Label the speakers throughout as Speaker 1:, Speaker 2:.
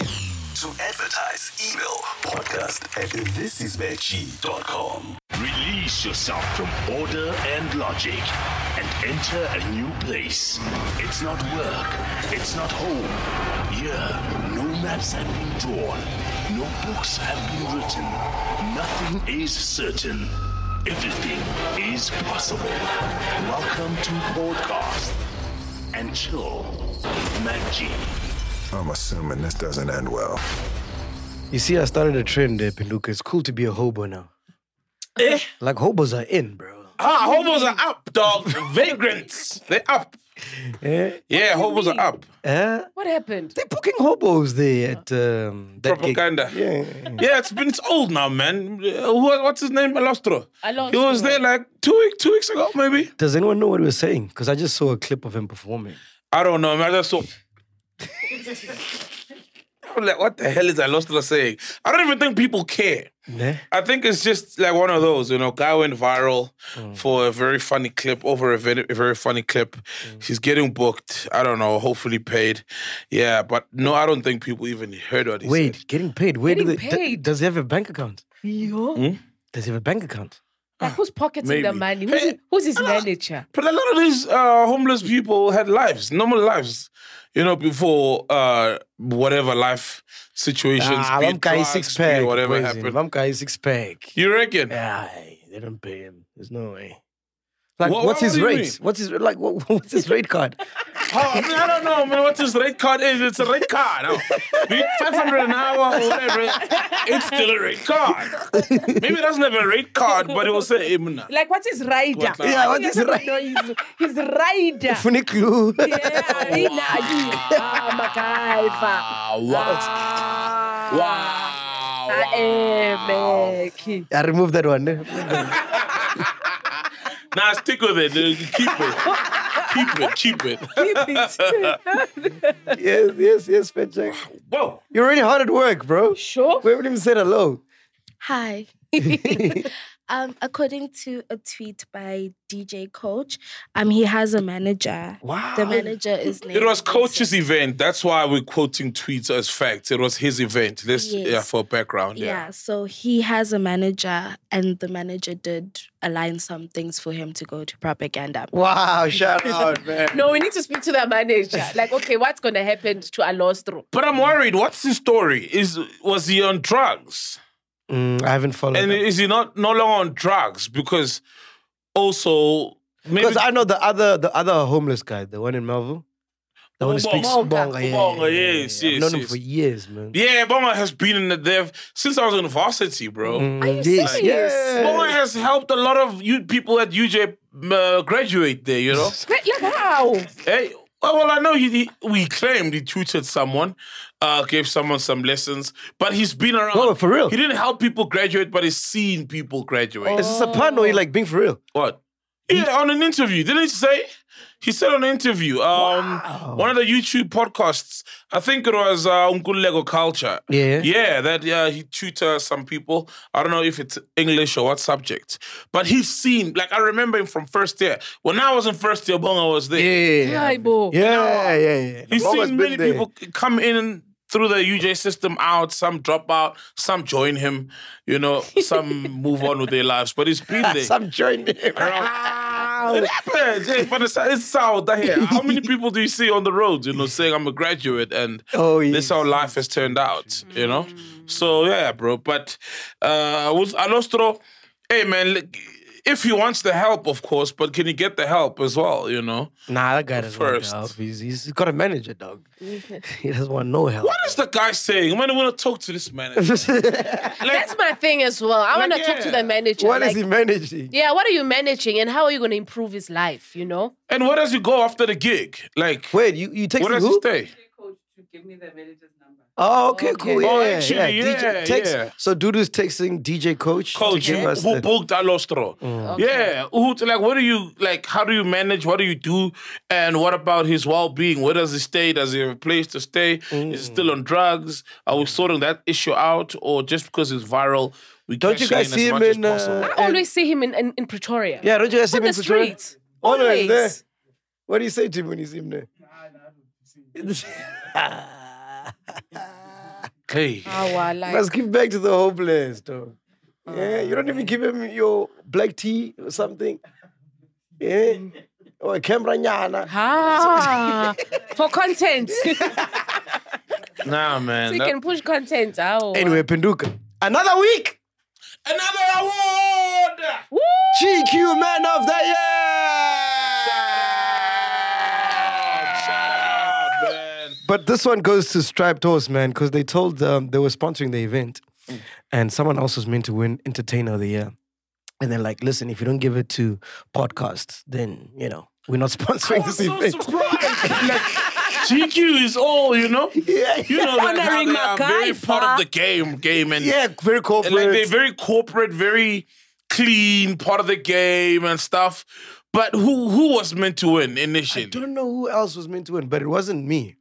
Speaker 1: to advertise, email podcast at thisisveggie.com.
Speaker 2: Release yourself from order and logic and enter a new place. It's not work, it's not home. Here, no maps have been drawn, no books have been written, nothing is certain. Everything is possible. Welcome to Podcast and Chill with Mac G.
Speaker 3: I'm assuming this doesn't end well.
Speaker 4: You see, I started a trend there, Pinduka. It's cool to be a hobo now.
Speaker 5: Eh?
Speaker 4: Like hobos are in, bro.
Speaker 5: Ah, hobos are up, dog. Vagrants. They're up.
Speaker 4: Eh?
Speaker 5: Yeah,
Speaker 6: do you
Speaker 5: hobos
Speaker 6: mean?
Speaker 5: are up.
Speaker 4: Eh?
Speaker 6: What happened?
Speaker 4: They're booking hobos there at um, that gig.
Speaker 5: Propaganda.
Speaker 4: Yeah.
Speaker 5: Yeah, it's been it's old now, man. Uh, who- What's his name? Alostro.
Speaker 6: Alostro.
Speaker 5: He was there like two week, two weeks ago, maybe.
Speaker 4: Does anyone know what we're saying? Because I just saw a clip of him performing.
Speaker 5: I don't know. Man. I just saw. I'm like, what the hell is Alostro saying? I don't even think people care.
Speaker 4: Neh?
Speaker 5: I think it's just like one of those, you know. Guy went viral
Speaker 4: Mm.
Speaker 5: for a very funny clip over a very, a very funny clip.
Speaker 4: Mm.
Speaker 5: He's getting booked. I don't know. Hopefully paid. Yeah, but no, I don't think people even heard what he
Speaker 4: Wait,
Speaker 5: said.
Speaker 4: getting paid. Where do
Speaker 6: Getting
Speaker 4: they,
Speaker 6: paid.
Speaker 4: does he have a bank account?
Speaker 6: Yo.
Speaker 4: Mm.
Speaker 5: Hmm?
Speaker 4: Does he have a bank account?
Speaker 6: Like who's pocketing the money?
Speaker 5: maybe.
Speaker 6: Who's,
Speaker 5: Hey,
Speaker 6: who's his
Speaker 5: I don't-
Speaker 6: manager?
Speaker 5: But a lot of these uh, homeless people had lives, normal lives, you know, before uh, whatever life situations,
Speaker 4: Ah,
Speaker 5: be it
Speaker 4: I'm carrying
Speaker 5: drugs,
Speaker 4: six
Speaker 5: be it
Speaker 4: pack.
Speaker 5: whatever
Speaker 4: poison.
Speaker 5: happened.
Speaker 4: I'm carrying six pack.
Speaker 5: you reckon?
Speaker 4: Yeah, they don't pay him. There's no way. Like,
Speaker 5: Wha- what
Speaker 4: what's his
Speaker 5: do you
Speaker 4: rate?
Speaker 5: mean?
Speaker 4: What's his like? What, what's his rate card?
Speaker 5: Oh, I, mean, I don't know, man. What this red card is? It's a red card. Oh, be it 500 an hour or whatever. It's still a red card. Maybe it doesn't have a red card, but it will say Imna.
Speaker 6: Like what's his rider?
Speaker 5: What, like-
Speaker 4: Yeah,
Speaker 6: I
Speaker 4: what's
Speaker 6: think
Speaker 4: his
Speaker 6: I don't know His, his rider.
Speaker 4: Funi clue.
Speaker 6: yeah, Rina Adi. Ah, Makaifa.
Speaker 5: Ah, wow.
Speaker 6: Ah,
Speaker 5: Wow.
Speaker 6: eh, Meki.
Speaker 4: I removed that one. eh?
Speaker 5: Nah, stick with it. dude. Keep it. Keep it. Keep it.
Speaker 6: Keep it.
Speaker 4: yes, yes, yes, Fat Jack.
Speaker 5: Whoa.
Speaker 4: You're already hard at work, bro.
Speaker 6: Sure.
Speaker 4: We haven't even said hello.
Speaker 7: Hi. um, according to a tweet by DJ Coach, um, he has a manager.
Speaker 4: Wow.
Speaker 7: The manager is named.
Speaker 5: It was
Speaker 7: Vincent.
Speaker 5: Coach's event. That's why we're quoting tweets as facts. It was his event. This
Speaker 7: Yes.
Speaker 5: yeah, for background.
Speaker 7: Yeah.
Speaker 5: Yeah.
Speaker 7: so he has a manager, and the manager did align some things for him to go to propaganda.
Speaker 4: Wow, Ah, shout out, man.
Speaker 6: No, we need to speak to the manager. Like, okay, what's going to happen to Alostro?
Speaker 5: But I'm worried. What's his story? Is was he on drugs?
Speaker 4: Mm, I haven't followed.
Speaker 5: And is he not no longer on drugs? Because also maybe
Speaker 4: Because I know the other, the other homeless guy, the one in Melville. The one who speaks
Speaker 5: Ubonga.
Speaker 4: Bonga. Yeah,
Speaker 5: Ubonga,
Speaker 4: yeah, yeah,
Speaker 5: yes,
Speaker 4: yeah.
Speaker 5: yes,
Speaker 4: I've known him
Speaker 5: yes.
Speaker 4: for years, man.
Speaker 5: yeah, Bonga has been in the there since I was in varsity, bro.
Speaker 4: Mm,
Speaker 6: Are you
Speaker 4: yes,
Speaker 6: serious?
Speaker 4: yes.
Speaker 5: Bonga has helped a lot of you people at UJ uh, graduate there. You know,
Speaker 6: Like, like how?
Speaker 5: Hey, well, well, I know he, he- we claimed he tutored someone, uh, gave someone some lessons, but he's been around.
Speaker 4: No, for real?
Speaker 5: He didn't help people graduate, but he's seen people graduate.
Speaker 4: Is this a pun or you like being for real?
Speaker 5: What? Yeah, on an interview, didn't he say? He said on an interview, um, one of the YouTube podcasts, I think it was uh, Lego Culture.
Speaker 4: Yeah.
Speaker 5: Yeah, that uh, he tutor some people. I don't know if it's English or what subject, but he's seen, like, I remember him from first year. When I was in first year, Bonga was there.
Speaker 4: Yeah.
Speaker 6: Hi, Bo.
Speaker 4: Yeah, yeah, yeah.
Speaker 5: He's
Speaker 4: Bonga's
Speaker 5: seen
Speaker 4: been
Speaker 5: many
Speaker 4: there.
Speaker 5: people come in through the UJ system out, some drop out, some join him, you know, some move on with their lives. But it's been there.
Speaker 4: Some joined him.
Speaker 5: Around- It happens. Yeah, but it's, it's South here. How many people do you see on the road, you know, saying I'm a graduate and
Speaker 4: Oh,
Speaker 5: this is
Speaker 4: yes.
Speaker 5: how life has turned out, you know?
Speaker 6: Mm.
Speaker 5: So yeah, bro. But uh with Alostro, hey man, look, if he wants the help, of course, but can he get the help as well, you know?
Speaker 4: Nah, that guy doesn't want
Speaker 5: First.
Speaker 4: help. He's, he's got a manager, dog. he doesn't want no help.
Speaker 5: What is the guy saying? Man, I want to talk to this man.
Speaker 6: That's my thing as well. I
Speaker 5: Like,
Speaker 6: want to talk to
Speaker 5: yeah.
Speaker 6: the manager.
Speaker 4: What is
Speaker 6: like,
Speaker 4: he managing?
Speaker 6: Yeah, what are you managing and how are you going to improve his life, you know?
Speaker 5: and where does he go after the gig? Like,
Speaker 4: Wait, you you text
Speaker 5: where does
Speaker 4: who?
Speaker 5: he stay?
Speaker 4: Oh, okay, cool. Yeah,
Speaker 5: Oh, actually, yeah,
Speaker 4: DJ text.
Speaker 5: yeah.
Speaker 4: So Dudu's texting DJ Coach. to
Speaker 5: Coach,
Speaker 4: give
Speaker 5: who,
Speaker 4: us
Speaker 5: who
Speaker 4: the-
Speaker 5: booked
Speaker 4: Mm.
Speaker 5: Alostro?
Speaker 4: Oh.
Speaker 5: Yeah, who, like, what do you, like, how do you manage? What do you do? And what about his well being? Where does he stay? Does he have a place to stay?
Speaker 4: Mm.
Speaker 5: Is he still on drugs? Are we sorting that issue out? Or just because it's viral, we
Speaker 4: Don't
Speaker 5: can't
Speaker 4: you
Speaker 5: share
Speaker 4: guys
Speaker 5: in
Speaker 4: see
Speaker 5: as
Speaker 4: him
Speaker 5: much
Speaker 4: in?
Speaker 5: as possible?
Speaker 4: uh,
Speaker 6: I always see him in, in, in Pretoria.
Speaker 4: yeah, don't you guys see
Speaker 6: On
Speaker 4: him
Speaker 6: the
Speaker 4: in Pretoria?
Speaker 6: streets.
Speaker 4: Oh, no, he's there.
Speaker 6: Always.
Speaker 4: What do you say to him when you see him there?
Speaker 5: Hey.
Speaker 6: Oh, wow, like, Oh,
Speaker 8: Let's give back to the hopeless, dog. Yeah, you don't even give him your black tea or something. Yeah, or a camera nyana.
Speaker 6: ah, for content. so
Speaker 5: Nah, man.
Speaker 6: you
Speaker 5: that-
Speaker 6: can push content. Oh,
Speaker 8: Anyway, Penduka, another week.
Speaker 5: Another award!
Speaker 6: Woo!
Speaker 8: GQ Man of the Year.
Speaker 5: Shout out, man.
Speaker 4: But this one goes to Striped Horse, man, because they told um, they were sponsoring the event,
Speaker 6: Mm.
Speaker 4: and someone else was meant to win Entertainer of the Year, and they're like, "Listen, if you don't give it to podcasts, then you know we're not sponsoring
Speaker 5: I'm
Speaker 4: this
Speaker 5: so
Speaker 4: event."
Speaker 5: surprised. like, GQ is all, you know?
Speaker 8: Yeah,
Speaker 5: You know, like how
Speaker 6: Honoring
Speaker 5: they are very
Speaker 6: MacGyver.
Speaker 5: part of the game, game and
Speaker 8: yeah, very corporate.
Speaker 5: And like they're very corporate, very clean, part of the game and stuff. But who who was meant to win
Speaker 4: I
Speaker 5: initially?
Speaker 4: don't know who else was meant to win, but it wasn't me.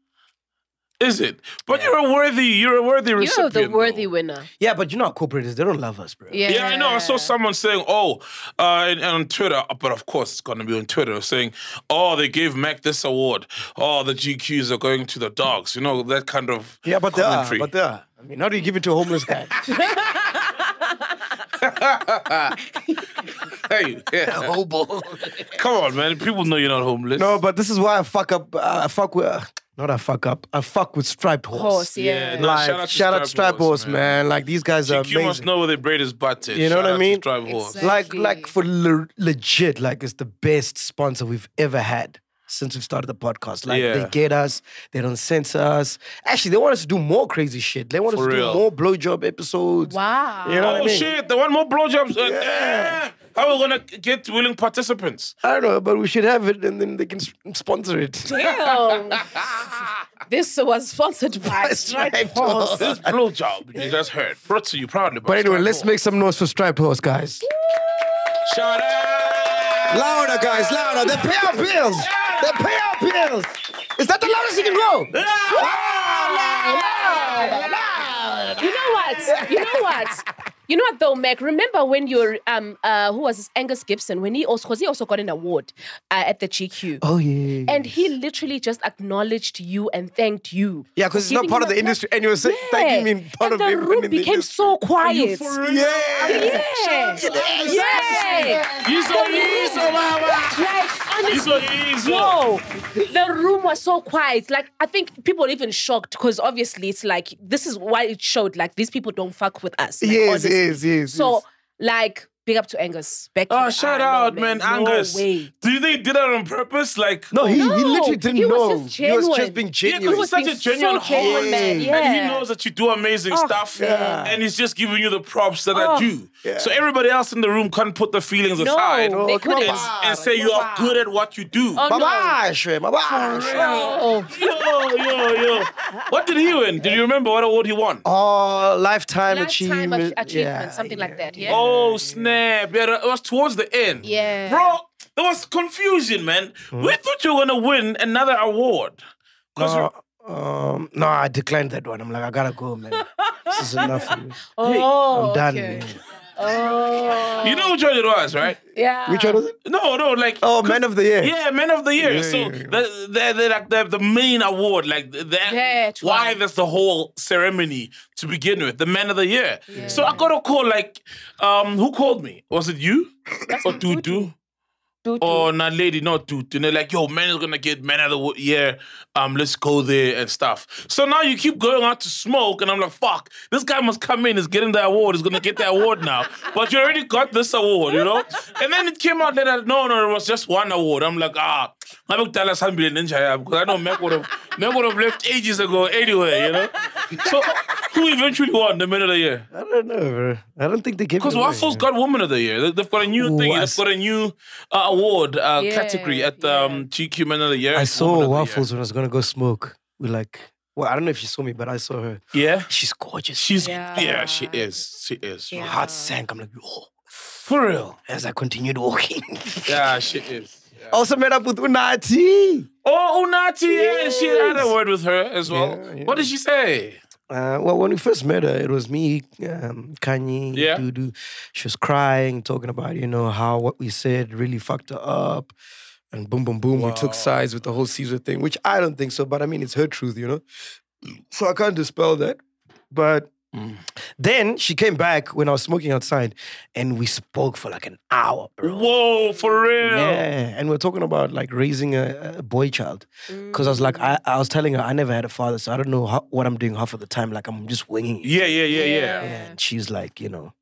Speaker 5: Is it? But you're a worthy, you're a worthy
Speaker 6: You're
Speaker 5: recipient.
Speaker 6: the
Speaker 5: though.
Speaker 6: worthy winner.
Speaker 4: Yeah, but you know how corporate is. They don't love us, bro.
Speaker 6: Yeah.
Speaker 5: Yeah, I know. I saw someone saying, "Oh," uh, and, and on Twitter, but of course it's going to be on Twitter, saying, "Oh, they gave Mac this award. Oh, the GQs are going to the dogs." You know that kind of
Speaker 4: Yeah, but they are.
Speaker 5: commentary.
Speaker 4: But they are. I mean, how do you give it to a homeless guy?
Speaker 5: hey, yeah. Come on, man. People know you're not homeless.
Speaker 4: no, but this is why I fuck up. Uh, I fuck with. Uh, not I fuck up. I fuck with Striped Horse.
Speaker 6: Horse, yeah.
Speaker 5: Yeah, no,
Speaker 4: Like, shout out to Striped, Horse, man. Like, these guys are
Speaker 5: GQ
Speaker 4: amazing.
Speaker 5: must know where their braid is butted.
Speaker 4: You know
Speaker 5: Shout
Speaker 4: what I
Speaker 5: out to
Speaker 4: mean?
Speaker 5: Drive Horse.
Speaker 6: Exactly.
Speaker 4: like like for le- legit like it's the best sponsor we've ever had since we've started the podcast like
Speaker 5: Yeah.
Speaker 4: they get us they don't censor us actually they want us to do more crazy shit they want
Speaker 5: For
Speaker 4: us to
Speaker 5: real.
Speaker 4: do more blowjob episodes
Speaker 6: Wow.
Speaker 4: you know what
Speaker 5: Oh
Speaker 4: I mean?
Speaker 5: shit! They want more blowjobs. Uh, eh,
Speaker 4: Yeah.
Speaker 5: How are we gonna get willing participants?
Speaker 4: i don't know but we should have it and then they can s- sponsor it
Speaker 6: Damn. this was sponsored by Strike Horse.
Speaker 5: This blowjob you just heard. Brought to you proudly. by
Speaker 4: but anyway
Speaker 5: Drive
Speaker 4: let's
Speaker 5: Horse.
Speaker 4: make some noise for striped horse guys
Speaker 5: shout out.
Speaker 4: louder guys louder the pair of bills the pair of bills is that the loudest you can go
Speaker 5: Ah!
Speaker 6: You know what? You know what? You know what though, Mac? Remember when you're um uh who was this Angus Gibson when he also because he also got an award uh, at the GQ.
Speaker 4: oh yeah
Speaker 6: And he literally just acknowledged you and thanked you.
Speaker 4: yeah, because it's
Speaker 6: for
Speaker 4: not
Speaker 6: giving
Speaker 4: part
Speaker 6: him
Speaker 4: of the
Speaker 6: a-
Speaker 4: industry, and you were saying, thanking me, in part
Speaker 6: and
Speaker 4: of
Speaker 6: the
Speaker 4: everyone
Speaker 6: room
Speaker 4: in the
Speaker 6: became
Speaker 4: industry.
Speaker 6: so quiet.
Speaker 4: Yeah.
Speaker 6: Yeah. Yeah.
Speaker 5: You so easy, mama.
Speaker 6: Like,
Speaker 5: You so
Speaker 6: honestly,
Speaker 5: easy.
Speaker 6: no, the room was so quiet. Like, I think people were even shocked because obviously it's like, this is why it showed, like, these people don't fuck with us. Like,
Speaker 4: Yes,
Speaker 6: honestly.
Speaker 4: yes, yes,
Speaker 6: So,
Speaker 4: yes.
Speaker 6: like, big up to Angus. Back to
Speaker 5: Oh,
Speaker 6: the-
Speaker 5: shout
Speaker 6: Ah, no,
Speaker 5: out, man,
Speaker 6: no
Speaker 5: Angus.
Speaker 6: way.
Speaker 5: Do you think he did that on purpose? Like,
Speaker 4: No, he, he
Speaker 6: No,
Speaker 4: literally didn't
Speaker 6: he was
Speaker 4: know.
Speaker 6: just
Speaker 4: he was
Speaker 6: genuine.
Speaker 4: just being
Speaker 5: Yeah, because
Speaker 4: genuine.
Speaker 5: he's such a
Speaker 6: He's
Speaker 5: genuine
Speaker 6: so genuine,
Speaker 5: heart,
Speaker 6: man,
Speaker 5: and he
Speaker 6: yeah. Oh,
Speaker 5: knows that you do amazing stuff,
Speaker 4: yeah.
Speaker 5: and he's just giving you the props that are due.
Speaker 4: Yeah.
Speaker 5: So everybody else in the room can't put their feelings
Speaker 6: No,
Speaker 5: aside
Speaker 6: they
Speaker 5: and,
Speaker 6: couldn't.
Speaker 5: and say you are good at what you do.
Speaker 6: Oh, no.
Speaker 4: Bye-bye, Shwe, bye-bye, Shwe.
Speaker 6: Oh,
Speaker 5: yo, yo, yo! What did he win? Did you remember what award he won?
Speaker 4: Oh, lifetime,
Speaker 6: lifetime
Speaker 4: achievement.
Speaker 6: ach- achievement,
Speaker 4: Yeah,
Speaker 6: something like that. Yeah.
Speaker 5: Oh snap! Yeah, that- it was towards the end.
Speaker 6: Yeah.
Speaker 5: bro, there was confusion, man. We
Speaker 4: Hmm?
Speaker 5: thought you were gonna win another award. 'Cause
Speaker 4: Uh, um, no, I declined that one. I'm like, I gotta go, man. this is enough for me.
Speaker 6: oh
Speaker 4: I'm done,
Speaker 6: okay.
Speaker 4: man.
Speaker 6: Oh,
Speaker 5: you know which one it was, right?
Speaker 6: yeah.
Speaker 4: Which one was it?
Speaker 5: No, no, like
Speaker 4: Oh, man of the year.
Speaker 5: Yeah, Men of the Year.
Speaker 4: Yeah,
Speaker 5: so
Speaker 4: yeah, yeah.
Speaker 5: The, the, the, like, the, the main award, like th- that,
Speaker 6: That
Speaker 5: why
Speaker 6: one.
Speaker 5: there's the whole ceremony to begin with, the Man of the Year. So I got a call, like, um, who called me? Was it you? or Dudu?
Speaker 6: Dudu.
Speaker 5: Or not Oh, lady, not Dudu. And they're like, yo, man is gonna get Man of the Wo- Year. Um, let's go there and stuff. So now you keep going out to smoke, and I'm like, fuck, this guy must come in, he's getting the award, he's gonna get the award now. But you already got this award, you know? And then it came out later, no, no, it was just one award. I'm like, ah, I'm not telling Sambile Ninja yeah, because I know Mac would have Mac would have left ages ago anyway, you know? So who eventually won the man of the year?
Speaker 4: I don't know, bro. I don't think they gave
Speaker 5: Because
Speaker 4: it away.
Speaker 5: Waffles got Woman of the Year. They- They've got a new
Speaker 4: Ooh,
Speaker 5: thing.
Speaker 4: I
Speaker 5: They've
Speaker 4: s-
Speaker 5: got a new uh, award uh,
Speaker 6: Yeah,
Speaker 5: category at the um, GQ Man of the Year.
Speaker 4: I
Speaker 5: Woman of
Speaker 4: saw
Speaker 5: the Year.
Speaker 4: Waffles when I was gonna go smoke. We like, well, I don't know if she saw me, but I saw her.
Speaker 5: Yeah.
Speaker 4: She's gorgeous.
Speaker 5: She's yeah.
Speaker 6: Yeah.
Speaker 5: she is. She is.
Speaker 4: My heart sank. I'm like, oh.
Speaker 5: For real.
Speaker 4: As I continued walking.
Speaker 5: Yeah, she is. Yeah.
Speaker 4: also met up with Unati.
Speaker 5: Oh, Unati, yeah, she had a word with her as well.
Speaker 4: Yeah, yeah.
Speaker 5: What did she say?
Speaker 4: Uh, well, when we first met her, it was me, um, Kanye,
Speaker 5: Yeah.
Speaker 4: Dudu. She was crying, talking about you know how what we said really fucked her up, and boom, boom, boom. We took sides with the whole Caesar thing, which I don't think so. But I mean, it's her truth, you know. So I can't dispel that. But then she came back when I was smoking outside and we spoke for like an hour, bro.
Speaker 5: Whoa, for real.
Speaker 4: Yeah, and we're talking about like raising a, a boy child, because I was like, I, I was telling her I never had a father, so I don't know how, what I'm doing half of the time. Like I'm just winging it.
Speaker 5: Yeah, yeah, yeah, yeah.
Speaker 4: And she's like, you know,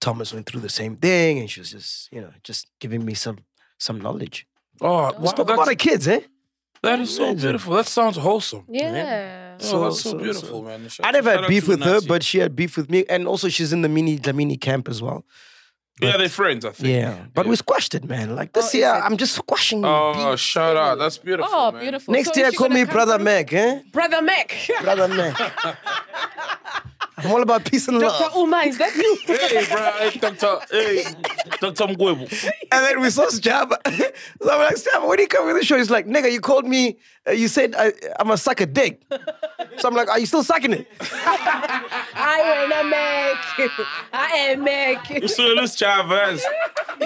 Speaker 4: Thomas went through the same thing, and she was just, you know, just giving me some some knowledge.
Speaker 5: Oh, wow,
Speaker 4: Talk about
Speaker 5: that's-
Speaker 4: our kids, eh?
Speaker 5: that is so beautiful. That sounds wholesome.
Speaker 6: Yeah.
Speaker 5: Oh, that's so, beautiful, man.
Speaker 4: I never
Speaker 5: Shout
Speaker 4: had
Speaker 5: out
Speaker 4: beef
Speaker 5: to
Speaker 4: with her,
Speaker 5: Nancy.
Speaker 4: but she had beef with me, and also she's in the mini Dlamini camp as well.
Speaker 5: yeah, they're friends. I think.
Speaker 4: Yeah, but we squashed it, man. Like this
Speaker 6: Oh,
Speaker 4: year,
Speaker 6: is it-
Speaker 4: I'm just squashing.
Speaker 5: Oh,
Speaker 4: beef.
Speaker 5: shout out. That's beautiful.
Speaker 6: Oh,
Speaker 5: man.
Speaker 6: beautiful.
Speaker 4: Next
Speaker 6: So
Speaker 4: year,
Speaker 6: is she
Speaker 4: call
Speaker 6: gonna
Speaker 4: me
Speaker 6: come
Speaker 4: brother
Speaker 6: through?
Speaker 4: Mac, eh?
Speaker 6: Brother Mac.
Speaker 4: Brother Mac. I'm all about peace and love.
Speaker 6: Dr. Uma, is that you?
Speaker 5: Hey, bro. Hey, Doctor. Hey, Doctor Mgwebu.
Speaker 4: And then we saw Jabba. so I'm like, Jabba, when he come with the show, he's like, nigga, you called me, uh, you said I, I'm a suck a dick. So I'm like, are you still sucking it?
Speaker 6: I am a Mac. I am Mac.
Speaker 5: Usulus Chavez.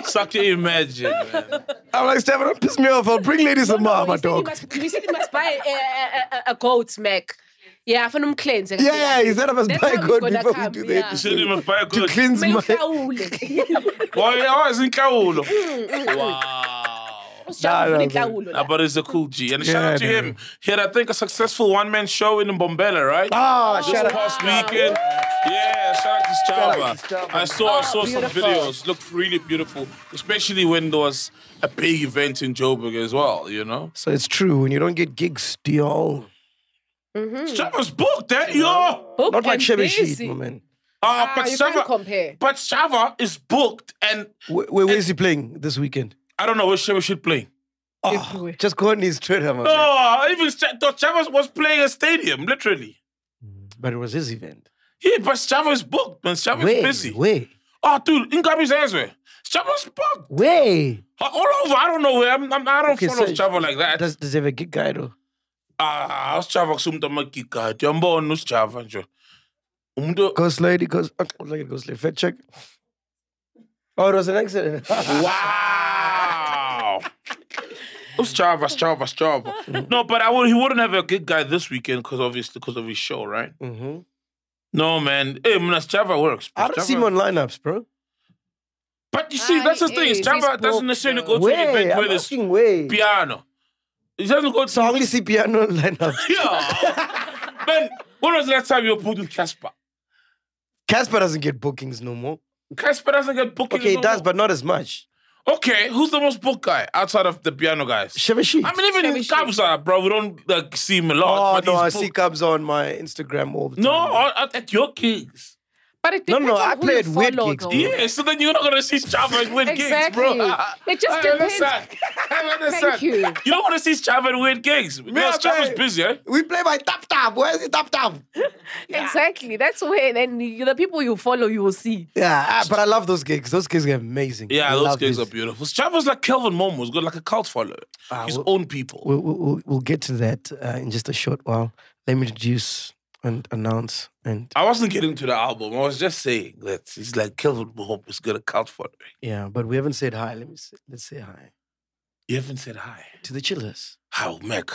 Speaker 5: Suck your imagine, man.
Speaker 4: I'm like, Jabba, don't piss me off. I'll bring ladies and
Speaker 6: No,
Speaker 4: mom,
Speaker 6: you
Speaker 4: my
Speaker 6: said you
Speaker 4: dog.
Speaker 6: must- You said you must buy a, a, a, a goat, Mac. Yeah, for them cleanse.
Speaker 4: Yeah, yeah, he said I must
Speaker 6: That's
Speaker 4: buy
Speaker 6: how it's
Speaker 4: good
Speaker 6: gonna
Speaker 4: before we
Speaker 6: come,
Speaker 4: do
Speaker 6: yeah.
Speaker 4: that.
Speaker 5: Should even buy
Speaker 4: To
Speaker 5: good.
Speaker 4: cleanse my...
Speaker 5: Why why is in Kaulo? Wow. Nah, but it's a cool G. And shout out to
Speaker 4: Yeah,
Speaker 5: him. He had, I think, a successful one man show in Bombela, right?
Speaker 4: Ah,
Speaker 5: this
Speaker 4: shout out.
Speaker 5: past weekend. Yeah, shout out to Chava. I
Speaker 4: Ah,
Speaker 5: saw, I
Speaker 6: Oh,
Speaker 5: saw some
Speaker 6: beautiful.
Speaker 5: videos. Looked really beautiful, especially when there was a big event in Joburg as well. You know,
Speaker 4: So it's true, when you don't get gigs, do your own.
Speaker 6: Mm-hmm.
Speaker 5: Chava's booked, eh? Yo,
Speaker 4: Not like Chevy Sheet, my man.
Speaker 5: Ah, but
Speaker 6: you can't
Speaker 5: Chava,
Speaker 6: compare.
Speaker 5: but Chava is booked, and
Speaker 4: Where, where is he playing this weekend? Ah,
Speaker 5: I don't know where Chava should play.
Speaker 6: Everywhere.
Speaker 4: Just go on his Twitter, man.
Speaker 5: Oh, even Ch- Chava was playing a stadium, literally.
Speaker 4: But it was his event.
Speaker 5: Yeah, but Chava is booked, man. Chava is
Speaker 4: Where?
Speaker 5: busy.
Speaker 4: Where?
Speaker 5: Oh, dude, Ingabi's elsewhere. Chava's booked
Speaker 4: Where?
Speaker 5: all over. I don't know where. I'm, I'm, I don't
Speaker 4: Okay,
Speaker 5: follow
Speaker 4: so
Speaker 5: Chava like that.
Speaker 4: Does, does he have a gig guy, though?
Speaker 5: ah usichava kusumntu amagigadi uyambona usichava nje umntu
Speaker 4: Ghost lady, ghost. Okay, look at ghost lady. Fact check. Oh, it was an accident.
Speaker 5: wow usichava sichava sichava no but I would, he wouldn't have a good guy this weekend because obviously because of his show right
Speaker 4: mm-hmm.
Speaker 5: no man hey mna sichava works bro.
Speaker 4: I don't see him
Speaker 5: Sichava-
Speaker 4: on lineups, bro.
Speaker 5: but you see that's the thing
Speaker 6: Aye, he's
Speaker 5: sichava
Speaker 6: booked,
Speaker 5: doesn't necessarily
Speaker 6: bro.
Speaker 5: go to an
Speaker 4: Way,
Speaker 5: event where
Speaker 4: I'm
Speaker 5: there's
Speaker 4: asking way.
Speaker 5: piano he doesn't go to
Speaker 4: So I only see piano on lineups.
Speaker 5: yeah man when was the last time you were booked with Casper
Speaker 4: Casper doesn't get bookings no more.
Speaker 5: Casper doesn't get booked
Speaker 4: Okay, he does, but not as much.
Speaker 5: okay who's the most booked guy outside of the piano guys
Speaker 4: Shemeshi.
Speaker 5: I mean, even in Kabza, bro, we don't like see him a
Speaker 4: oh
Speaker 5: lot. but
Speaker 4: no, I
Speaker 5: he's
Speaker 4: see
Speaker 5: booked.
Speaker 4: Cubs on my Instagram all the time.
Speaker 5: No, at, at your gigs.
Speaker 6: But it
Speaker 4: No,
Speaker 6: depends
Speaker 4: no,
Speaker 6: on
Speaker 4: I
Speaker 6: who
Speaker 4: play
Speaker 6: you
Speaker 4: at weird
Speaker 6: follow,
Speaker 4: gigs,
Speaker 6: though.
Speaker 5: Yeah, so then you're not gonna see Chavez win gigs,
Speaker 6: Exactly.
Speaker 5: bro.
Speaker 6: It just
Speaker 5: I
Speaker 6: depends.
Speaker 5: understand. I understand.
Speaker 6: you.
Speaker 5: You don't want to see Chavez win gigs. Yes,
Speaker 4: I
Speaker 5: Chavez
Speaker 4: play-
Speaker 5: busy, eh?
Speaker 4: We play by Tap Tap. Where's the Tap Tap?
Speaker 6: Exactly. That's where then you- the people you follow, you will see.
Speaker 4: Yeah, ah, but I love those gigs. Those gigs are amazing.
Speaker 5: Yeah,
Speaker 4: I
Speaker 5: those
Speaker 4: love
Speaker 5: gigs
Speaker 4: this.
Speaker 5: are beautiful. Chavez like Kelvin Momo has got like a cult following. His
Speaker 4: Ah, well-
Speaker 5: own people.
Speaker 4: We'll, we'll- we'll, we'll get to that uh, in just a short while. Let me introduce and announce and
Speaker 5: I wasn't getting to the album. I was just saying that he's like Kelvin Momo has got a cult following.
Speaker 4: Yeah, but we haven't said hi. Let me say, let's say hi
Speaker 5: You haven't said hi.
Speaker 4: to the chillers.
Speaker 5: How, Mac?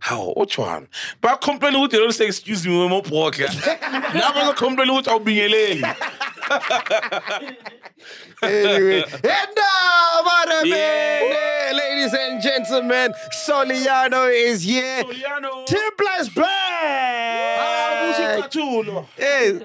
Speaker 5: How? Which one? But I complain with you. Don't say, excuse me, when I'm walking. Now I'm complaining with you being alone.
Speaker 4: Anyway, and now, madam,
Speaker 5: Yeah.
Speaker 4: eh, ladies and gentlemen, Soliano is here. Templars Black. Yes.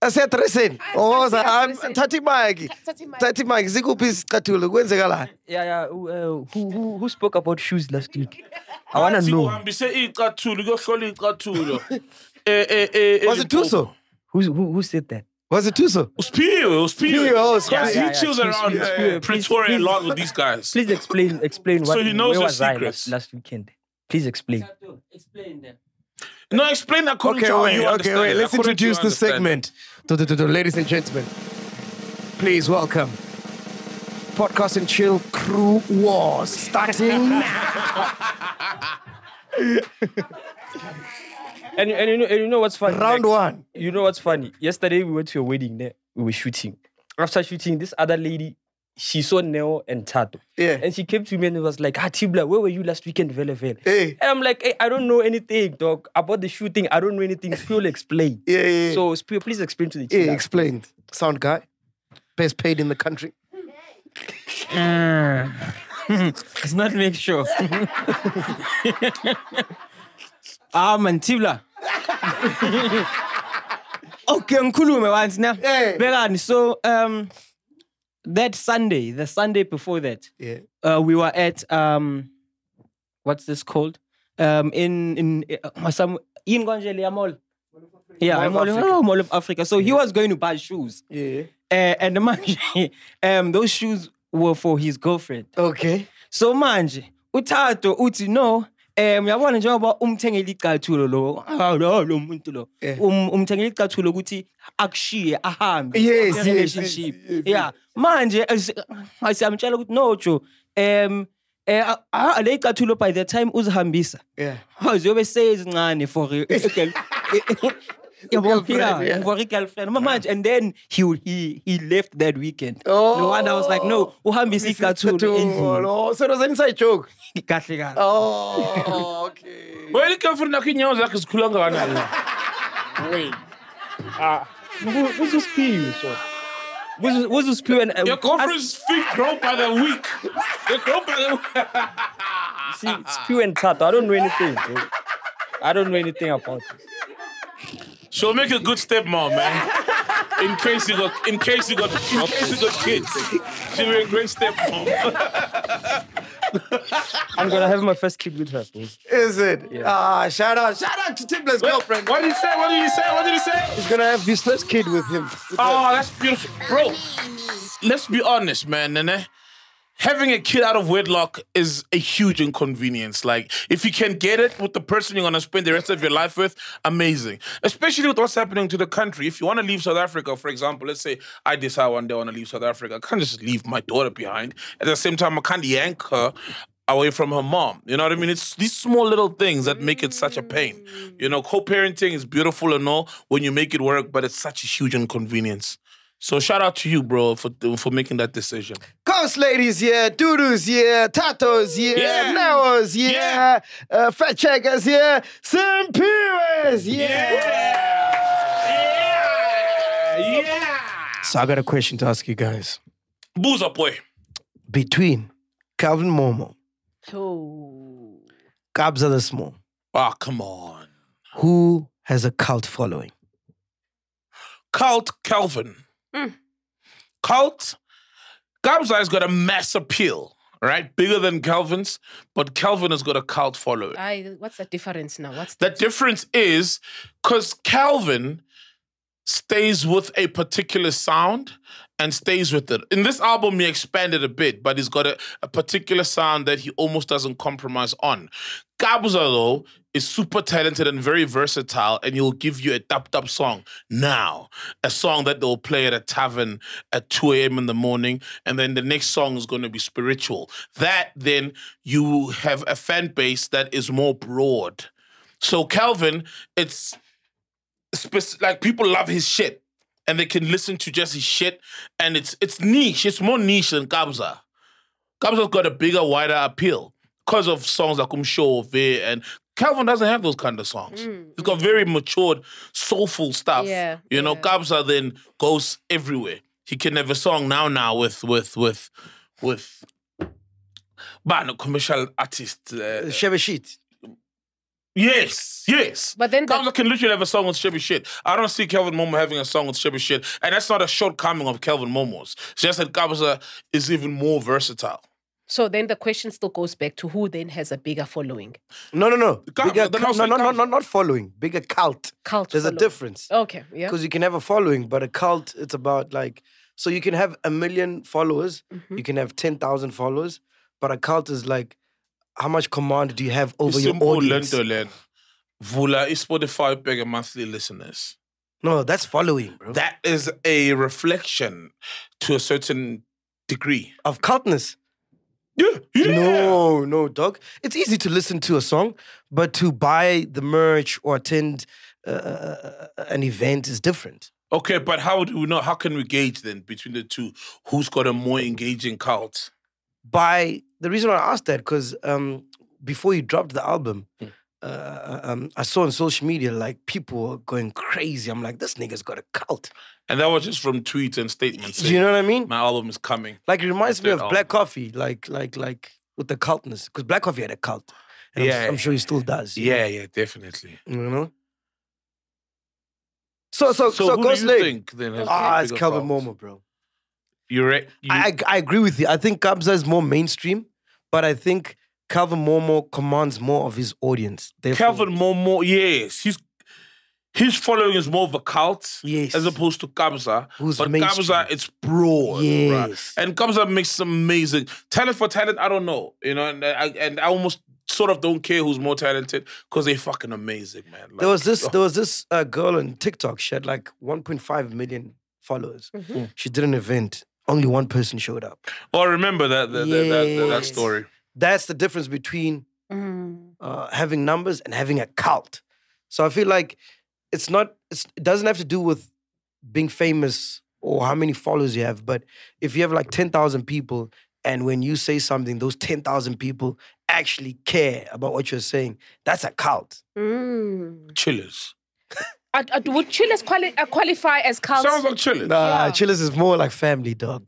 Speaker 4: I said, listen. Oh, I'm Tati Mike. Tati Mike, Zikupi Skatulu. Kwenzekala.
Speaker 9: Yeah, yeah. Who, uh, who, who, who spoke about shoes last week? I wanna
Speaker 5: um,
Speaker 9: know.
Speaker 5: Eh,
Speaker 4: Was it Tuso?
Speaker 9: Who's, who, who said that?
Speaker 4: Was it Tuso?
Speaker 5: Uspiwe,
Speaker 4: Usphiwe, oh,
Speaker 5: Uspiwe. Yes,
Speaker 4: Usphiwe.
Speaker 9: Yeah,
Speaker 5: he
Speaker 9: yeah,
Speaker 5: chills
Speaker 9: yeah.
Speaker 5: around
Speaker 9: Please,
Speaker 5: uh,
Speaker 9: please,
Speaker 5: Pretoria a
Speaker 9: please.
Speaker 5: lot with these guys.
Speaker 9: Please explain. Explain what.
Speaker 5: So he knows
Speaker 9: where
Speaker 5: your
Speaker 9: was I
Speaker 5: secrets.
Speaker 9: last, last weekend. Please explain.
Speaker 5: No, explain that. according
Speaker 4: Okay,
Speaker 5: to how
Speaker 4: Oh, wait,
Speaker 5: you
Speaker 4: okay,
Speaker 5: understand
Speaker 4: wait.
Speaker 5: it,
Speaker 4: Let's
Speaker 5: according to you
Speaker 4: introduce the
Speaker 5: understand it.
Speaker 4: segment. To, to, to, to, ladies and gentlemen, please welcome Podcast and Chill Crew Wars starting now.
Speaker 9: And, and, you know, and you know what's funny?
Speaker 4: Round
Speaker 9: Like,
Speaker 4: one.
Speaker 9: You know what's funny? Yesterday we went to a wedding there. We were shooting. After shooting, this other lady she saw Neo and Tato.
Speaker 8: Yeah.
Speaker 9: And she came to me and was like, Ah, Tibla, where were you last weekend, Vele Vele?
Speaker 8: Hey.
Speaker 9: And I'm like, Hey, I don't know anything, dog. About the shooting, I don't know anything. Spio, explain.
Speaker 8: Yeah, yeah, yeah.
Speaker 9: So, Spio, please explain to the
Speaker 4: Yeah,
Speaker 9: children.
Speaker 4: explained. Sound guy. Best paid in the country.
Speaker 10: Let's not make sure. ah, man, Tibla. okay, Nkulume once now.
Speaker 4: Hey.
Speaker 10: Began, so um, that Sunday, the Sunday before that,
Speaker 4: Yeah.
Speaker 10: uh, we were at um, what's this called? Um, in in uh, some in Gonjelia Mall. Yeah, Mall of, Africa. Mall of Africa. So he was going to buy shoes,
Speaker 4: Yeah.
Speaker 10: uh, and the man, um, those shoes were for his girlfriend.
Speaker 4: Okay.
Speaker 10: So manje uthato uthi no eh uyabona njengoba umthengele icathulo lo ah, lo lo muntu lo
Speaker 4: Eh.
Speaker 10: Um- umthengele icathulo ukuthi akushiye ahambe
Speaker 4: Yes,
Speaker 10: a
Speaker 4: yes,
Speaker 10: relationship
Speaker 4: yes, yes.
Speaker 10: yeah manje as- ah, siyamtshela ukuthi no jo um eh ah, ah, le icathulo by the time uzihambisa
Speaker 4: Yeah.
Speaker 10: uzobe Oh, seyizincane for a- a girl- eh, yabo yeah, for a girlfriend manje and then he would- he he left that weekend no and I was like no uhambisa icathulo endlini
Speaker 4: Oh, so it was an inside joke.
Speaker 10: kahle kahle
Speaker 4: Oh, okay.
Speaker 5: Where did you come from? Nakho inyawo zakhe zikhula kangakanani?
Speaker 4: Ah,
Speaker 9: Spio, so. What's Spio? And, uh,
Speaker 5: Your girlfriend's feet grow by the week. They grow by the week.
Speaker 9: See, Spio and Tato, I don't know anything, bro. I don't know anything about this.
Speaker 5: She'll make a good stepmom, man. In case you got, in case you got, in case you got kids, she'll be a great stepmom.
Speaker 9: I'm gonna have my first kid with her, bro.
Speaker 4: Is it? Ah, shout out. Shout out to Timbler's girlfriend.
Speaker 5: What did he say? What did he say? What did he say?
Speaker 4: He's gonna have his first kid with him.
Speaker 5: Oh, that's beautiful, bro. Let's be honest, man. Nene. Having a kid out of wedlock is a huge inconvenience. Like, if you can get it with the person you're gonna spend the rest of your life with, amazing. Especially with what's happening to the country. If you wanna leave South Africa, for example, let's say I decide one day I wanna leave South Africa, I can't just leave my daughter behind. At the same time, I can't yank her away from her mom. You know what I mean? It's these small little things that make it such a pain. You know, co parenting is beautiful and all when you make it work, but it's such a huge inconvenience. So shout out to you, bro, for for making that decision.
Speaker 4: Ghost ladies here, doodoo's here, tatos here,
Speaker 5: Yeah.
Speaker 4: naos here,
Speaker 5: Yeah.
Speaker 4: uh, fat checkers here, Simpiras here.
Speaker 5: Yeah.
Speaker 4: So I got a question to ask you guys.
Speaker 5: Booza boy.
Speaker 4: Between Calvin Momo,
Speaker 6: Oh.
Speaker 4: Kabza the Small,
Speaker 5: Ah, come on.
Speaker 4: who has a cult following?
Speaker 5: Cult Calvin. Cult. Gabza has got a mass appeal, right? Bigger than Calvin's, but Calvin has got a cult following.
Speaker 6: I, what's the difference now? What's
Speaker 5: The difference is because Calvin stays with a particular sound and stays with it. In this album, he expanded a bit, but he's got a, a particular sound that he almost doesn't compromise on. Gabza, though, is super talented and very versatile, and he'll give you a dubbed up song now, a song that they'll play at a tavern at 2 a.m. in the morning, and then the next song is going to be spiritual. That then you have a fan base that is more broad. So Calvin, it's spec- like people love his shit, and they can listen to just his shit, and it's it's niche. It's more niche than Kabza. Kabza's got a bigger, wider appeal because of songs like Um Show Ve and Calvin doesn't have those kind of songs.
Speaker 2: Mm.
Speaker 6: Mm.
Speaker 5: He's got very matured, soulful stuff.
Speaker 6: Yeah,
Speaker 5: you know,
Speaker 6: yeah.
Speaker 5: Kabza then goes everywhere. He can have a song now, now with with with with. But commercial artist. Uh,
Speaker 4: Shebeshit.
Speaker 5: Yes, yes.
Speaker 6: But then
Speaker 5: Kamza
Speaker 6: that-
Speaker 5: can literally have a song with Shibby Shit. I don't see Kelvin Momo having a song with Shibby Shit, and that's not a shortcoming of Kelvin Momo's. It's just that Kamza is even more versatile.
Speaker 6: So then the question still goes back to who then has a bigger following?
Speaker 4: No, no, no.
Speaker 5: Cult-
Speaker 4: Bigger
Speaker 5: then
Speaker 4: cult-
Speaker 5: I'll
Speaker 4: no,
Speaker 5: say
Speaker 4: no, no,
Speaker 5: cult.
Speaker 4: no, not following. Bigger cult.
Speaker 6: Cult
Speaker 4: There's
Speaker 6: following.
Speaker 4: a difference.
Speaker 6: Okay, yeah.
Speaker 4: Because you can have a following, but a cult, it's about like, so you can have a million followers, you can have 10,000 followers, but a cult is like, how much command do you have over your
Speaker 5: Simple
Speaker 4: audience?
Speaker 5: lento len. Vula is Spotify bigger monthly listeners.
Speaker 4: No, that's following, bro.
Speaker 5: That is a reflection to a certain degree.
Speaker 4: of cultness.
Speaker 5: Yeah, yeah.
Speaker 4: No, no, dog. It's easy to listen to a song, but to buy the merch or attend uh, an uh, event is different.
Speaker 5: Okay, but how do we know? How can we gauge then between the two? Who's got a more engaging cult?
Speaker 4: by the reason why I asked that because um, before you dropped the album,
Speaker 5: Hmm.
Speaker 4: uh, um, I saw on social media like people were going crazy. I'm like, this nigga's got a cult.
Speaker 5: And that was just from tweets and statements.
Speaker 4: Do you
Speaker 5: saying,
Speaker 4: know what I mean?
Speaker 5: My album is coming.
Speaker 4: Like it reminds me
Speaker 5: Third
Speaker 4: of Black Coffee, like like like with the cultness, because Black Coffee had a cult. And I'm,
Speaker 5: Yeah.
Speaker 4: I'm sure he still does. you
Speaker 5: Yeah, yeah, definitely.
Speaker 4: know- you know. So so so,
Speaker 5: So, who
Speaker 4: Ghost
Speaker 5: do you
Speaker 4: Lake.
Speaker 5: think then? has
Speaker 4: Ah,
Speaker 5: the
Speaker 4: it's
Speaker 5: bigger
Speaker 4: Calvin
Speaker 5: cult?
Speaker 4: Momo, bro.
Speaker 5: You're right. You,
Speaker 4: I, I I agree with you. I think Kabza is more mainstream, but I think Calvin Momo commands more of his audience. Therefore-
Speaker 5: Calvin Momo, yes, he's his following is more of a cult,
Speaker 4: Yes.
Speaker 5: as opposed to Kabza.
Speaker 4: Who's
Speaker 5: but
Speaker 4: mainstream.
Speaker 5: Kabza, it's broad, bruh.
Speaker 4: Yes.
Speaker 5: And Kabza makes some amazing talent for talent. I don't know, you know, and I and I almost sort of don't care who's more talented because they're fucking amazing, man. Like, oh.
Speaker 4: there was this there was this uh, girl on TikTok. She had like 1.5 million followers.
Speaker 5: Hmm.
Speaker 4: She did an event. Only one person showed up.
Speaker 5: oh, remember that that, that, that that
Speaker 4: Yes.
Speaker 5: story.
Speaker 4: That's the difference between
Speaker 6: Mm.
Speaker 4: uh, having numbers and having a cult. So I feel like it's not it's, it doesn't have to do with being famous or how many followers you have, but if you have like 10,000 people and when you say something those 10,000 people actually care about what you're saying, that's a cult.
Speaker 6: Mm.
Speaker 5: Chillers
Speaker 6: Uh, uh, would chillers quali- uh, qualify as cults?
Speaker 5: sounds like chillers.
Speaker 4: Nah,
Speaker 6: Yeah.
Speaker 4: chillers is more like family, dog.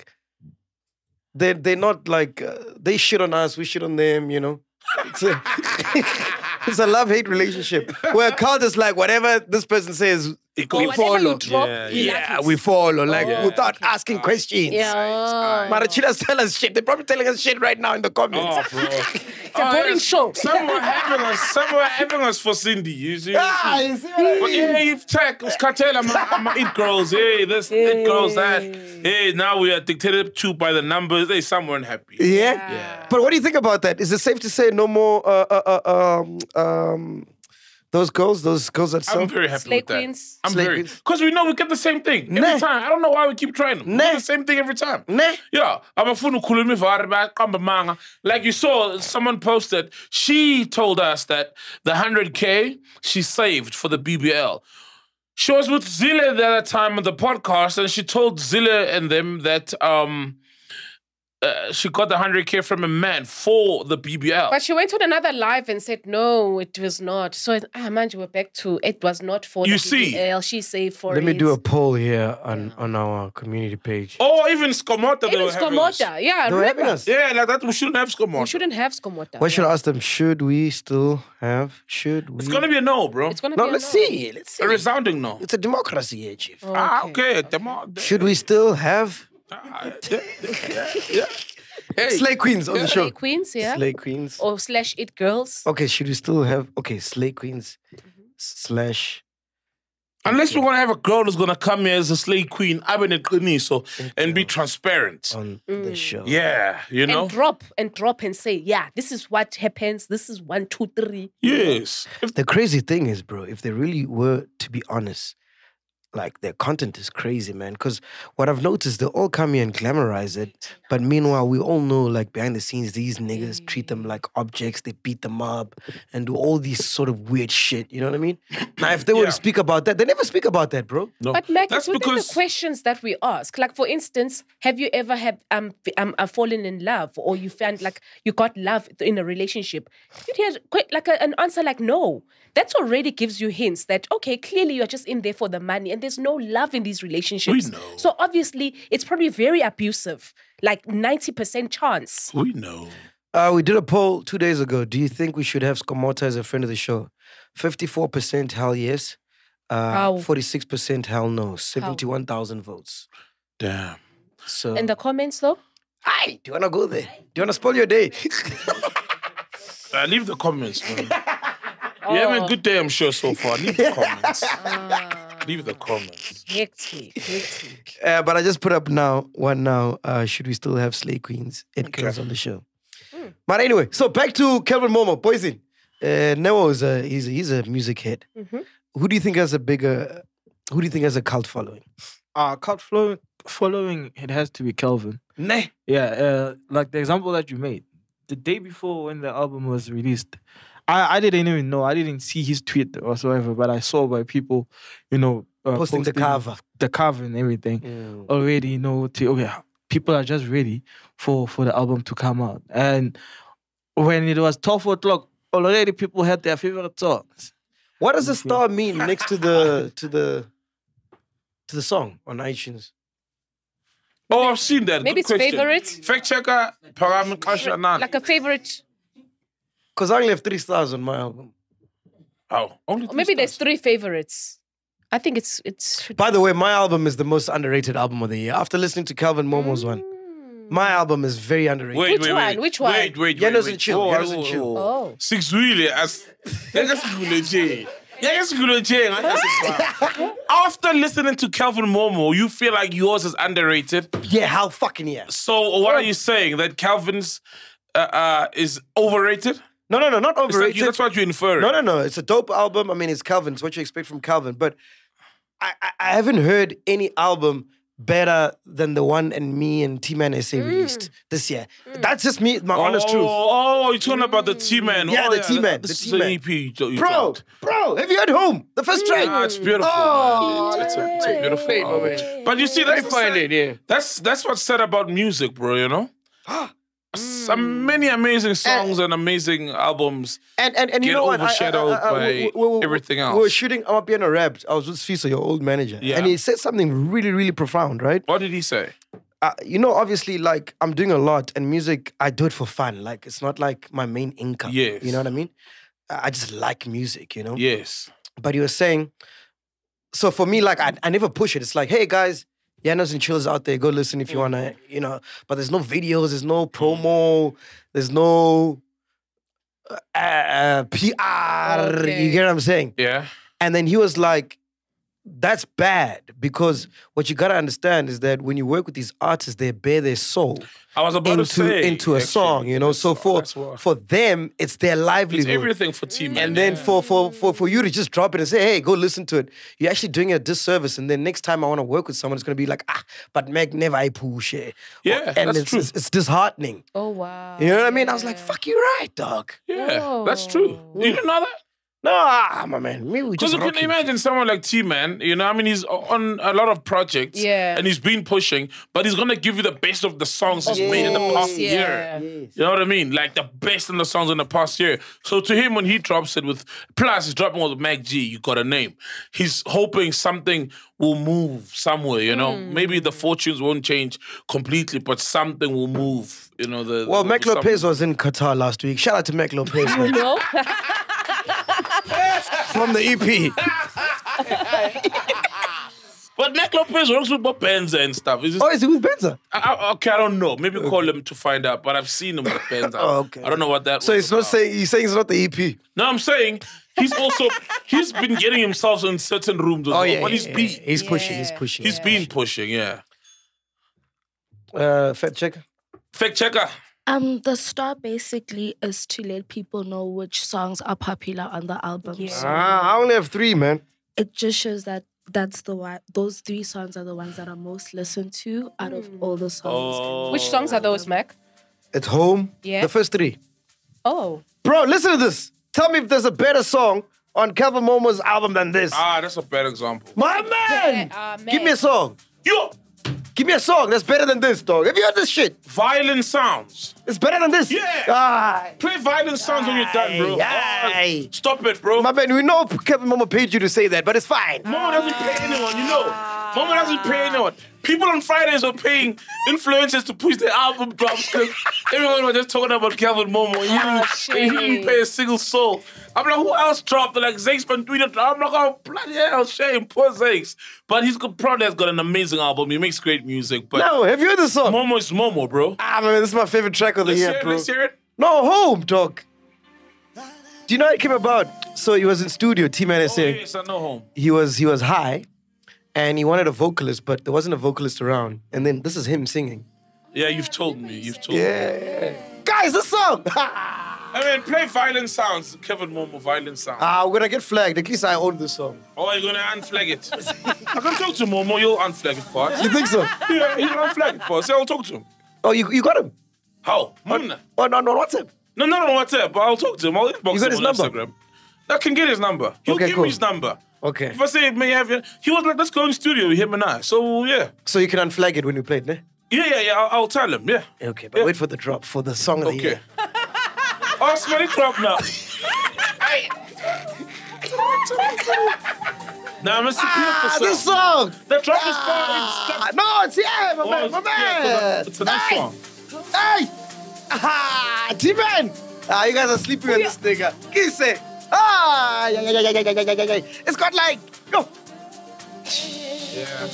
Speaker 4: They they're not like uh, they shit on us, we shit on them, you know. It's a, it's a love hate relationship where a cult is like whatever this person says,
Speaker 6: Or whatever
Speaker 4: we
Speaker 6: you
Speaker 4: follow.
Speaker 6: drop,
Speaker 5: Yeah,
Speaker 6: we love
Speaker 4: Yeah,
Speaker 6: it.
Speaker 4: we follow like
Speaker 6: Oh,
Speaker 4: without
Speaker 6: okay.
Speaker 4: asking questions.
Speaker 6: Yeah.
Speaker 4: But the chillers tell us shit. They're probably telling us shit right now in the comments.
Speaker 5: Oh, bro.
Speaker 6: It's a boring show.
Speaker 5: Some were having us. Some were having us for Cindy. You see?
Speaker 4: Ah, you see what I
Speaker 5: But
Speaker 4: mean?
Speaker 5: yeah, if tech was cartel, I'm, I'm it grows. Hey, this it grows that. Hey, now we are dictated to by the numbers. Hey, some weren't happy.
Speaker 4: Yeah?
Speaker 5: Yeah.
Speaker 4: But what do you think about that? Is it safe to say no more uh, uh, uh, um, um, those girls, those girls that sell?
Speaker 5: I'm very happy
Speaker 6: Slay
Speaker 5: with that.
Speaker 6: queens.
Speaker 5: I'm
Speaker 4: Slay
Speaker 5: very
Speaker 4: queens.
Speaker 5: because we know we get the same thing
Speaker 4: Nah.
Speaker 5: every time. I don't know why we keep trying them. We
Speaker 4: Nah.
Speaker 5: get the same thing every time.
Speaker 4: Nah.
Speaker 5: Yeah, abafuna ukhuluma ivara baqamba amanga. Like you saw, someone posted. She told us that the hundred k she saved for the BBL. She was with Zile the other time on the podcast, and she told Zile and them that um, uh, she got the hundred k from a man for the BBL.
Speaker 6: But she went on another live and said, no, it was not. So, it- ah, man, we're back to it was not for
Speaker 5: You
Speaker 6: the
Speaker 5: see.
Speaker 6: BBL. She saved for
Speaker 4: Let
Speaker 6: it.
Speaker 4: me do a poll here on, on our community page.
Speaker 5: or even Skomota. they
Speaker 6: Even
Speaker 5: were having us.
Speaker 6: Skomota. Yeah,
Speaker 4: They were having
Speaker 6: remember.
Speaker 4: us.
Speaker 5: Yeah, like that. We shouldn't have Skomota.
Speaker 6: We shouldn't have Skomota.
Speaker 4: Why should
Speaker 6: yeah.
Speaker 4: I ask them? Should we still have? Should we?
Speaker 5: It's gonna be a no, bro.
Speaker 6: It's going to
Speaker 4: no.
Speaker 6: be a
Speaker 4: Let's see. Let's see.
Speaker 5: a resounding no.
Speaker 4: It's a democracy here, chief.
Speaker 6: Okay.
Speaker 5: Ah, okay. Demo-
Speaker 4: Should we still have
Speaker 5: Ah, yeah, yeah, yeah. Hey,
Speaker 4: Slay Queens on the
Speaker 6: Slay
Speaker 4: show?
Speaker 6: Queens, yeah?
Speaker 4: Slay Queens.
Speaker 6: Or slash it girls.
Speaker 4: Okay, should we still have okay Slay Queens slash?
Speaker 5: unless we're gonna have a girl who's gonna come here as a slave queen, I'm in a so and be transparent.
Speaker 4: on the show.
Speaker 5: Yeah, you
Speaker 6: Mm.
Speaker 5: know.
Speaker 6: And drop and drop and say, yeah, this is what happens. This is one, two, three.
Speaker 5: Yes. If-
Speaker 4: The crazy thing is, bro, if they really were to be honest, like their content is crazy, man. Because what I've noticed, they all come here and glamorize it, but meanwhile, we all know, like behind the scenes, these niggas treat them like objects. They beat them up and do all these sort of weird shit. You know what I mean? Now, if they were
Speaker 5: Yeah.
Speaker 4: to speak about that, they never speak about that, bro.
Speaker 5: no,
Speaker 6: But Mac, it's
Speaker 5: that's
Speaker 6: within
Speaker 5: because
Speaker 6: the questions that we ask. Like, for instance, have you ever have um, f- um uh, fallen in love, or you found like you got love in a relationship? You'd hear quite like a- an answer like no. That already gives you hints that okay, clearly you're just in there for the money, and there's no love in these relationships.
Speaker 5: We know.
Speaker 6: So obviously, it's probably very abusive. Like ninety percent chance.
Speaker 5: we know.
Speaker 4: Uh, we did a poll two days ago. Do you think we should have Skomota as a friend of the show? 54% hell yes, uh,
Speaker 6: How?
Speaker 4: 46% hell no, 71,000 votes.
Speaker 5: Damn.
Speaker 4: So,
Speaker 6: In the comments, though,
Speaker 4: Hi, do you want to go there? Do you want to spoil your day?
Speaker 5: Uh, leave the comments, man. You're
Speaker 6: Oh,
Speaker 5: having a good day, I'm sure, so far. Leave the comments. leave the comments.
Speaker 6: Ah, hectic, hectic.
Speaker 4: uh, but I just put up now one now. Uh, should we still have Slay Queens? It comes on the show. But anyway, so back to Kelvin Momo, Poison. Uh, Neo is a he's, he's a music head. Who do you think has a bigger? Who do you think has a cult following?
Speaker 10: Uh, cult flow- following, it has to be Kelvin.
Speaker 4: Nah.
Speaker 10: Yeah, uh, like the example that you made, the day before when the album was released, I, I didn't even know. I didn't see his tweet or whatsoever, but I saw by people, you know, uh,
Speaker 4: posting the cover. Mm.
Speaker 10: the cover and everything already you know to, okay people are just ready for for the album to come out and when it was 12 o'clock already people had their favorite songs
Speaker 4: What does the star mean next to the to the to the song on iTunes?
Speaker 5: Oh, I've seen that.
Speaker 6: Maybe
Speaker 5: Good
Speaker 6: it's
Speaker 5: question.
Speaker 6: favorite?
Speaker 5: Fact checker, Param Kashanan.
Speaker 6: Like a favorite.
Speaker 4: Because I only have three stars on my album.
Speaker 5: oh, only
Speaker 6: Or maybe there's three favorites. I think it's it's should
Speaker 4: By the way, my album is the most underrated album of the year. After listening to Calvin Momo's one, my album is very underrated.
Speaker 5: Wait,
Speaker 6: Mm. Which
Speaker 5: wait,
Speaker 6: one?
Speaker 5: wait.
Speaker 6: Which one?
Speaker 5: Wait, wait, wait.
Speaker 4: Yellows
Speaker 5: wait.
Speaker 4: and chill,
Speaker 5: Oh,
Speaker 4: yellows and chill.
Speaker 6: Oh.
Speaker 5: Six wheeler as Yakasigulejeng. Yakasigulejeng, I guess it's- After listening to Calvin Momo, you feel like yours is underrated.
Speaker 4: Yeah, how fucking yeah.
Speaker 5: So what are you saying that Calvin's uh, uh, is overrated?
Speaker 4: No, no, no, not
Speaker 5: It's like
Speaker 4: overrated.
Speaker 5: you- that's what you're inferring.
Speaker 4: No, no, no. It's a dope album. I mean, it's Calvin. It's what you expect from Calvin. But I, I, I haven't heard any album better than the one and me and T Man SA released this year. That's just me, my honest
Speaker 5: oh,
Speaker 4: truth.
Speaker 5: Oh, you're talking about the T man.
Speaker 4: Yeah,
Speaker 5: oh,
Speaker 4: the T-Man,
Speaker 5: This
Speaker 4: the
Speaker 5: is an
Speaker 4: T-Man.
Speaker 5: EP. You, you
Speaker 4: Bro,
Speaker 5: dropped.
Speaker 4: bro, have you heard Home? The first track.
Speaker 5: Ah, it's beautiful.
Speaker 4: Oh,
Speaker 5: man. It's a- it's a
Speaker 4: yeah.
Speaker 5: beautiful album. But you see, that's the sad-
Speaker 8: yeah.
Speaker 5: That's that's what's said about music, bro. You know, some many amazing songs and amazing albums.
Speaker 4: and and, and you
Speaker 5: Get
Speaker 4: know what? I- I- I-
Speaker 5: overshadowed
Speaker 4: I- I-
Speaker 5: by everything
Speaker 4: We were
Speaker 5: else.
Speaker 4: shooting Amapiano Wrapped. I was with Fiso, your old manager,
Speaker 5: Yeah.
Speaker 4: and he said something really, really profound, right?
Speaker 5: What did he say?
Speaker 4: uh, you know, obviously, like I'm doing a lot, and music, I do it for fun. Like it's not like my main income.
Speaker 5: Yes.
Speaker 4: you know what I mean. I I just like music, you know.
Speaker 5: Yes.
Speaker 4: But you were saying, so for me, like I, I never push it. It's like, hey guys, Yanos and Chills out there, go listen if you
Speaker 5: Mm.
Speaker 4: wanna, you know. But there's no videos, there's no promo, there's no uh, uh, PR. You
Speaker 6: Okay.
Speaker 4: get what I'm saying?
Speaker 5: Yeah.
Speaker 4: And then he was like, that's bad because what you gotta understand is that when you work with these artists, they bear their soul
Speaker 5: I was about
Speaker 4: into,
Speaker 5: to say
Speaker 4: into a song, you know. So for
Speaker 5: that's what-
Speaker 4: for them, it's their livelihood.
Speaker 5: It's everything for T man.
Speaker 4: And then for, for for for you to just drop it and say, hey, go listen to it, you're actually doing a disservice. And then next time I want to work with someone, it's gonna be like, ah, but Meg never I push it.
Speaker 5: Yeah,
Speaker 4: and
Speaker 5: that's
Speaker 4: it's,
Speaker 5: true.
Speaker 4: It's, it's disheartening.
Speaker 6: Oh wow. Oh.
Speaker 4: You know what I mean? I was like, fuck you right, dog.
Speaker 5: yeah, that's true. You didn't know that?
Speaker 4: No, ah, my man. Me, we
Speaker 5: Because
Speaker 4: just
Speaker 5: you can
Speaker 4: rocking.
Speaker 5: imagine someone like T Man, you know, I mean, he's on a lot of projects
Speaker 6: Yeah.
Speaker 5: and he's been pushing, but he's going to give you the best of the songs he's made in the
Speaker 4: course,
Speaker 5: past year. You know what I mean? Like the best in the songs in the past year. So to him, when he drops it with, plus he's dropping with Mac G, you got a name. He's hoping something will move somewhere, you know? Maybe the fortunes won't change completely, but something will move, you know? The,
Speaker 4: Well,
Speaker 5: the-
Speaker 4: Mac
Speaker 5: something-
Speaker 4: Lopez was in Qatar last week. Shout out to Mac Lopez man,
Speaker 6: No.
Speaker 4: from the E EP.
Speaker 5: But Mac Lopez works with Bob Benz and stuff. It's just-
Speaker 4: Oh, is he with Benza?
Speaker 5: I, I- okay, I don't know. Maybe call him to find out. But I've seen him with Benz.
Speaker 4: Oh, okay.
Speaker 5: I don't know what that.
Speaker 4: So
Speaker 5: was
Speaker 4: it's not
Speaker 5: about.
Speaker 4: saying he's saying it's not the E EP.
Speaker 5: No, I'm saying he's also he's been getting himself in certain rooms.
Speaker 4: Oh,
Speaker 5: As well, but he's been
Speaker 4: he's pushing. He's
Speaker 6: Yeah.
Speaker 4: pushing.
Speaker 5: he's been pushing. Yeah.
Speaker 4: uh, fact checker.
Speaker 5: Fact checker.
Speaker 7: Um, the star basically is to let people know which songs are popular on the album. So
Speaker 4: Ah, I only have three, man.
Speaker 7: it just shows that that's the one. Those three songs are the ones that are most listened to out of all the songs.
Speaker 6: Which songs are those, Mac?
Speaker 4: It's home.
Speaker 6: Yeah.
Speaker 4: The first three.
Speaker 6: Oh.
Speaker 4: Bro, listen to this. Tell me if there's a better song on Calvin Momo's album than this.
Speaker 5: Ah, that's a bad example.
Speaker 4: My man!
Speaker 6: Yeah, uh,
Speaker 4: Give me a
Speaker 6: man.
Speaker 4: song.
Speaker 5: Yo,
Speaker 4: Give me a song that's better than this, dog. Have you heard this shit?
Speaker 5: violent sounds.
Speaker 4: It's better than this.
Speaker 5: Yeah.
Speaker 4: Ah,
Speaker 5: Play violent sounds when you're done, bro.
Speaker 4: Aye.
Speaker 5: Ah, stop it, bro.
Speaker 4: my man, we know Kevin Momo paid you to say that, but it's fine.
Speaker 5: Mama doesn't pay anyone, you know. Mama doesn't pay anyone. People on Fridays are paying influencers to push their album drops because everyone was just talking about Calvin Momo. and He didn't, and he didn't
Speaker 6: shame.
Speaker 5: pay a single soul. I'm like, who else dropped? They're like, Zake's been doing it. I'm like, oh, bloody hell, shame. Poor Zakes. But he's got, probably has got an amazing album. He makes great music. But
Speaker 4: No, have you heard this song?
Speaker 5: Momo is Momo, bro.
Speaker 4: Ah, man, this is my favorite track of the
Speaker 5: Let's
Speaker 4: year,
Speaker 5: hear it,
Speaker 4: bro.
Speaker 5: let's hear it.
Speaker 4: No, home, dog. Do you know how it came about? So he was in studio, T-Man
Speaker 5: Oh,
Speaker 4: SA.
Speaker 5: yes, I know home.
Speaker 4: He was he was high and he wanted a vocalist, but there wasn't a vocalist around. And then this is him singing.
Speaker 5: Yeah, you've told me. You've told me.
Speaker 4: Yeah. Guys, this song!
Speaker 5: I mean, play violent sounds. Kevin Momo, violent sounds.
Speaker 4: Ah, we're gonna get flagged. At least I own this song.
Speaker 5: Oh, you're gonna unflag it. I can talk to Momo, you'll unflag it for us.
Speaker 4: You think so?
Speaker 5: Yeah, he'll unflag it for us. Yeah, I'll talk to him.
Speaker 4: Oh, you, you got him?
Speaker 5: How? Mona.
Speaker 4: Oh, no, no, what's up?
Speaker 5: No, no, no, WhatsApp, but I'll talk to him. I'll inbox
Speaker 4: You got
Speaker 5: him
Speaker 4: his
Speaker 5: on
Speaker 4: number?
Speaker 5: Instagram. I can get his number. He'll
Speaker 4: Okay,
Speaker 5: give
Speaker 4: cool.
Speaker 5: me his number.
Speaker 4: Okay.
Speaker 5: If I say may I have your, he was like, let's go in the studio, him and I. So yeah,
Speaker 4: So you can unflag it when you play it, ne?
Speaker 5: yeah, yeah, yeah. I'll, I'll tell him. Yeah.
Speaker 4: Okay, but wait for the drop for the song of the
Speaker 5: Okay.
Speaker 4: year.
Speaker 5: oh, smelly crap now. Nah, Mr. Ah, for
Speaker 8: This
Speaker 5: song.
Speaker 8: song!
Speaker 5: The drop is
Speaker 4: Ah,
Speaker 5: far. It's
Speaker 8: No, it's yeah, my
Speaker 5: oh,
Speaker 8: man, my
Speaker 5: it's- yeah,
Speaker 8: man!
Speaker 5: it's a- it's a nice
Speaker 8: Hey!
Speaker 5: song.
Speaker 8: Hey! Ah, T-Man! Ah, you guys are sleeping on this nigga. Kise! Ah! Yeah, yeah, yeah, yeah, yeah, yeah, yeah, yeah. It's got like... Yo! Yeah.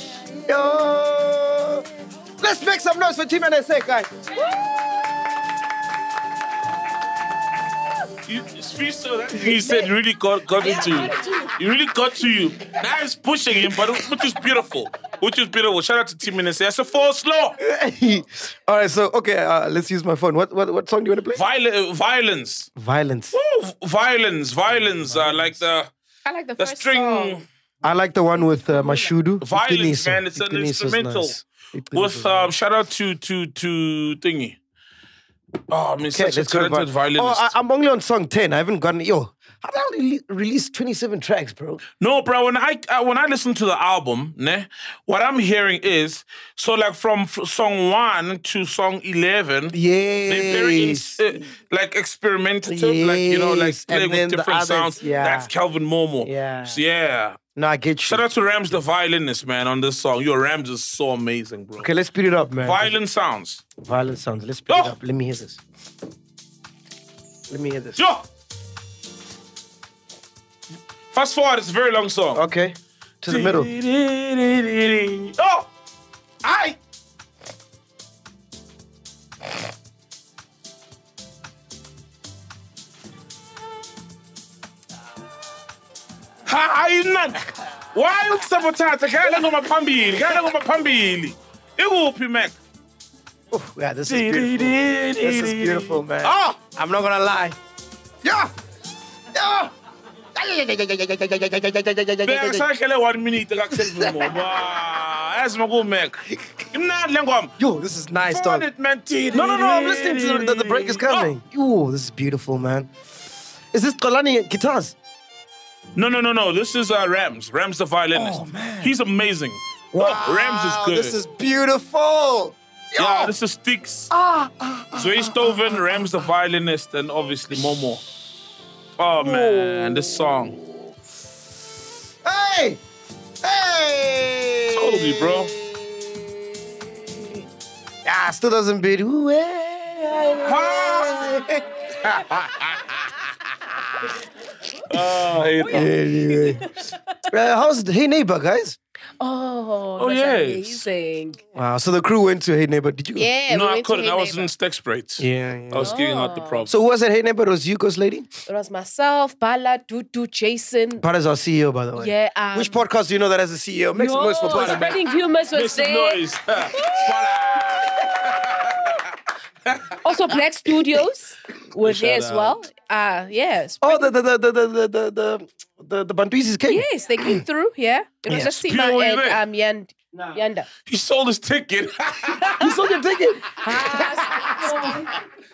Speaker 8: Yo! Let's make some noise for T-Man and Sek, guys.
Speaker 5: You, speech so that he said really got, got into you. He really got to you. Now it's pushing him, but which is beautiful. Which is beautiful. Shout out to Team Minister. That's a false law.
Speaker 4: All right, so okay, uh, let's use my phone. What what what song do you want to play?
Speaker 5: Viol- uh, violence.
Speaker 4: Violence.
Speaker 5: Ooh, violence. Violence. Uh, like the
Speaker 6: I like the,
Speaker 5: the
Speaker 6: first
Speaker 5: string.
Speaker 6: song.
Speaker 4: I like the one with uh, Mashudu.
Speaker 5: Violence,
Speaker 4: Iqiniso.
Speaker 5: man. It's an
Speaker 4: Iqiniso's
Speaker 5: instrumental.
Speaker 4: nice. Iqiniso's
Speaker 5: With um, shout out to to to thingy. Oh, I mean,
Speaker 4: Okay,
Speaker 5: such a
Speaker 4: let's go to
Speaker 5: talented
Speaker 4: Vi-
Speaker 5: violinist.
Speaker 4: Oh, I, am only on song 10. I haven't gotten. Yo, how did I only release 27 tracks, bro?
Speaker 5: No, bro. When I uh, when I listen to the album, ne, what I'm hearing is so like from f- song one to song eleven. They're very
Speaker 4: Yes.
Speaker 5: ins- uh, like experimentative, like you know, like
Speaker 4: Yes, and
Speaker 5: playing
Speaker 4: then
Speaker 5: with
Speaker 4: the
Speaker 5: different
Speaker 4: others,
Speaker 5: sounds.
Speaker 4: yeah.
Speaker 5: That's Calvin Momo.
Speaker 4: Yeah.
Speaker 5: So, yeah.
Speaker 4: No, I get you.
Speaker 5: Shout out to Rams, the violinist, man, on this song. Your Rams is so amazing, bro.
Speaker 4: Okay, let's speed it up, man.
Speaker 5: Violin sounds.
Speaker 4: Violent sounds. Let's speed
Speaker 5: Oh.
Speaker 4: it up. Let me hear this. Let me hear this.
Speaker 5: Yo. Fast forward, it's a very long song.
Speaker 4: Okay. To the middle.
Speaker 5: Oh, I. Ha ayinani why ukusabothatha ngale ngoma phambili ngale ngoma phambili ikuphi mac
Speaker 4: Oh, yeah, this is beautiful. This is beautiful, man.
Speaker 5: oh
Speaker 4: I'm not gonna lie.
Speaker 8: Yeah! Yeah!
Speaker 5: besakhele one minute kakusenvimoba yazi makumac imnandi le ngoma
Speaker 4: Yo, this is nice, dog.
Speaker 5: Found it, man.
Speaker 4: No, no, no. I'm listening to the, the break is coming. Ooh, Ah! this is beautiful, man. Is this Kolani guitars?
Speaker 5: Oh. No, no, no, no. This is uh, Rams. Rams the violinist. Oh, man. He's amazing. Oh, Rams is
Speaker 8: Wow,
Speaker 5: good.
Speaker 8: This is beautiful! Ah,
Speaker 5: yeah, this is Sticks. Zoe Stoven, Rams the violinist, and obviously Momo. Oh, man. This song.
Speaker 8: Hey! Hey!
Speaker 5: Totally, bro.
Speaker 4: Ah, still doesn't beat. Ooh, eh.
Speaker 5: Ah.
Speaker 4: Ah,
Speaker 5: Oh, hey,
Speaker 4: anyway. Uh, how's the Hey Neighbor, guys?
Speaker 6: Oh,
Speaker 5: Oh,
Speaker 6: that's
Speaker 5: yes.
Speaker 6: amazing.
Speaker 4: Wow, so the crew went to Hey Neighbor. Did you go?
Speaker 6: Yeah,
Speaker 5: no,
Speaker 6: we
Speaker 5: I
Speaker 6: went to
Speaker 5: couldn't.
Speaker 6: Hey
Speaker 5: I was
Speaker 6: Neighbor.
Speaker 5: in Stack Braids.
Speaker 4: Yeah,
Speaker 5: I was giving out the
Speaker 8: Oh.
Speaker 5: props.
Speaker 4: So who was at Hey Neighbor? It was Yuko's lady?
Speaker 6: It was myself, Bala, Dudu, Jason.
Speaker 4: Pata's our CEO, by the way.
Speaker 6: Yeah. Um,
Speaker 4: Which podcast do you know that has a E CEO? Make some noise for
Speaker 6: Oh,
Speaker 4: Pada.
Speaker 6: spreading rumors
Speaker 5: Make
Speaker 6: was
Speaker 5: some
Speaker 6: there.
Speaker 5: noise. Voila.
Speaker 6: Also, Black Studios were there as well. Uh, yes.
Speaker 4: Oh, the the the the the the the the, the Bantuisis came.
Speaker 6: Yes, they came through. Yeah. It was just Sima
Speaker 5: Pure, were you
Speaker 6: and
Speaker 5: there?
Speaker 6: um, Yand- Yanda.
Speaker 5: He sold his ticket.
Speaker 4: You sold your ticket.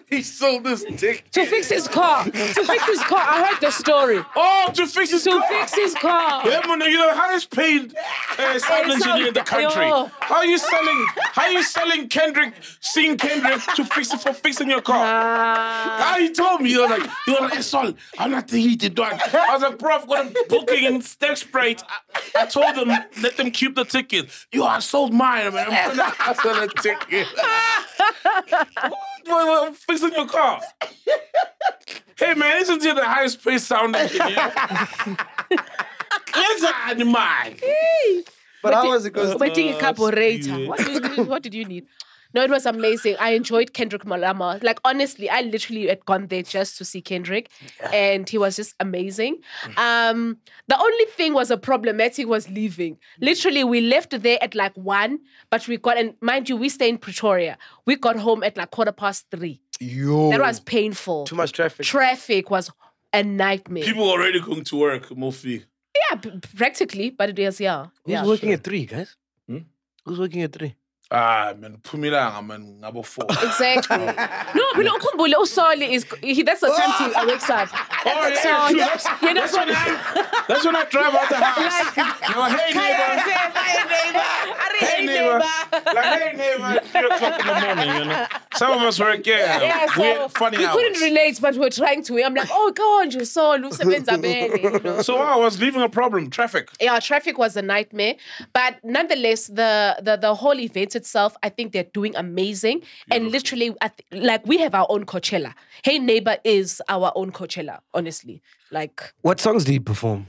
Speaker 5: he sold his ticket.
Speaker 6: To fix his car. To fix his car. I heard the story.
Speaker 5: Oh, to fix his
Speaker 6: To
Speaker 5: car.
Speaker 6: fix his car.
Speaker 5: Yeah, man, you know, highest paid uh, sound
Speaker 6: Hey,
Speaker 5: engineer in the
Speaker 6: sound-
Speaker 5: country.
Speaker 6: Yo.
Speaker 5: How are you selling? How are you selling Kendrick? Seeing Kendrick to fix it for fixing your car. Ah, he told me he was like, he was like, "Hey, Sol, I'm not the heated dog. I was like, bro, I've got a booking in Stack Sprite. I, I told them, let them keep the ticket. You I sold mine, man. I'm gonna sell a ticket. Well, well, I'm fixing your car. hey man, isn't he the highest paid sound engineer? It's an man.
Speaker 4: But how was it? Because
Speaker 6: Waiting a carburetor. What did, you, what did you need? No, it was amazing. I enjoyed Kendrick Malama. Like honestly, I literally had gone there just to see Kendrick, and he was just amazing. Um, the only thing was a problematic was leaving. Literally, we left there at like one, but we got and mind you, we stay in Pretoria. We got home at like quarter past three.
Speaker 4: yo,
Speaker 6: That was painful.
Speaker 4: too much traffic.
Speaker 6: Traffic was a nightmare.
Speaker 5: People already going to work, Mofi.
Speaker 6: yeah, p- practically, but it was yeah.
Speaker 4: Who's
Speaker 6: yeah.
Speaker 4: working at three, guys? Who's working at three?
Speaker 5: Hmm? ah man pumilanga man ngabo four
Speaker 6: Exactly. no, but look, Kumbule Usoli is he, that's the time to wakes up.
Speaker 5: Oh,
Speaker 6: That's
Speaker 5: yeah,
Speaker 6: all.
Speaker 5: true. That's,
Speaker 6: You know-
Speaker 5: that's when I, that's when I drive out the house. You know, hey neighbor, hey neighbor, like hey neighbor, it's three o'clock in the morning. You know, some of us work yeah,
Speaker 6: Yeah, so
Speaker 5: weird, funny
Speaker 6: we
Speaker 5: hours.
Speaker 6: couldn't relate, but we were trying to. I'm like, oh God, you saw Lusebenza you know.
Speaker 5: So I was leaving a problem, traffic.
Speaker 6: yeah, traffic was a nightmare. But nonetheless, the the, the whole event itself, I think they're doing amazing. And literally, I th- like we have our own Coachella. Hey Neighbor is our own Coachella, honestly. Like,
Speaker 4: What songs do you perform?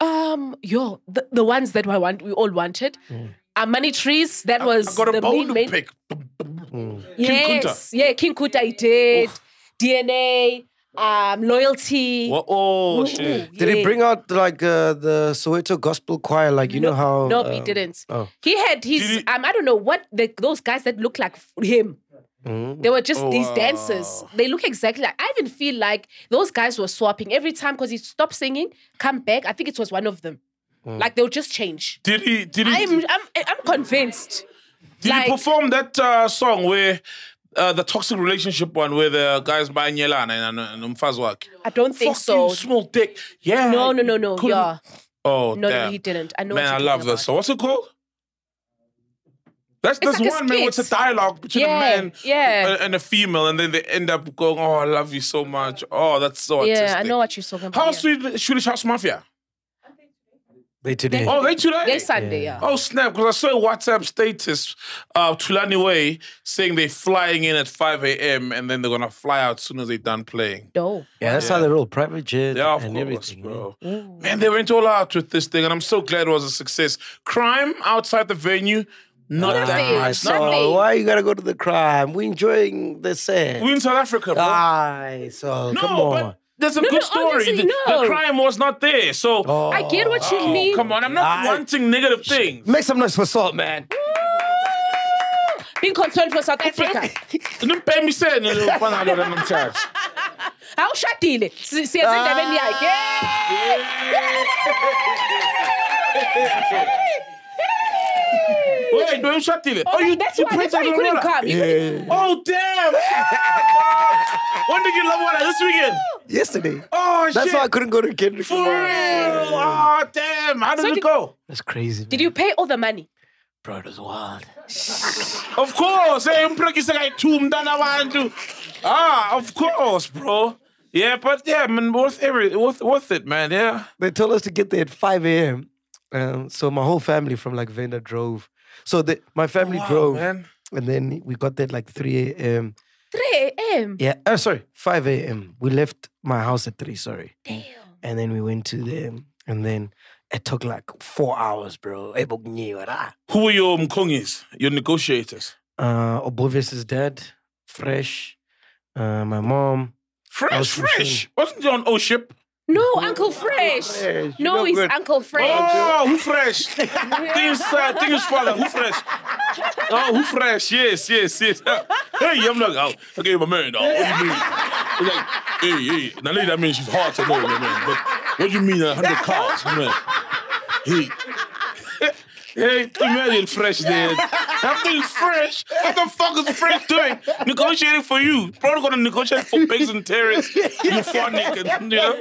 Speaker 6: um, yo, the, the ones that we want, we all wanted.
Speaker 4: Mm.
Speaker 6: Our money trees. That was
Speaker 5: I got
Speaker 6: the
Speaker 5: a
Speaker 6: main,
Speaker 5: bone to
Speaker 6: main-
Speaker 5: pick.
Speaker 4: Mm.
Speaker 6: Yes, yeah, King Kuta. I did DNA. Um, loyalty.
Speaker 5: Wha- Oh
Speaker 6: Ooh,
Speaker 5: shit!
Speaker 6: ooh,
Speaker 4: Did he
Speaker 6: yeah.
Speaker 4: bring out like uh, the Soweto gospel choir? Like you know how?
Speaker 6: Nope, he
Speaker 4: um,
Speaker 6: didn't.
Speaker 4: oh.
Speaker 6: He had his
Speaker 5: Did he-
Speaker 6: um, I don't know what the, those guys that look like f- him.
Speaker 4: Mm.
Speaker 6: They were just
Speaker 5: Oh,
Speaker 6: these dancers.
Speaker 5: wow.
Speaker 6: They look exactly like. I even feel like those guys were swapping every time because he stopped singing, come back. I think it was one of them.
Speaker 4: Mm.
Speaker 6: Like they'll just change.
Speaker 5: Did he? Did he?
Speaker 6: I'm I'm I'm convinced.
Speaker 5: Did
Speaker 6: Like-
Speaker 5: you perform that uh, song where uh, the toxic relationship one where the guys buy Nyelana and and- and Mfaz work?
Speaker 6: I don't think
Speaker 5: Fuck
Speaker 6: so.
Speaker 5: you, small dick. Yeah.
Speaker 6: No, no, no, no.
Speaker 5: Couldn't-
Speaker 6: Yeah.
Speaker 5: Oh,
Speaker 6: No,
Speaker 5: damn.
Speaker 6: no, he didn't. I know.
Speaker 5: Man,
Speaker 6: what
Speaker 5: I
Speaker 6: you're
Speaker 5: love
Speaker 6: talking
Speaker 5: that.
Speaker 6: about.
Speaker 5: So what's it called? That's, that's
Speaker 6: like a
Speaker 5: one man where it's a
Speaker 6: skit.
Speaker 5: dialogue between
Speaker 6: Yeah,
Speaker 5: a man
Speaker 6: yeah.
Speaker 5: and- and a female, and then they end up going, "Oh, I love you so much. Oh, that's so artistic."
Speaker 6: Yeah, I know what you're talking about.
Speaker 5: How
Speaker 6: yeah.
Speaker 5: sweet Swedish House Mafia?
Speaker 4: They today.
Speaker 5: Oh, they today.
Speaker 6: Next Sunday, yeah.
Speaker 5: Oh snap! Because I saw a WhatsApp status, uh, Tulani Way saying they're flying in at 5 a.m. and then they're gonna fly out soon as they're done playing.
Speaker 6: No.
Speaker 4: yeah, that's how they roll. Private jet
Speaker 5: Yeah, of
Speaker 4: and
Speaker 5: course,
Speaker 4: everything.
Speaker 5: bro. Man, they went all out with this thing, and I'm so glad it was a success. Crime outside the venue, not that
Speaker 6: Nothing,
Speaker 5: much.
Speaker 4: So
Speaker 5: Not
Speaker 6: nothing.
Speaker 4: Ah, why you gotta go to the crime? We enjoying the set.
Speaker 5: We in South Africa, bro.
Speaker 4: Aye, so
Speaker 5: no,
Speaker 4: come on.
Speaker 5: but there's a
Speaker 6: No,
Speaker 5: good
Speaker 6: no,
Speaker 5: story.
Speaker 6: honestly,
Speaker 5: the, the
Speaker 6: no.
Speaker 5: crime was not there, so.
Speaker 6: I get what you
Speaker 5: Oh,
Speaker 6: mean.
Speaker 5: come on, I'm not
Speaker 4: I-
Speaker 5: wanting negative things.
Speaker 4: Make some noise for Salt, man.
Speaker 6: Being concerned for South Africa.
Speaker 5: Don't pay me saying little fun out of them charge.
Speaker 6: awushadile Si- siye
Speaker 2: Uh,
Speaker 6: sendabeni
Speaker 5: Ah.
Speaker 6: yakhe
Speaker 5: Wait, no, you shut it. Oh, you,
Speaker 6: that's
Speaker 5: you
Speaker 6: why, that's
Speaker 5: printed
Speaker 6: why you couldn't
Speaker 5: Aurora.
Speaker 6: come You couldn't-
Speaker 5: Oh damn! when did you love one this weekend?
Speaker 4: Yesterday.
Speaker 5: Oh
Speaker 4: That's
Speaker 5: shit!
Speaker 4: why I couldn't go to Kendrick.
Speaker 5: For real! Oh damn! How did
Speaker 6: So
Speaker 5: it
Speaker 6: did-
Speaker 5: go?
Speaker 4: That's crazy.
Speaker 6: did you pay all the money
Speaker 4: Bro, it was wild.
Speaker 5: Of course, Oh, hey, umpreki sekayithumi mntanabantu. Ah, of course, bro. Yeah, but yeah, man, worth every worth worth it, man. Yeah.
Speaker 4: They told us to get there at 5 a.m. Um, so my whole family from like Venda drove. So the, my family
Speaker 5: Oh, Wow,
Speaker 4: drove.
Speaker 5: man.
Speaker 4: And then we got there at like 3 a.m.
Speaker 6: 3 a.m
Speaker 4: Yeah, oh, sorry, 5 a.m. We left my house at 3, sorry. Damn. And then we went to them. And then it took like four hours, bro. Ebogniwara.
Speaker 5: Who were your mkongis, your negotiators?
Speaker 4: Uh, Obovius' dad, Fresh, uh, my mom.
Speaker 5: Fresh,
Speaker 4: was from
Speaker 5: fresh.
Speaker 4: Shane.
Speaker 5: Wasn't he on O ship?
Speaker 6: no uncle fresh no he's uncle fresh
Speaker 5: Oh, who fresh? things, uh, things father, who fresh? Oh, who fresh? Yes, yes, yes. hey, I'm like, oh, okay, my man. Oh, what do you mean? It's like, hey, hey. Now, lady, that means she's hard to know, my man. But what do you mean, a hundred cars, my man? Hey. Hey, imagine fresh there. That thing's fresh. What the fuck is fresh doing? Negotiating for you. Probably gonna negotiate for pigs and terrorists. You four niggas, you know?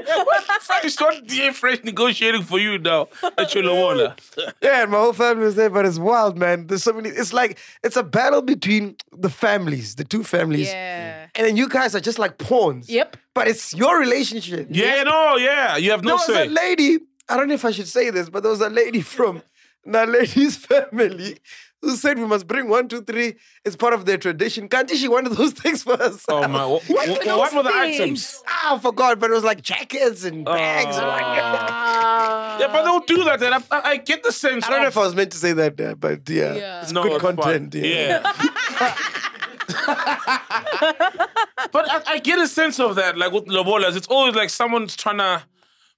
Speaker 5: Fresh, not the fresh negotiating for you now. At your Lawana.
Speaker 4: Yeah, and my whole family was there, but it's wild, man. There's so many. It's like it's a battle between the families, the two families,
Speaker 6: yeah
Speaker 4: and then you guys are just like pawns.
Speaker 6: Yep.
Speaker 4: But it's your relationship.
Speaker 5: Yeah, no, yeah. You have
Speaker 4: There
Speaker 5: no
Speaker 4: was
Speaker 5: say.
Speaker 4: a lady. I don't know if I should say this, but there was a lady from Naledi's family who said we must bring one, two, three. It's part of their tradition. Can't she wanted those things for us?
Speaker 5: Oh, my. What, what,
Speaker 6: were
Speaker 5: what,
Speaker 6: those
Speaker 5: were the
Speaker 6: things?
Speaker 5: items? Uh,
Speaker 4: Ah, I forgot, but it was like jackets and bags. and like-
Speaker 5: Yeah, but they'll do that. And I, I I get the sense.
Speaker 4: I don't know if
Speaker 5: of-
Speaker 4: I was meant to say that, uh, but yeah,
Speaker 6: Yeah.
Speaker 4: it's
Speaker 5: No,
Speaker 4: good
Speaker 5: it's fine.
Speaker 4: content.
Speaker 5: but I, I get a sense of that, like with Lobolas. It's always like someone's trying to,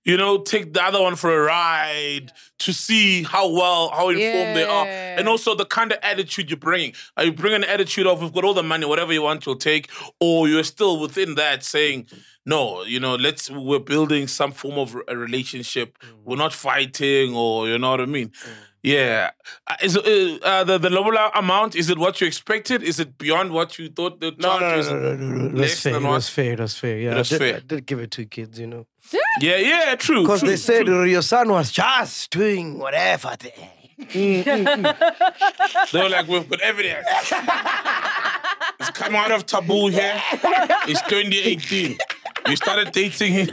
Speaker 5: you know, take the other one for a ride to see how well, how informed they are.
Speaker 6: Yeah.
Speaker 5: And also the kind of attitude you're bringing. Are you bringing an attitude of, we've got all the money, whatever you want, you'll take? Or you're still within that saying, no, you know, let's,
Speaker 4: Mm.
Speaker 5: we're building some form of a relationship. We're not fighting, or you know what I mean? Yeah. Uh, is, uh, uh, the the lobola amount is it what you expected? Is it beyond what you thought the
Speaker 4: No,
Speaker 5: charge
Speaker 4: no,
Speaker 5: was?
Speaker 4: no, no, no, no, no.
Speaker 5: less
Speaker 4: That's fair.
Speaker 5: than what-
Speaker 4: That's fair. That's fair. Yeah,
Speaker 5: That's
Speaker 4: I did,
Speaker 5: fair.
Speaker 4: I did give it to kids, you know,
Speaker 5: Yeah, yeah, true.
Speaker 4: because
Speaker 5: true,
Speaker 4: they said
Speaker 5: true.
Speaker 4: your son was just doing whatever. They... Mm,
Speaker 5: they were like, we've got evidence. it's come out of taboo here. It's 2018. You started dating him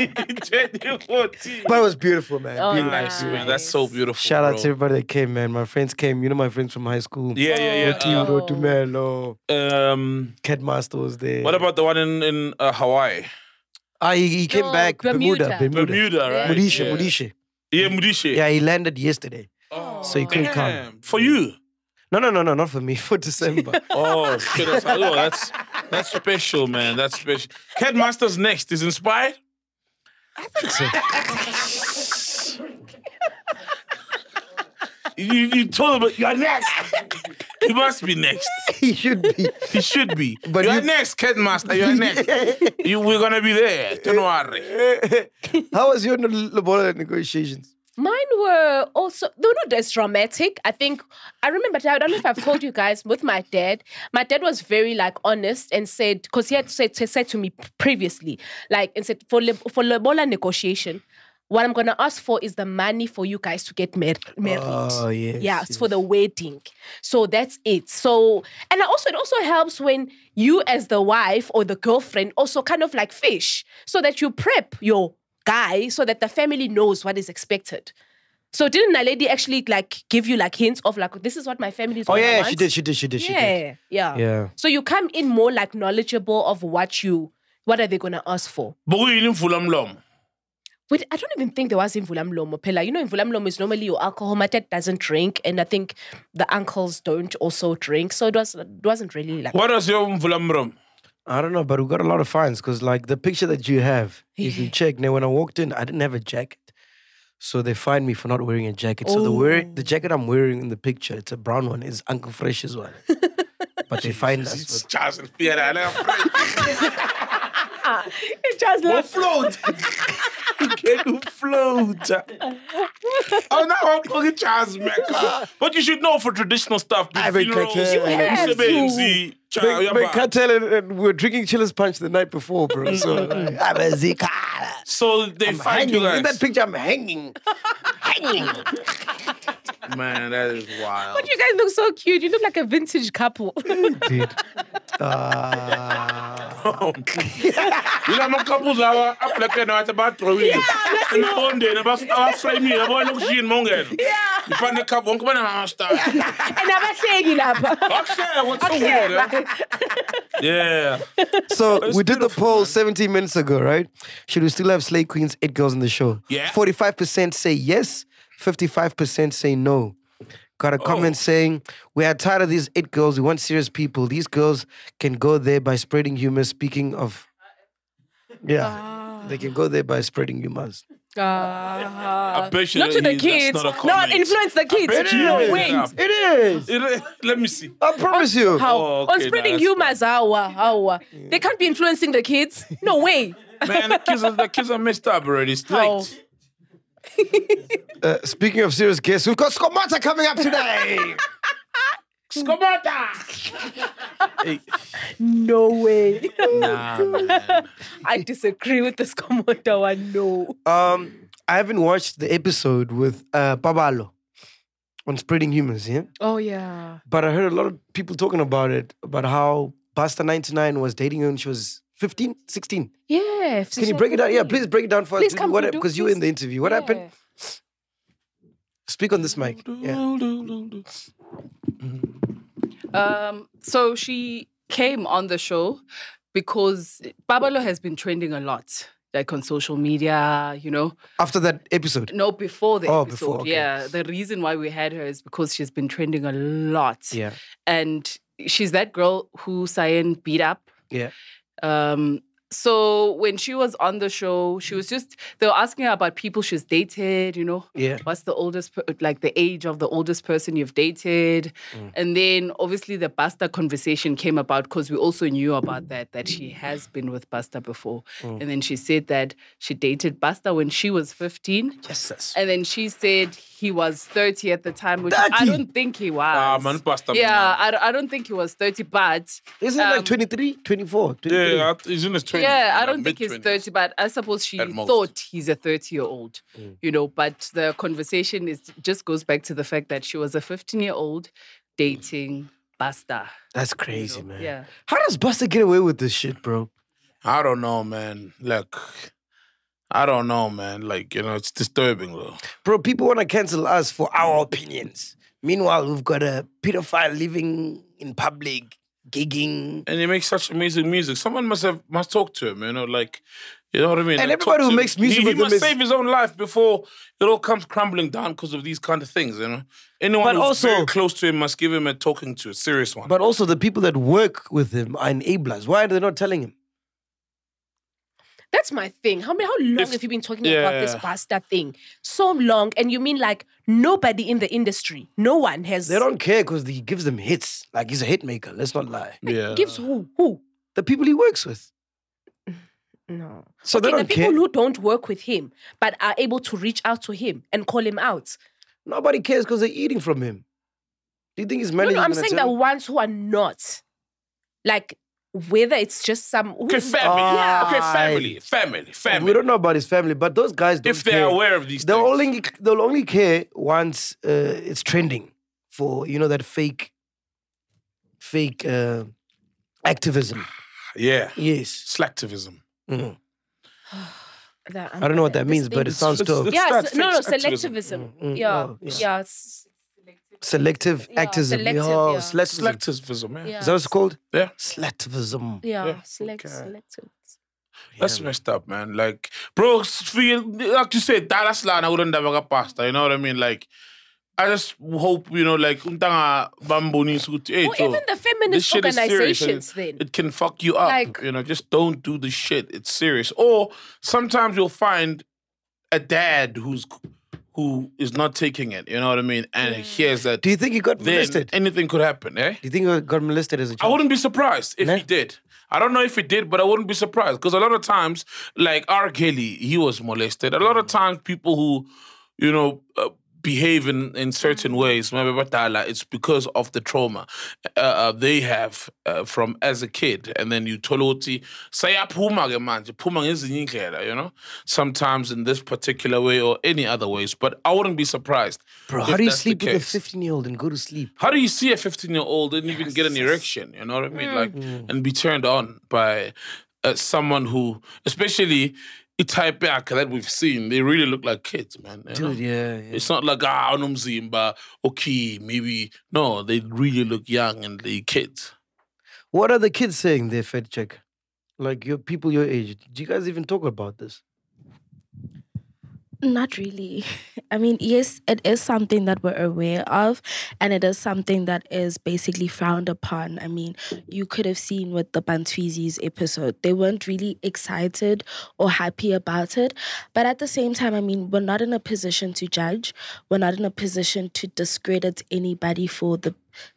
Speaker 5: in 2014.
Speaker 4: But it was beautiful, man.
Speaker 6: Oh,
Speaker 4: Beautiful.
Speaker 5: Nice, man. That's so beautiful.
Speaker 4: Shout out
Speaker 5: bro.
Speaker 4: to everybody that came, man. My friends came. You know, my friends from high school.
Speaker 5: Yeah, yeah, yeah.
Speaker 4: Tiro, Dumelo,
Speaker 5: Uh, um,
Speaker 4: Catmaster was there.
Speaker 5: what about the one in in uh, Hawaii?
Speaker 4: Ah, he, he came
Speaker 6: No,
Speaker 4: back. Bermuda.
Speaker 6: Bermuda.
Speaker 4: Bermuda.
Speaker 5: Bermuda, right?
Speaker 4: Mudisha,
Speaker 5: yeah.
Speaker 4: Mudisha.
Speaker 5: Yeah, Mudisha.
Speaker 4: Yeah, he landed yesterday. so he couldn't come.
Speaker 5: Oh, Damn, for you.
Speaker 4: No, no, no, no, not for me. For December.
Speaker 5: Oh, shit, that's, oh, that's that's special, man. That's special. Headmaster's next is inspired. I think so. you, you told him you're next. He must be next.
Speaker 4: he should be.
Speaker 5: He should be.
Speaker 4: But
Speaker 5: you're
Speaker 4: you-
Speaker 5: next, Headmaster. You're next. you, we're gonna be there. Don't worry.
Speaker 4: How was your Lobola negotiations?
Speaker 6: Mine were also they were not as dramatic. I think I remember. I don't know if I've told you guys with my dad. My dad was very like honest and said because he had said, said to me previously, like and said for lib- for Lobola negotiation, what I'm gonna ask for is the money for you guys to get mar- married.
Speaker 4: Oh, yes,
Speaker 6: yeah, it's for the wedding. So that's it. So and I also it also helps when you as the wife or the girlfriend also kind of like fish so that you prep your guy so that the family knows what is expected. So didn't a lady actually like give you like hints of like this is what my family is?
Speaker 4: Oh,
Speaker 6: gonna
Speaker 4: yeah,
Speaker 6: want?
Speaker 4: she did, she did, she did, she did.
Speaker 6: Yeah, yeah,
Speaker 4: Yeah.
Speaker 6: So you come in more like knowledgeable of what you what are they gonna ask for.
Speaker 5: But we in Fulamlom.
Speaker 6: Wait, I don't even think there was Imvulamlomo. Pela, you know, Imvulamlomo is normally your alcohol. My dad doesn't drink, and I think the uncles don't also drink. So it, was, it wasn't really like.
Speaker 5: What was your Fulamlom?
Speaker 4: I don't know, but we got a lot of fines because, like, the picture that you have, if you check, now when I walked in, I didn't have a jacket. So they fined me for not wearing a jacket. So the wear, the jacket I'm wearing in the picture, it's a brown one, is Uncle Fresh's one. but they fined us.
Speaker 5: Charles and Pierre. I love
Speaker 6: It just
Speaker 5: Go float. Get to float. Oh no, I'm fucking Charles Mecca. But you should know for traditional stuff, the
Speaker 4: Ah, but
Speaker 5: funerals,
Speaker 4: Katel. You
Speaker 6: have to.
Speaker 5: umsebenzi, cha-
Speaker 4: But
Speaker 5: uyaba.
Speaker 4: Cartel and, and we were drinking Chiller's Punch the night before, bro. So like, "Ah, I'm a Zika.
Speaker 5: So they find you
Speaker 4: hanging.
Speaker 5: guys.
Speaker 4: In that picture, I'm hanging.
Speaker 5: Man, that is wild.
Speaker 6: You guys look so cute. You look like a vintage couple.
Speaker 4: Dude. Uh,
Speaker 5: You know, my couples are up like you know, at about throwing. Yeah, let's go. One day, about our frame here, about look she in Mongen. Yeah. You find the couple, come on, I'm star.
Speaker 6: and I'm saying it
Speaker 5: Okay, what's so weird? eh? Yeah.
Speaker 4: so we did the poll 17 minutes ago, right? Should we still have Slay Queens, eight girls in the show?
Speaker 5: Yeah.
Speaker 4: 45% say yes, 55% say no. Got a comment saying, We are tired of these eight girls. We want serious people. These girls can go there by spreading humor. Speaking of, yeah, they can go there by spreading humors.
Speaker 5: I bet you
Speaker 6: Uh-huh. Not to
Speaker 5: that
Speaker 6: the
Speaker 5: he- that's
Speaker 6: kids.
Speaker 5: not a
Speaker 6: No,
Speaker 5: comment.
Speaker 6: influence the kids.
Speaker 5: you
Speaker 6: No,
Speaker 5: made it
Speaker 6: wait.
Speaker 5: up.
Speaker 4: It is.
Speaker 5: It- Let me see.
Speaker 4: I promise you.
Speaker 6: How?
Speaker 5: Oh,
Speaker 6: On
Speaker 5: okay,
Speaker 6: spreading
Speaker 5: that's fine.
Speaker 6: humors, our, our. They can't be influencing the kids. No way.
Speaker 5: Man, the kids are, the kids are messed up already. It's late.
Speaker 6: Oh.
Speaker 4: Uh, speaking of serious guests, we've got Skomata coming up today.
Speaker 6: No way.
Speaker 5: Nah, man.
Speaker 6: I disagree with this Komodo one. No.
Speaker 4: Um, I haven't watched the episode with uh, Pabalo on spreading humors, yeah.
Speaker 6: Oh yeah.
Speaker 4: But I heard a lot of people talking about it, about how Basta 99 was dating her when she was 15, 16.
Speaker 6: Yeah.
Speaker 4: Can you break it down? Yeah, please break it down for
Speaker 6: Please
Speaker 4: us.
Speaker 6: come,
Speaker 4: What
Speaker 6: do-
Speaker 4: because you were in
Speaker 6: please.
Speaker 4: the interview. What happened? Speak on this mic. Yeah.
Speaker 11: Um, so she came on the show because Babalo has been trending a lot, like on social media, you know.
Speaker 4: After that episode.
Speaker 11: No, before the
Speaker 4: Oh,
Speaker 11: episode.
Speaker 4: before, okay.
Speaker 11: Yeah. The reason why we had her is because she's been trending a lot.
Speaker 4: Yeah.
Speaker 11: And she's that girl who Cyan beat up.
Speaker 4: Yeah.
Speaker 11: Um, So when she was on the show, she was just they were asking her about people she's dated, you know.
Speaker 4: Yeah.
Speaker 11: What's the oldest per- like the age of the oldest person you've dated?
Speaker 4: Mm.
Speaker 11: And then obviously the Buster conversation came about because we also knew about that that she has been with Buster before.
Speaker 6: Mm.
Speaker 11: And then she said that she dated Buster when she was 15.
Speaker 4: Yes.
Speaker 11: And then she said he was 30 at the time, which I don't think he was.
Speaker 5: Ah, man, Buster,
Speaker 11: Yeah,
Speaker 5: man.
Speaker 11: I, don't- I don't think he was 30, but
Speaker 4: Isn't it
Speaker 11: um,
Speaker 4: like 23, 24, 23?
Speaker 5: Yeah, I- he's in his 20s.
Speaker 11: yeah, I
Speaker 5: like
Speaker 11: don't think he's
Speaker 5: 20s.
Speaker 11: 30, but I suppose she
Speaker 5: At most.
Speaker 11: thought he's a 30 year old,
Speaker 5: Mm.
Speaker 11: you know. But the conversation is just goes back to the fact that she was a 15 year
Speaker 5: Mm.
Speaker 11: old dating Basta.
Speaker 4: That's crazy, man.
Speaker 11: Yeah.
Speaker 4: How does Buster get away with this shit, bro?
Speaker 5: I don't know, man. Look, I don't know, man. Like, you know, it's disturbing, though.
Speaker 4: Bro, people want to cancel us for our opinions. Meanwhile, we've got a pedophile living in public, gigging.
Speaker 5: And he makes such amazing music. Someone must have must talk to him, you know, like you know what I mean?
Speaker 4: And
Speaker 5: Like,
Speaker 4: everybody
Speaker 5: talk
Speaker 4: who
Speaker 5: to-
Speaker 4: makes music
Speaker 5: he,
Speaker 4: with
Speaker 5: he
Speaker 4: him
Speaker 5: must
Speaker 4: is-
Speaker 5: save his own life before it all comes crumbling down because of these kind of things, you know. Anyone
Speaker 4: But
Speaker 5: who's
Speaker 4: also-
Speaker 5: very close to him must give him a talking to, a serious one.
Speaker 4: But also, the people that work with him are enablers. Why are they not telling him?
Speaker 6: That's my thing. How many, how long have you been talking about this
Speaker 4: yeah.
Speaker 6: pasta thing? So long, and you mean like nobody in the industry, no one has.
Speaker 4: They don't care because he gives them hits. Like he's a hit maker. Let's not lie.
Speaker 5: Yeah.
Speaker 6: Gives who who?
Speaker 4: The people he works with.
Speaker 6: No.
Speaker 4: So they
Speaker 6: okay,
Speaker 4: don't
Speaker 6: the people
Speaker 4: care.
Speaker 6: who don't work with him but are able to reach out to him and call him out.
Speaker 4: Nobody cares because they're eating from him. Do you think his
Speaker 6: No,
Speaker 4: manager?
Speaker 6: no, I'm saying the ones who are not, like whether it's just some who-
Speaker 5: Okay, family.
Speaker 4: Ah.
Speaker 5: Okay, family. Family. Family.
Speaker 4: We don't know about his family, but those guys don't
Speaker 5: If they are
Speaker 4: care.
Speaker 5: aware of these
Speaker 4: they'll only they'll only care once uh, it's trending for you know that fake, fake uh, activism.
Speaker 5: Yeah.
Speaker 4: Yes.
Speaker 5: Selectivism.
Speaker 4: Mm.
Speaker 6: That-
Speaker 4: I don't know what that means, but it sounds dope.
Speaker 6: Yeah, se- no, no, selectivism.
Speaker 4: Mm, mm,
Speaker 6: yeah,
Speaker 4: oh, yeah.
Speaker 6: yeah. s-
Speaker 4: Selective
Speaker 6: Yeah,
Speaker 4: activism.
Speaker 6: selective,
Speaker 4: Yo,
Speaker 6: yeah.
Speaker 4: selectivism.
Speaker 5: Selectivism, yeah.
Speaker 4: Is that what it's called?
Speaker 5: Yeah.
Speaker 4: Selectivism.
Speaker 6: yeah,
Speaker 5: Yeah,
Speaker 6: select-
Speaker 5: okay.
Speaker 6: selective.
Speaker 5: That's messed up, man. Like, bro, s- for you- like you said, Dallas line, I wouldn't have got pasta. You know what I mean? Like, I just hope, you know, like, um, untanga bambuni sukuthi, hey,
Speaker 6: Or
Speaker 5: Joe,
Speaker 6: even the
Speaker 5: this
Speaker 6: feminist
Speaker 5: shit is serious and
Speaker 6: organizations, then.
Speaker 5: It can fuck you up.
Speaker 6: Like-
Speaker 5: you know, just don't do the shit. It's serious. Or sometimes you'll find a dad who's who is not taking it. You know what I mean? And
Speaker 6: Mm.
Speaker 5: hears that.
Speaker 4: Do you think he got
Speaker 5: then
Speaker 4: molested?
Speaker 5: Anything could happen, eh?
Speaker 4: Do you think he got molested as a
Speaker 5: I
Speaker 4: child?
Speaker 5: wouldn't be surprised if he did. I don't know if he did, but I wouldn't be surprised because a lot of times, like R. Kelly, he was molested. A lot of times, people who, you know, uh, behave in, in certain ways, maybe batala, it's because of the trauma uh, uh, they have uh, from as a kid. And then you toloti say puma manje puma ngezinye indlela," you know, sometimes in this particular way or any other ways. But I wouldn't be surprised.
Speaker 4: Bro,
Speaker 5: if
Speaker 4: how do you
Speaker 5: that's the
Speaker 4: sleep with a
Speaker 5: case.
Speaker 4: 15 year old and go to sleep?
Speaker 5: How do you see a 15 year old and even get an erection? You know what I mean? Like, and be turned on by uh, someone who, especially Itaipeaka that we've seen, they really look like kids, man. you know?
Speaker 4: Dude, yeah, yeah.
Speaker 5: It's not like, ah, Zimba, okay, maybe. No, they really look young and they kids.
Speaker 4: What are the kids saying there, Fed Check? Like your people your age. Do you guys even talk about this?
Speaker 7: Not really. I mean, yes, it is something that we're aware of, and it is something that is basically frowned upon. I mean, you could have seen with the Bantwizis episode, they weren't really excited or happy about it. But at the same time, I mean, we're not in a position to judge, we're not in a position to discredit anybody for the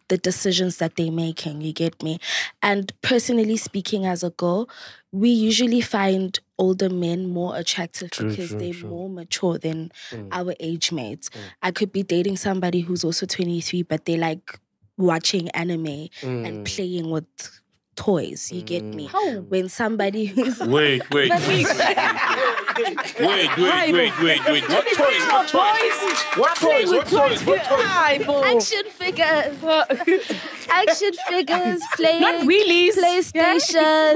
Speaker 7: the decisions that they're making. You get me? And personally speaking, as a girl, we usually find older men more attractive
Speaker 12: True,
Speaker 7: because
Speaker 12: true,
Speaker 7: they're
Speaker 12: true.
Speaker 7: more mature than
Speaker 12: Mm.
Speaker 7: our age mates. I could be dating somebody who's also 23, but they like watching anime and
Speaker 12: Mm.
Speaker 7: playing with toys. You get me?
Speaker 6: How?
Speaker 7: When somebody who's.
Speaker 5: Wait, wait,
Speaker 7: But
Speaker 5: wait. Wait, wait, wait, wait, wait. What toys? What toys? What toys? What toys? What toys?
Speaker 12: Action
Speaker 7: figures. Action figures, playing
Speaker 6: wheelies.
Speaker 7: PlayStation,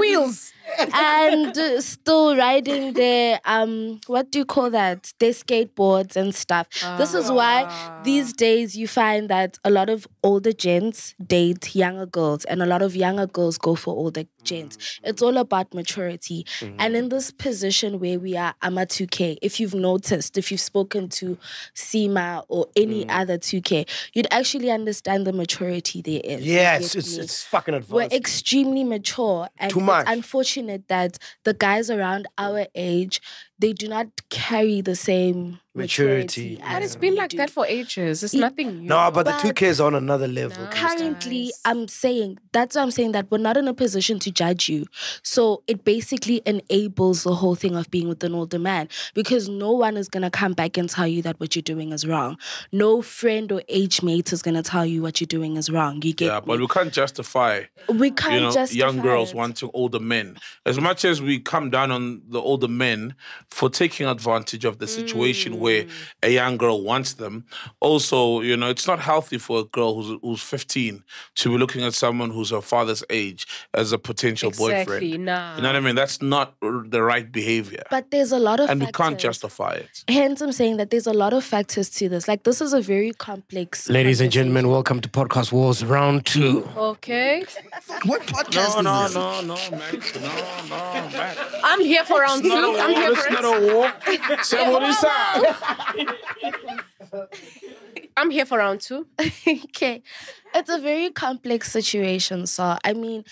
Speaker 6: Wheels.
Speaker 7: and uh, still riding their um, what do you call that? Their skateboards and stuff. This is why
Speaker 4: Ah.
Speaker 7: these days you find that a lot of older gents date younger girls, and a lot of younger girls go for older gents.
Speaker 4: Mm.
Speaker 7: It's all about maturity, and
Speaker 4: Mm-hmm.
Speaker 7: in this position where we are, I'm a 2K. If you've noticed, if you've spoken to Sima or any
Speaker 4: Mm.
Speaker 7: other 2K, you'd actually understand the maturity there is. You
Speaker 4: Yeah,
Speaker 7: get
Speaker 4: it's, it's,
Speaker 7: me?
Speaker 4: it's fucking advanced.
Speaker 7: We're extremely mature and
Speaker 4: Too much.
Speaker 7: It's unfortunate fortunate that the guys around our age, they do not carry the same
Speaker 4: Maturity.
Speaker 6: And it's been like that for ages. It's nothing new. Oh,
Speaker 4: No, but the 2K is on another level.
Speaker 7: currently i'm saying that's why i'm saying that we're not in a position to judge you so it basically enables the whole thing of being with an older man because no one is going to come back and tell you that what you're doing is wrong no friend or age mate is going to tell you what you're doing is wrong you get
Speaker 5: Yeah, but we can't justify.
Speaker 7: We can't
Speaker 5: you know, young
Speaker 7: justify
Speaker 5: girls wanting older men. As much as we come down on the older men for taking advantage of the situation where
Speaker 7: Mm.
Speaker 5: a young girl wants them, also, you know, it's not healthy for a girl who's who's 15 to be looking at someone who's her father's age as a potential
Speaker 6: Exactly,
Speaker 5: boyfriend.
Speaker 6: nah.
Speaker 5: You know what I mean? That's not r- the right behavior.
Speaker 7: but there's a lot of
Speaker 5: and we
Speaker 7: factors.
Speaker 5: can't justify it.
Speaker 7: hence i'm saying that there's a lot of factors to this like this is a very complex
Speaker 4: Ladies and gentlemen, welcome to Podcast Wars Round 2.
Speaker 6: Okay.
Speaker 4: What podcast
Speaker 5: no,
Speaker 4: is this?
Speaker 5: no, no, Max. No, no, Max.
Speaker 6: I'm here for round two.
Speaker 5: It's not a
Speaker 6: I'm
Speaker 5: walk,
Speaker 6: here
Speaker 5: it's
Speaker 6: for
Speaker 5: not
Speaker 6: it.
Speaker 5: a walk. Say what is that?
Speaker 6: I'm here for round two.
Speaker 7: okay. It's a very complex situation, so I mean,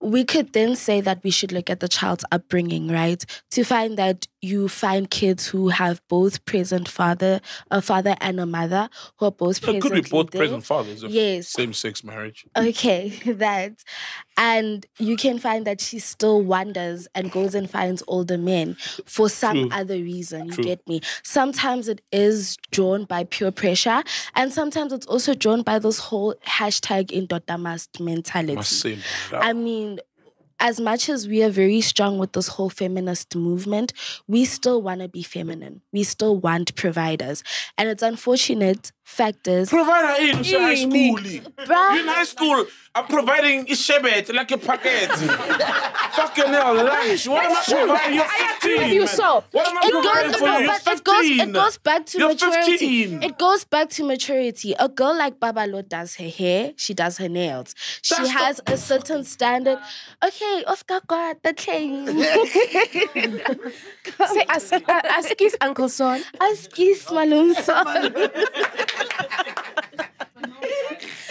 Speaker 7: we could then say that we should look at the child's upbringing, right? To find that you find kids who have both present father, a father and a mother, who are both
Speaker 5: It
Speaker 7: present.
Speaker 5: could be both present fathers of
Speaker 7: Yes.
Speaker 5: same sex marriage.
Speaker 7: Okay, that. And you can find that she still wanders and goes and finds older men for some
Speaker 5: True.
Speaker 7: other reason. You
Speaker 5: True.
Speaker 7: get me? Sometimes it is drawn by pure pressure, and sometimes it's also drawn by this whole hashtag indotamast mentality.
Speaker 5: Must say that.
Speaker 7: I mean, as much as we are very strong with this whole feminist movement, we still want to be feminine. We still want providers. And it's unfortunate factors.
Speaker 5: Provide her in to high
Speaker 7: Ini.
Speaker 5: school.
Speaker 7: Bruh.
Speaker 5: You in high school, I'm providing ishebet like a packet. Fucking hell, lunch. What am I providing? You're 15.
Speaker 6: I agree with you,
Speaker 5: man.
Speaker 6: so.
Speaker 5: What am I
Speaker 7: it
Speaker 5: providing
Speaker 7: goes,
Speaker 5: for you?
Speaker 7: no,
Speaker 5: You're
Speaker 7: but it goes,
Speaker 5: 15.
Speaker 7: it goes back to
Speaker 5: You're
Speaker 7: maturity.
Speaker 5: 15.
Speaker 7: It goes back to maturity. A girl like Babalo does her hair, she does her nails. She
Speaker 5: That's not-
Speaker 7: has a certain standard. Okay, Oscar got the chain.
Speaker 6: Say, ask, uh, ask his Uncle Son.
Speaker 7: Ask his Malum son.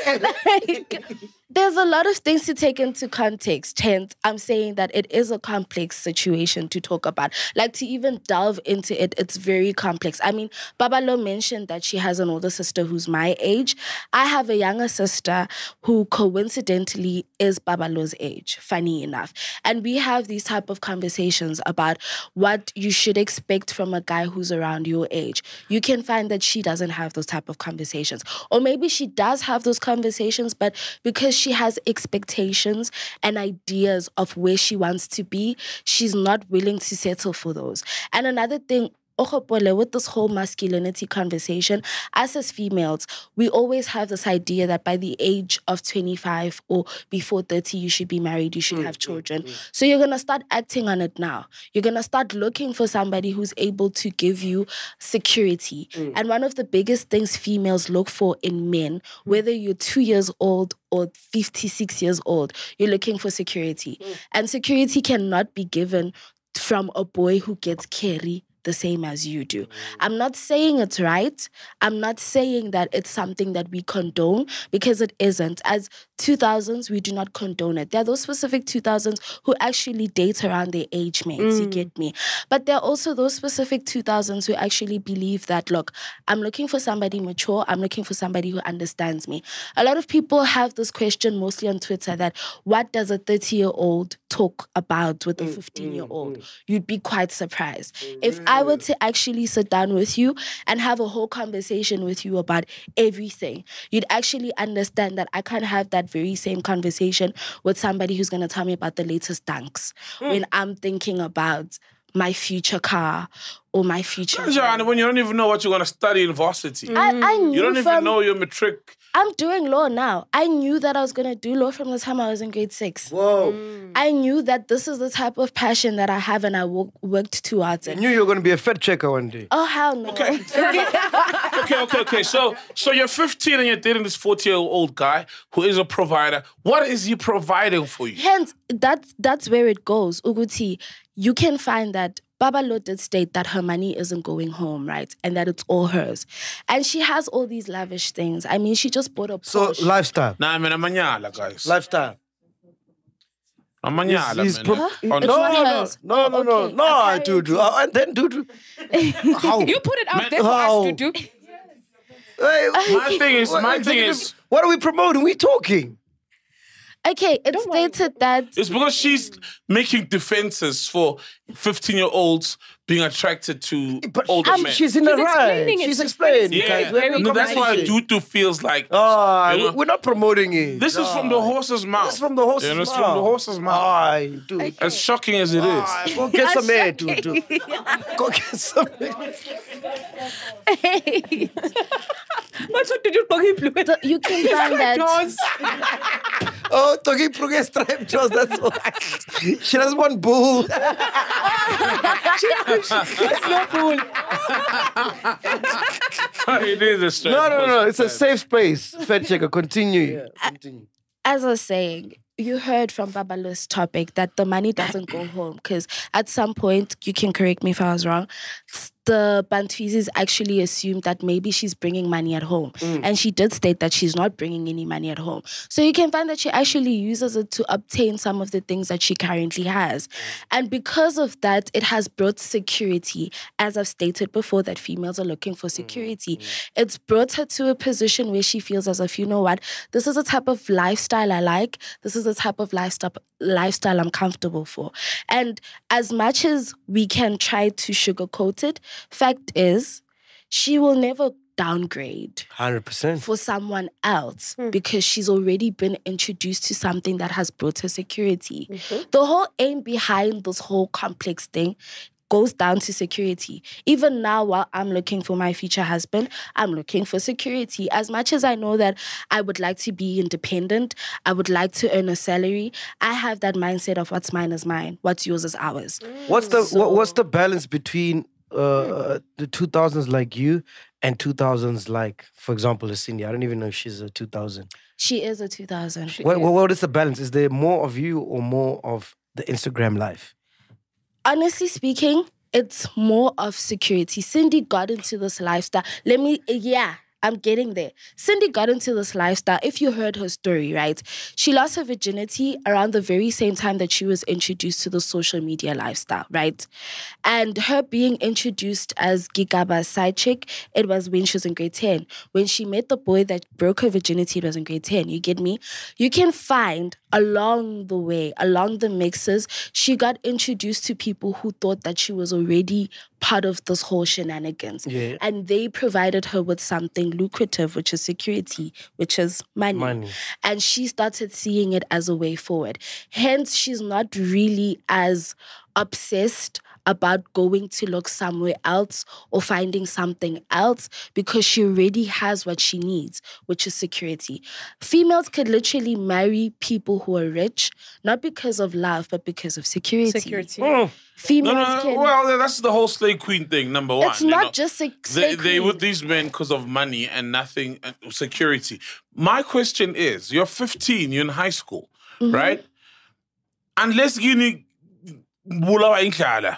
Speaker 7: Like, there's a lot of things to take into context. Hence, I'm saying that it is a complex situation to talk about. Like to even delve into it, it's very complex. I mean, Babalo mentioned that she has an older sister who's my age. I have a younger sister who coincidentally is Babalo's age, funny enough. And we have these type of conversations about what you should expect from a guy who's around your age. You can find that she doesn't have those type of conversations. Or maybe she does have those conversations, but because she has expectations and ideas of where she wants to be, she's not willing to settle for those. And another thing, Okhopole, with this whole masculinity conversation, us as females, we always have this idea that by the age of 25 or before 30, you should be married, you should have children. So you're going to start acting on it now. You're going to start looking for somebody who's able to give you security. And one of the biggest things females look for in men, whether you're two years old or 56 years old, you're looking for security. And security cannot be given from a boy who gets carry the same as you do. I'm not saying it's right. I'm not saying that it's something that we condone because it isn't. As 2000s, we do not condone it. There are those specific 2000s who actually date around their age mates, you get me? But there are also those specific 2000s who actually believe that, look, I'm looking for somebody mature. I'm looking for somebody who understands me. A lot of people have this question mostly on Twitter that what does a 30 year old talk about with a 15 year old? You'd be quite surprised. If I were to actually sit down with you and have a whole conversation with you about everything, you'd actually understand that I can't have that very same conversation with somebody who's going to tell me about the latest dunks when I'm thinking about my future car or my future.
Speaker 5: Joanna, when you don't even know what you're going to study in varsity.
Speaker 7: I, I knew
Speaker 5: You don't
Speaker 7: from-
Speaker 5: even know your matric.
Speaker 7: I'm doing law now. I knew that I was gonna do law from the time I was in grade six.
Speaker 8: Whoa.
Speaker 7: I knew that this is the type of passion that I have and I wo- worked towards
Speaker 4: I
Speaker 7: it.
Speaker 4: knew you were going to be a Fed checker one day.
Speaker 7: Oh hell no.
Speaker 5: Okay. okay, okay, okay. So, so you're 15 and you're dating this 40 year old guy who is a provider. What is he providing for you?
Speaker 7: Hence, that's that's where it goes. Uguti, you can find that Baba Lo did state that her money isn't going home, right? And that it's all hers. And she has all these lavish things. I mean, she just bought a
Speaker 4: So,
Speaker 7: Porsche.
Speaker 4: lifestyle.
Speaker 5: Nah, man, I'm a nyala, guys.
Speaker 4: Lifestyle.
Speaker 5: Amanyala,
Speaker 8: He's- he's
Speaker 5: man.
Speaker 8: pro- Oh,
Speaker 5: On-
Speaker 8: no, no, no, no, no, no, no, I do, do. Uh, and then do, do. How?
Speaker 6: You put it out
Speaker 8: Man,
Speaker 6: there for us
Speaker 8: how?
Speaker 6: to do.
Speaker 8: Hey,
Speaker 5: My thing is-
Speaker 8: what-
Speaker 5: my
Speaker 8: what-
Speaker 5: thing is-
Speaker 8: What are we promoting? We talking.
Speaker 7: Okay, it's stated that
Speaker 5: It's because she's making defenses for 15 year olds being attracted to older
Speaker 8: um,
Speaker 5: men.
Speaker 8: she's in the She's right. explaining it. She's She's explaining. explaining,
Speaker 5: Yeah.
Speaker 8: guys. We're having a
Speaker 5: No, that's why
Speaker 8: conversation.
Speaker 5: Dutu feels like.
Speaker 8: Ah,
Speaker 5: you know,
Speaker 8: we're not promoting it.
Speaker 5: this is from the horse's mouth.
Speaker 8: This is from the horse's
Speaker 5: You know, it's
Speaker 8: mouth.
Speaker 5: from the horse's mouth.
Speaker 8: Aye, dude.
Speaker 5: As shocking as it is.
Speaker 8: Aye, go get some air, dude. dude. Go get some air.
Speaker 6: What's what to do? Talking blue.
Speaker 7: You can find that.
Speaker 8: Oh, talking progress tribe just that's all. she doesn't want bull.
Speaker 6: That's not cool.
Speaker 5: it is a straight
Speaker 8: No, no, no. It's a
Speaker 5: horse's
Speaker 8: safe space. Fact checker, continue.
Speaker 7: as I was saying, you heard from Babalo's topic that the money doesn't go home because at some point, you can correct me if I was wrong, s- the Bantwizis actually assumed that maybe she's bringing money at home. And she did state that she's not bringing any money at home. So you can find that she actually uses it to obtain some of the things that she currently has. And because of that, it has brought security. As I've stated before, that females are looking for security. It's brought her to a position where she feels as if, you know what, this is the type of lifestyle I like. This is the type of lifestyle lifestyle I'm comfortable for. And as much as we can try to sugarcoat it, fact is, she will never downgrade
Speaker 4: Hundred percent.
Speaker 7: for someone else because she's already been introduced to something that has brought her security. The whole aim behind this whole complex thing goes down to security. Even now, while I'm looking for my future husband, I'm looking for security. As much as I know that I would like to be independent, I would like to earn a salary, I have that mindset of what's mine is mine, what's yours is ours.
Speaker 4: Mm.
Speaker 8: What's the what, what's the balance between uh, the two thousands like you and two thousands like, for example, Cindy? I don't even know if she's a two thousand.
Speaker 7: She is a 2000.
Speaker 8: What, what what is the balance? Is there more of you or more of the Instagram life?
Speaker 7: honestly speaking, it's more of security. Cindy got into this lifestyle. Let me, yeah. I'm getting there. Cindy got into this lifestyle. If you heard her story, right? She lost her virginity around the very same time that she was introduced to the social media lifestyle, right? And her being introduced as Gigaba's side chick, it was when she was in grade 10. When she met the boy that broke her virginity, it was in grade 10. You get me? You can find along the way, along the mixes, she got introduced to people who thought that she was already part of this whole shenanigans.
Speaker 8: Yeah.
Speaker 7: And they provided her with something lucrative, which is security, which is money.
Speaker 8: Money.
Speaker 7: Mm. And she started seeing it as a way forward. Hence, she's not really as obsessed about going to look somewhere else or finding something else because she already has what she needs, which is security. Females could literally marry people who are rich, not because of love, but because of security.
Speaker 6: Security.
Speaker 5: mouth.
Speaker 7: Females
Speaker 5: no, no, no.
Speaker 7: can.
Speaker 5: Well, that's the whole slay queen thing, number one.
Speaker 7: it's
Speaker 5: you
Speaker 7: not
Speaker 5: know.
Speaker 7: just a
Speaker 5: They, they with these men because of money and nothing, and security. My question is you're 15, you're in high school,
Speaker 7: Mm-hmm.
Speaker 5: right? Unless you need bulawa indlala,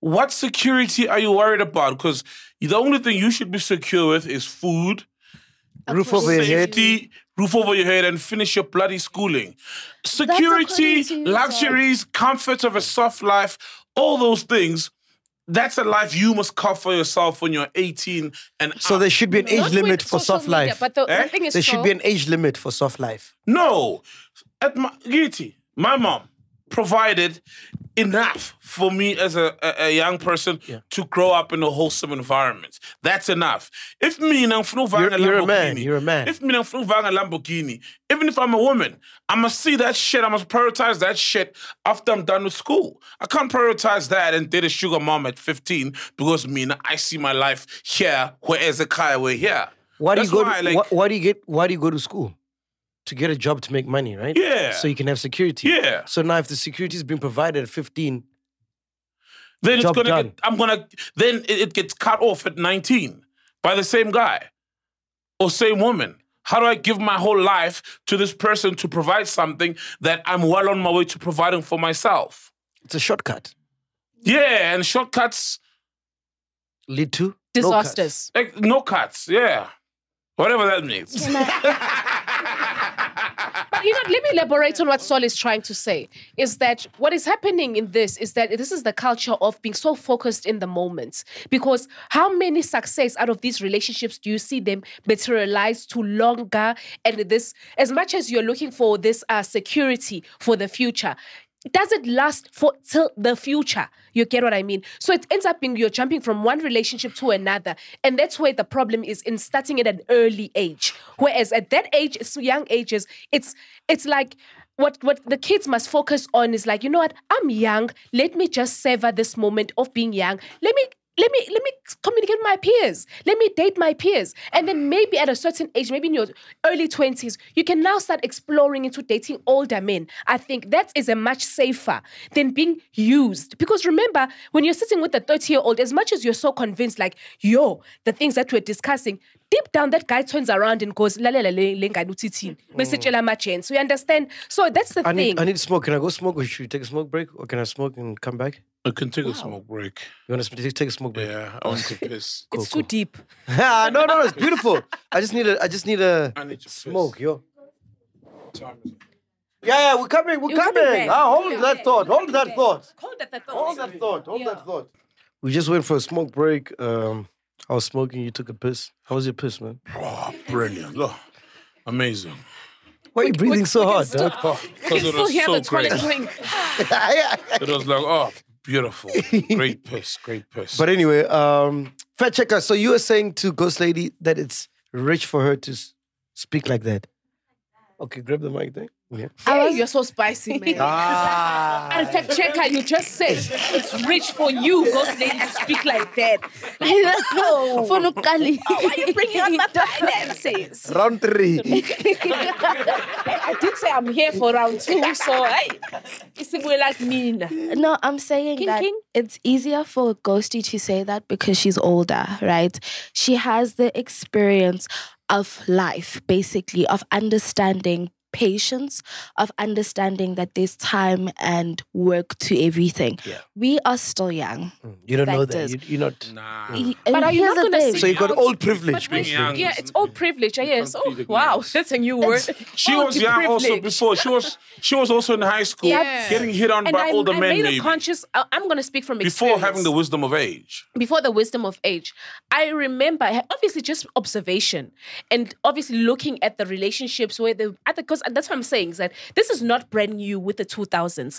Speaker 5: what security are you worried about? Because the only thing you should be secure with is food,
Speaker 8: Roof over your head.
Speaker 5: safety, roof over your head, and finish your bloody schooling.
Speaker 7: according
Speaker 5: Security,
Speaker 7: to you, sir.
Speaker 5: luxuries, comforts of a soft life, all those things. That's a life you must cover yourself when you're 18 and
Speaker 8: So
Speaker 5: up.
Speaker 8: there should be an age
Speaker 6: Not with
Speaker 8: limit for
Speaker 6: social
Speaker 8: soft
Speaker 6: media,
Speaker 8: life.
Speaker 6: But the, the
Speaker 5: Eh?
Speaker 6: thing is,
Speaker 8: there
Speaker 6: so-
Speaker 8: should be an age limit for soft life.
Speaker 5: No, at my Giti, my mom provided enough for me as a, a, a young person to grow up in a wholesome environment. That's enough. If me and
Speaker 8: You're,
Speaker 5: Lamborghini,
Speaker 8: you're a man. You're a man.
Speaker 5: If me and Lamborghini, even if I'm a woman, I must see that shit. I must prioritize that shit after I'm done with school. I can't prioritize that and date a sugar mom at 15 because me and I see my life here, where Ezekiah we're here.
Speaker 8: Why do you
Speaker 5: That's
Speaker 8: go? To,
Speaker 5: why, like-
Speaker 8: why, why do you get? Why do you go to school? To get a job to make money, right?
Speaker 5: Yeah.
Speaker 8: So you can have security.
Speaker 5: Yeah.
Speaker 8: So now, if the security's been provided at fifteen,
Speaker 5: then
Speaker 8: Job
Speaker 5: it's gonna
Speaker 8: done.
Speaker 5: get, I'm gonna then it, it gets cut off at 19 by the same guy or same woman. How do I give my whole life to this person to provide something that I'm well on my way to providing for myself?
Speaker 8: it's a shortcut.
Speaker 5: Yeah, and shortcuts
Speaker 8: Lead to no cuts.
Speaker 6: disasters.
Speaker 5: like no cuts, yeah. Whatever that means.
Speaker 6: But you know, let me me elaborate on what Sol is trying to say. Is that what is happening in this is that this is the culture of being so focused in the moment. Because how many success out of these relationships do you see them materialize to longer and this as much as you're looking for this uh, security for the future? does it last for till the future? You get what I mean? So it ends up being you're jumping from one relationship to another. And that's where the problem is in starting at an early age. Whereas at that age, it's young ages, it's it's like what what the kids must focus on is like, you know what, I'm young. Let me just savor this moment of being young. Let me let me let me communicate with my peers. Let me date my peers. And then maybe at a certain age, maybe in your early 20s, you can now start exploring into dating older men. I think that is a much safer than being used. Because remember, when you're sitting with a 30-year-old, as much as you're so convinced, like, yo, the things that we're discussing, deep down that guy turns around and goes, la la la le- le ngani uthithini? Mesitshela amajene." So you understand? So that's the
Speaker 4: Mm. I
Speaker 6: thing.
Speaker 4: need, I need smoke. Can I go smoke or should we take a smoke break? Or can I smoke and come back?
Speaker 5: I can take a smoke break.
Speaker 4: You want to take a smoke break? Ah,
Speaker 5: Yeah, I want to piss.
Speaker 6: it's too deep.
Speaker 4: no, no, no, it's beautiful. I just need a, I just need a smoke, yo. Yeah, yeah, we're coming, we're
Speaker 6: You're coming
Speaker 4: coming.
Speaker 6: back.
Speaker 4: Ah, hold
Speaker 6: Yeah.
Speaker 4: that thought, hold that thought.
Speaker 6: Hold that thought.
Speaker 4: Hold that thought, hold that thought. We just went for a smoke break. Um, I was smoking, you took a piss. How was your piss, man?
Speaker 5: Oh, brilliant. Oh, amazing. Oh,
Speaker 4: Why are you breathing so hard, dog?
Speaker 5: Because it was so great. It was like, oh, beautiful. Great piss, great piss.
Speaker 4: But anyway, um, fact checker, so you were saying to Ghost Lady that it's rich for her to s- speak like that. Okay, grab the mic then. Yeah.
Speaker 6: Hey, you're so spicy, man.
Speaker 4: Ah.
Speaker 6: And fact checker, you just said it's rich for you, ghost lady, to speak like that.
Speaker 7: For no Kali.
Speaker 6: Why are you bringing up my finances?
Speaker 4: Round three.
Speaker 6: I did say I'm here for round two, so hey, it's a way like me. now.
Speaker 7: No, I'm saying that it's easier for Ghosty to say that because she's older, right? She has the experience of life, basically, of understanding patience, of understanding that there's time and work to everything. We are still young.
Speaker 4: Mm, You don't know
Speaker 7: Factors.
Speaker 4: that. You, are not.
Speaker 5: Nah.
Speaker 7: Y-
Speaker 6: But
Speaker 7: and
Speaker 6: are you
Speaker 7: here's
Speaker 6: not
Speaker 7: the
Speaker 6: gonna
Speaker 7: thing.
Speaker 6: say
Speaker 4: So you got
Speaker 6: out-
Speaker 4: old privilege,
Speaker 6: But when-
Speaker 4: basically.
Speaker 6: Yeah, it's all privilege. Yeah, yes. Oh, wow, that's a new word.
Speaker 5: She
Speaker 6: Old
Speaker 5: was young also
Speaker 6: privilege.
Speaker 5: before. She was she was also in high school,
Speaker 6: Yeah.
Speaker 5: getting hit on
Speaker 6: And
Speaker 5: by
Speaker 6: I,
Speaker 5: older
Speaker 6: I
Speaker 5: men
Speaker 6: made
Speaker 5: maybe.
Speaker 6: a conscious. I- I'm going to speak from experience.
Speaker 5: before having the wisdom of age.
Speaker 6: before the wisdom of age, I remember obviously just observation and obviously looking at the relationships where the other because that's what I'm saying is that this is not brand new with the 2000s.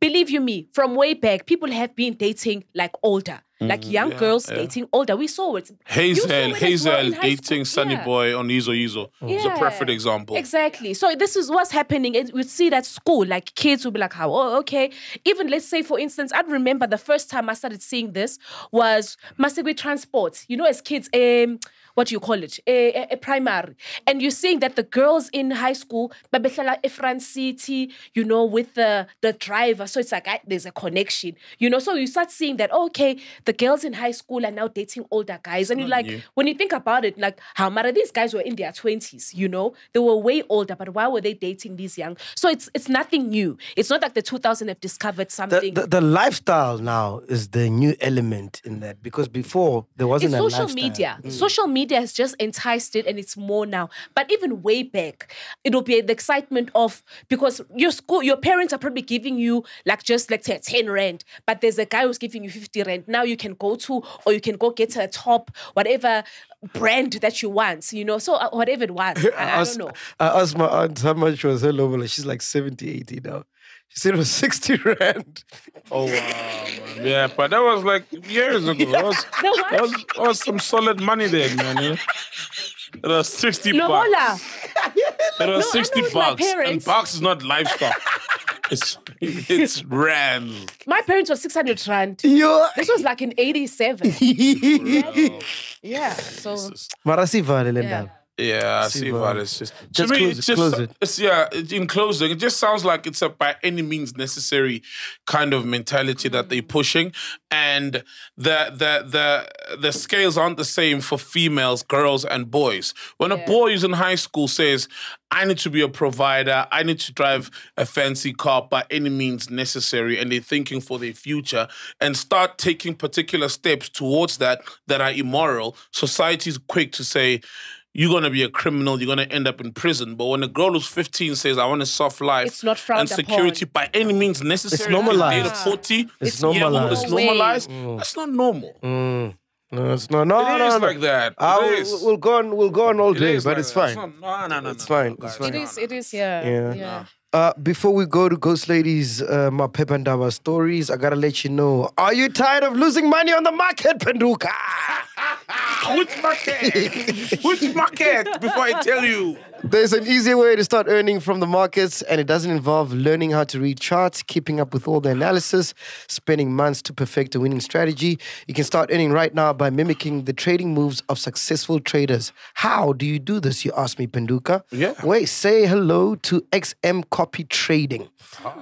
Speaker 6: Believe you me, from way back, people have been dating like older, like young
Speaker 5: Mm, yeah,
Speaker 6: girls
Speaker 5: yeah.
Speaker 6: dating older. We saw it. You saw it as
Speaker 5: Hazel,
Speaker 6: well in
Speaker 5: Hazel
Speaker 6: high school.
Speaker 5: dating Sunny
Speaker 6: Yeah.
Speaker 5: Boy on Izo Izo is a
Speaker 6: Yeah.
Speaker 5: perfect example.
Speaker 6: Exactly. So this is what's happening. And we'd see that school, like kids would be like, "How? Oh, okay." Even let's say, for instance, I'd remember the first time I started seeing this was Masigwe transport. You know, as kids, um, what do you call it? A, a, a primary, and you're seeing that the girls in high school, babehlala eFrance City, you know, with the the driver. So it's like ah, there's a connection, you know. So you start seeing that okay, the girls in high school are now dating older guys, and you're like,
Speaker 5: new.
Speaker 6: when you think about it, like how many these guys were in their twenties, you know, they were way older, but why were they dating these young? So it's it's nothing new. It's not like the 2000 have discovered
Speaker 4: The,
Speaker 6: something.
Speaker 4: the, the lifestyle now is the new element in that because before there wasn't
Speaker 6: it's
Speaker 4: a
Speaker 6: social
Speaker 4: lifestyle. Mm.
Speaker 6: media. Social media has just enticed it, and it's more now. But even way back, it'll be the excitement of because your school, your parents are probably giving you like just like say ten rand, but there's a guy who's giving you fifty rand. Now you can go to or you can go get a top, whatever brand that you want, you know. So uh, whatever it was, I, I
Speaker 4: asked,
Speaker 6: don't know.
Speaker 4: I asked my aunt how much was her lobola. She's like 70, 80 now. She said it was 60 rand.
Speaker 5: Oh wow, man. yeah, but that was like years ago. That was,
Speaker 6: No,
Speaker 5: that was, that was some solid money then, man. you know? It was sixty bucks.
Speaker 6: Lobola.
Speaker 5: It was
Speaker 6: No, I
Speaker 5: sixty
Speaker 6: know with my
Speaker 5: bucks, and
Speaker 6: parents.
Speaker 5: bucks is not livestock. it's it's rand.
Speaker 6: My parents were 600 rand.
Speaker 4: Yo.
Speaker 6: This was like in 87. yeah. So
Speaker 4: Marasivale le
Speaker 6: Yeah.
Speaker 4: ndaba.
Speaker 5: Yeah, I
Speaker 4: See,
Speaker 5: see
Speaker 4: but-
Speaker 5: what it's just.
Speaker 4: Just
Speaker 5: to me, it's
Speaker 4: close it,
Speaker 5: just
Speaker 4: close it.
Speaker 5: It's, yeah. it- In closing, it just sounds like it's a by any means necessary kind of mentality that they're pushing, and the the the the scales aren't the same for females, girls, and boys. When a boy is in high school says, "I need to be a provider. I need to drive a fancy car by any means necessary," and they're thinking for their future and start taking particular steps towards that that are immoral, society is quick to say you're gonna be a criminal, you're gonna end up in prison. But when a girl who's 15 says, I want a soft life
Speaker 6: It's not frowned
Speaker 5: and security by any means necessary,
Speaker 4: It's
Speaker 5: you can
Speaker 4: normalized.
Speaker 5: date a 40,
Speaker 4: It's
Speaker 5: yeah, well,
Speaker 4: normalized.
Speaker 5: It's normalized.
Speaker 4: Mm.
Speaker 5: That's not normal.
Speaker 4: Mm. No, it's not. No,
Speaker 5: It
Speaker 4: no,
Speaker 5: is
Speaker 4: no.
Speaker 5: like that.
Speaker 4: I
Speaker 5: It
Speaker 4: will-
Speaker 5: is.
Speaker 4: We'll go on. We'll go on all
Speaker 5: It
Speaker 4: day,
Speaker 5: is
Speaker 4: but
Speaker 5: like
Speaker 4: it's
Speaker 5: that.
Speaker 4: fine.
Speaker 5: It's not- no, no, no,
Speaker 4: It's fine. It's
Speaker 6: It
Speaker 4: fine.
Speaker 6: is, it is, yeah.
Speaker 4: Yeah.
Speaker 6: yeah.
Speaker 4: Uh, before we go to Ghost Ladies, uh, my Pep and Dava stories, I gotta let you know. Are you tired of losing money on the market, Penduka?
Speaker 5: Which market? Which market? Before I tell you.
Speaker 4: There's an easier way to start earning from the markets, and it doesn't involve learning how to read charts, keeping up with all the analysis, spending months to perfect a winning strategy. You can start earning right now by mimicking the trading moves of successful traders. How do you do this? You ask me, Penduka.
Speaker 5: Yeah.
Speaker 4: Wait, say hello to XM Copy Trading.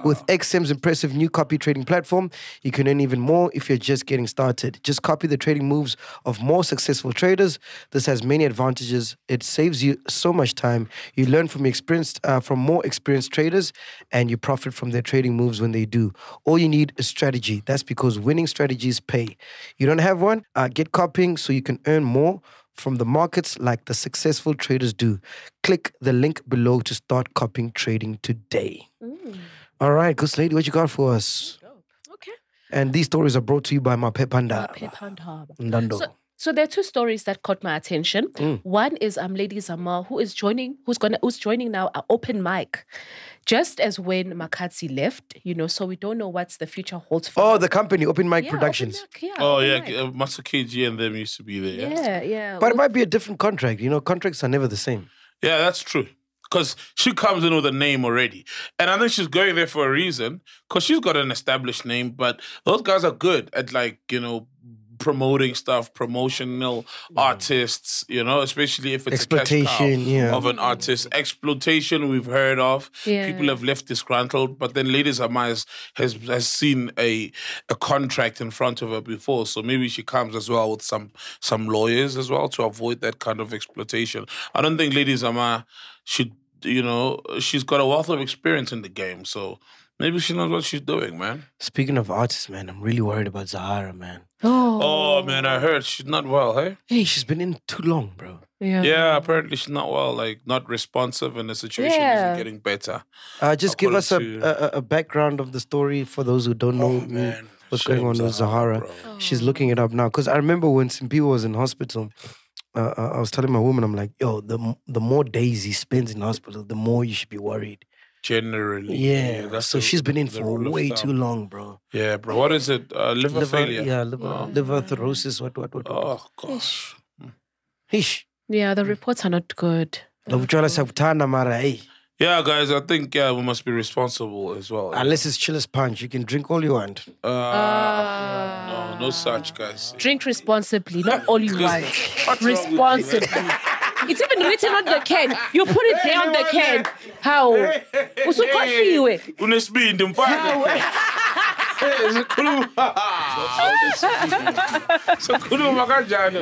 Speaker 4: With XM's impressive new copy trading platform, you can earn even more if you're just getting started. Just copy the trading moves of more successful traders. This has many advantages. It saves you so much time. You learn from experienced, uh, from more experienced traders, and you profit from their trading moves when they do. All you need is strategy. That's because winning strategies pay. You don't have one? Uh, get copying so you can earn more from the markets like the successful traders do. Click the link below to start copying trading today. All right, good lady, what you got for us?
Speaker 6: Okay.
Speaker 4: And these stories are brought to you by my pepanda.
Speaker 6: Pepand Harbour.
Speaker 4: Ndando.
Speaker 6: So, so there are two stories that caught my attention.
Speaker 4: Mm.
Speaker 6: One is um Lady Zamal, who is joining, who's gonna who's joining now our open mic. Just as when Makatsi left, you know, so we don't know what's the future holds for
Speaker 4: oh, the company, Open Mic
Speaker 6: Yeah, open
Speaker 4: Productions.
Speaker 6: mic, yeah,
Speaker 5: Oh,
Speaker 6: open
Speaker 5: yeah.
Speaker 6: mic.
Speaker 5: uh, Master KG and them used to be there. Yeah,
Speaker 6: Yeah, yeah.
Speaker 4: But it might be a different contract. You know, contracts are never the same.
Speaker 5: yeah that's true. Because she comes in with a name already. And I think she's going there for a reason because she's got an established name. But those guys are good at, like, you know, promoting stuff, promotional artists, you know, especially if it's a cash cow
Speaker 4: Exploitation, yeah.
Speaker 5: of an artist. Exploitation, we've heard of.
Speaker 6: Yeah.
Speaker 5: People have left disgruntled, but then Lady Zamaya has, has has seen a a contract in front of her before, so maybe she comes as well with some some lawyers as well to avoid that kind of exploitation. I don't think Lady Zamaya should, you know, she's got a wealth of experience in the game, so maybe she knows what she's doing, man.
Speaker 4: Speaking of artists, man, I'm really worried about Zahara, man.
Speaker 5: Oh, man, I heard she's not well, hey?
Speaker 4: Hey, she's been in too long, bro.
Speaker 6: yeah.
Speaker 5: Yeah, apparently she's not well, like not responsive, and the situation
Speaker 6: Yeah.
Speaker 5: isn't getting better.
Speaker 4: Uh, just give us a,
Speaker 5: According Oh,
Speaker 4: a, a- a background of the story for those who don't know
Speaker 5: man.
Speaker 4: what's
Speaker 5: Shame
Speaker 4: going on with
Speaker 5: Zahara,
Speaker 4: Zahara. She's looking it up now because I remember when Simpi was in hospital. Uh, I I was telling my woman, I'm like, yo, the m- the more days he spends in hospital, the more you should be worried.
Speaker 5: Generally,
Speaker 4: Yeah. so
Speaker 5: the-
Speaker 4: she's been in
Speaker 5: the
Speaker 4: for
Speaker 5: rule of
Speaker 4: way
Speaker 5: thumb.
Speaker 4: too long, bro.
Speaker 5: Yeah, bro. What is it? Uh, liver, failure.
Speaker 4: Yeah, liver, oh. liver cirrhosis. What, what, what? what.
Speaker 5: Oh gosh.
Speaker 4: Hmm. Hish.
Speaker 6: Yeah, the reports are not good.
Speaker 4: The Butchala Sabtana Mara, hey.
Speaker 5: Yeah, guys. I think yeah, we must be responsible as well.
Speaker 4: Unless it's chillest punch, you can drink all you want.
Speaker 5: Uh,
Speaker 6: Ah.
Speaker 5: no, no such guys.
Speaker 6: Drink responsibly, not all you want. responsibly. It's even written on the can. You put it there on the can. How? Usukhohliwe.
Speaker 5: Unesibindi mfana. Sikhuluma kanjani?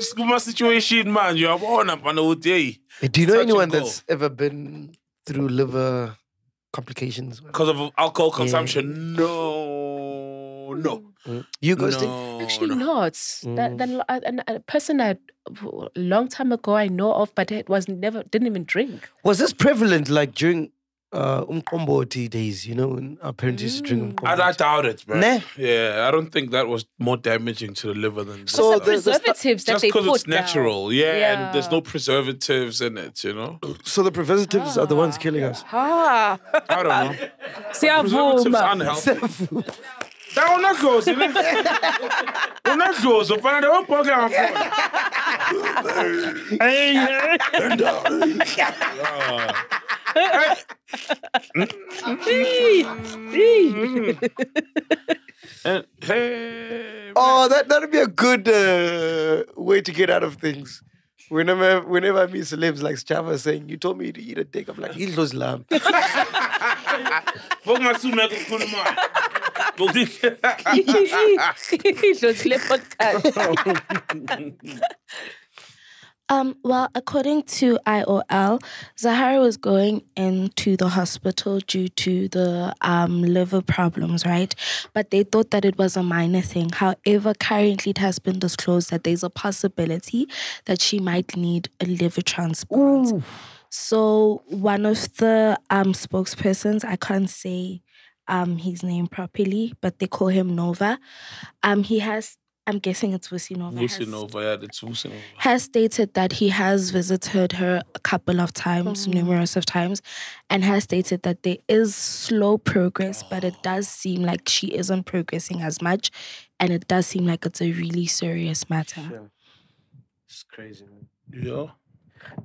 Speaker 5: Sikuma situation manje uyabona mfana ukuthi hey
Speaker 4: Do you know
Speaker 5: Such a
Speaker 4: anyone
Speaker 5: goal.
Speaker 4: that's ever been through liver complications?
Speaker 5: because of alcohol consumption. No. No.
Speaker 4: You go
Speaker 5: No.
Speaker 6: Actually,
Speaker 5: no.
Speaker 6: not. That, that, a, a person I a long time ago I know of, but it was never didn't even drink.
Speaker 4: Was this prevalent like during uh umkomboti days, you know, when our parents used to
Speaker 6: Mm.
Speaker 4: drink
Speaker 5: I, I
Speaker 4: umkomboti?
Speaker 5: doubt it, man.
Speaker 4: Nah.
Speaker 5: Yeah, I don't think that was more damaging to the liver than just
Speaker 4: So the- the stu-
Speaker 6: Preservatives that
Speaker 5: just
Speaker 6: they
Speaker 5: because
Speaker 6: put
Speaker 5: it's natural.
Speaker 6: down.
Speaker 5: Yeah, and there's no preservatives in it, you know?
Speaker 4: So the preservatives are the ones killing us.
Speaker 6: Ah,
Speaker 5: I don't know. Preservatives
Speaker 6: siyavuma.
Speaker 5: unhealthy. That one not goes, isn't it? Well, not goes, but I don't fuck out. Mm-hmm. And- Hey.
Speaker 4: Oh, that that'd be a good uh, way to get out of things. Whenever whenever I meet celebs like Chava saying, You told me to eat a dick, I'm like, He's lost lamb. Uh,
Speaker 5: Fuck my stomach, Kulma.
Speaker 6: Idlo zile podcast.
Speaker 7: Um, well, according to IOL, Zahara was going into the hospital due to the um, liver problems, right? But they thought that it was a minor thing. However, currently it has been disclosed that there's a possibility that she might need a liver transplant. So, one of the um, spokespersons, I can't say um, his name properly, but they call him Nova. Um, he has, I'm guessing it's Vusi Nova. has
Speaker 5: Vusinova, yeah, that's Vusinova.
Speaker 7: has stated that he has visited her a couple of times, numerous of times, and has stated that there is slow progress, but it does seem like she isn't progressing as much, and it does seem like it's a really serious matter.
Speaker 4: It's crazy, man.
Speaker 5: Yeah.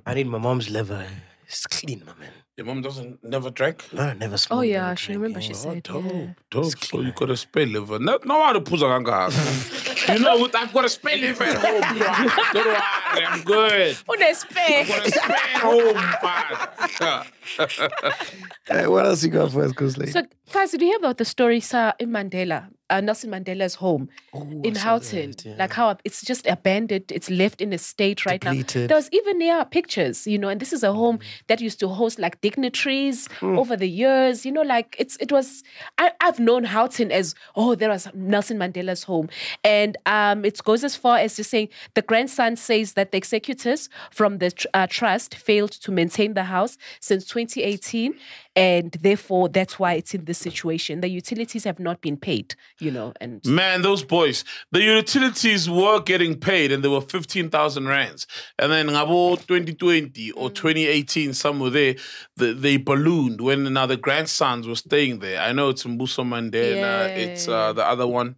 Speaker 4: I need my mom's liver. It's clean, my man.
Speaker 5: Your mom doesn't never drank?
Speaker 4: No, I never smoked.
Speaker 11: Oh yeah, she remember she said. yeah.
Speaker 5: Dope. So you got a spare liver. No, no how to push a ganga. You know what? I've got a spare liver at home, bro. Don't worry, I'm good. I've got a spare at home, fam.
Speaker 8: Hey, what else you got for us, Kusley?
Speaker 6: So, guys, did you hear about the story sir, in Mandela, uh, Nelson Mandela's home in Houghton? Like how it's just abandoned, it's left in a state right now.
Speaker 4: Depleted.
Speaker 6: There was even yeah pictures, you know, and this is a home that used to host like dignitaries over the years, you know, like it's it was. I, I've known Houghton as oh, there was Nelson Mandela's home, and um, it goes as far as just saying the grandson says that the executors from the tr- uh, trust failed to maintain the house since 2018 and therefore that's why it's in this situation. The utilities have not been paid, you know, and
Speaker 5: Man, those boys. The utilities were getting paid and they were 15,000 rands. And then about 2020 or
Speaker 6: Mm.
Speaker 5: 2018, somewhere there, they, they ballooned when now the grandsons were staying there. I know it's Mbuso Mandela, it's uh, the other one,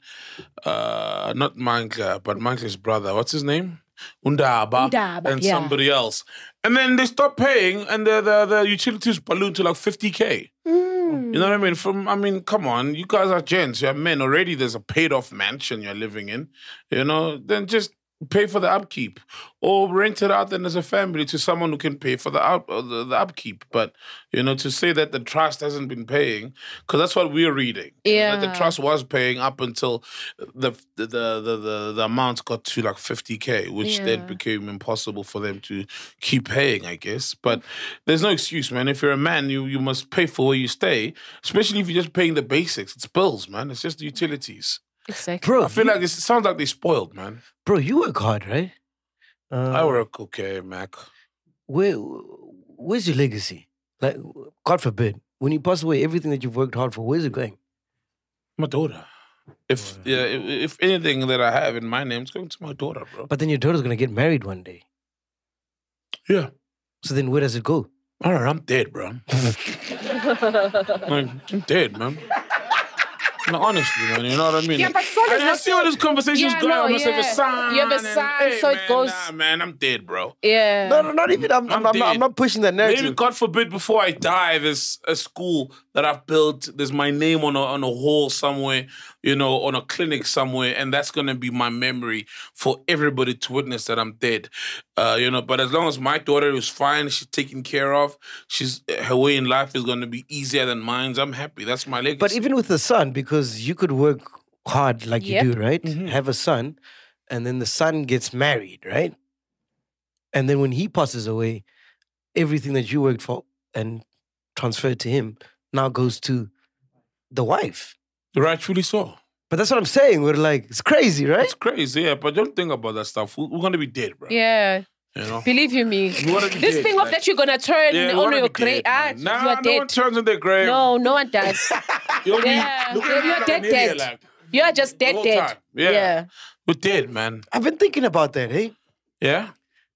Speaker 5: uh, not Mangla, but Mangla's brother. What's his name? Undaba,
Speaker 6: Undaba,
Speaker 5: and
Speaker 6: yeah.
Speaker 5: somebody else. And then they stopped paying and the, the, the utilities ballooned to like 50K. You know what I mean? From I mean, come on, you guys are gents, you're men already. There's a paid off mansion you're living in. You know, then just pay for the upkeep or rent it out then as a family to someone who can pay for the up uh, the, the upkeep. But you know, to say that the trust hasn't been paying, because that's what we're reading. you know, that
Speaker 6: Yeah.
Speaker 5: the trust was paying up until the the the the, the, the amount got to like 50k, which then
Speaker 6: Yeah.
Speaker 5: became impossible for them to keep paying, I guess. But
Speaker 4: Mm-hmm.
Speaker 5: there's no excuse, man. If you're a man, you you must pay for where you stay, especially if you're just paying the basics. It's bills, man. It's just the utilities.
Speaker 6: exactly.
Speaker 4: Bro,
Speaker 5: I feel like it's, it sounds like they're spoiled, man.
Speaker 4: bro, you work hard, right?
Speaker 5: I
Speaker 4: Uh,
Speaker 5: work okay, Mac.
Speaker 4: where, where's your legacy? Like, God forbid, when you pass away, everything that you've worked hard for, where's it going?
Speaker 5: My daughter. If yeah, if, if anything that I have in my name, it's going to my daughter, bro.
Speaker 4: But then your daughter's gonna get married one day.
Speaker 5: Yeah.
Speaker 4: So then, where does it go?
Speaker 5: All right, I'm dead, bro. Like, I'm dead, man. No, honestly, man, you know what I mean?
Speaker 6: Yeah, but son
Speaker 5: I,
Speaker 6: is
Speaker 5: I
Speaker 6: not
Speaker 5: see all
Speaker 6: so-
Speaker 5: these conversations
Speaker 6: Yeah,
Speaker 5: going
Speaker 6: no,
Speaker 5: on. Must have a
Speaker 6: yeah.
Speaker 5: son.
Speaker 6: You have a
Speaker 5: and-
Speaker 6: son,
Speaker 5: hey,
Speaker 6: so it
Speaker 5: man,
Speaker 6: goes-
Speaker 5: Nah, man, I'm dead, bro.
Speaker 6: yeah.
Speaker 8: No, no, not even. I'm,
Speaker 5: I'm
Speaker 8: I'm, I'm, not,
Speaker 5: dead.
Speaker 8: I'm not pushing that
Speaker 5: Maybe,
Speaker 8: narrative.
Speaker 5: God forbid, before I die, there's a school that I've built. There's my name on a, on a hall somewhere, you know, on a clinic somewhere, and that's gonna be my memory for everybody to witness that I'm dead, uh, you know. But as long as my daughter is fine, she's taken care of, she's her way in life is gonna be easier than mine's. I'm happy. That's my legacy.
Speaker 4: But even with the son, because you could work hard like
Speaker 6: Yep.
Speaker 4: you do, right?
Speaker 5: Mm-hmm.
Speaker 4: Have a son, and then the son gets married, right? And then when he passes away, everything that you worked for and transferred to him now goes to the wife.
Speaker 5: rightfully so.
Speaker 4: But that's what I'm saying. We're like, it's crazy, right?
Speaker 5: It's crazy, yeah, but don't think about that stuff. We- We're gonna be dead, bro.
Speaker 6: Yeah,
Speaker 5: You know?
Speaker 6: believe you me.
Speaker 5: You wanna be
Speaker 6: This
Speaker 5: dead,
Speaker 6: thing of
Speaker 5: like-
Speaker 6: that you're gonna turn
Speaker 5: Yeah, we
Speaker 6: on
Speaker 5: wanna
Speaker 6: your
Speaker 5: be
Speaker 6: grave.
Speaker 5: dead,
Speaker 6: Ah,
Speaker 5: man.
Speaker 6: you
Speaker 5: Nah,
Speaker 6: are
Speaker 5: no one
Speaker 6: dead.
Speaker 5: turns in their grave.
Speaker 6: No, no one does.
Speaker 5: You'll be
Speaker 6: yeah,
Speaker 5: looking
Speaker 6: you're
Speaker 5: at me like
Speaker 6: dead,
Speaker 5: an
Speaker 6: dead.
Speaker 5: idiot, like,
Speaker 6: you are just
Speaker 5: the
Speaker 6: dead,
Speaker 5: whole
Speaker 6: dead.
Speaker 5: time. Yeah. We're dead, man.
Speaker 4: I've been thinking about that, hey?
Speaker 5: Yeah.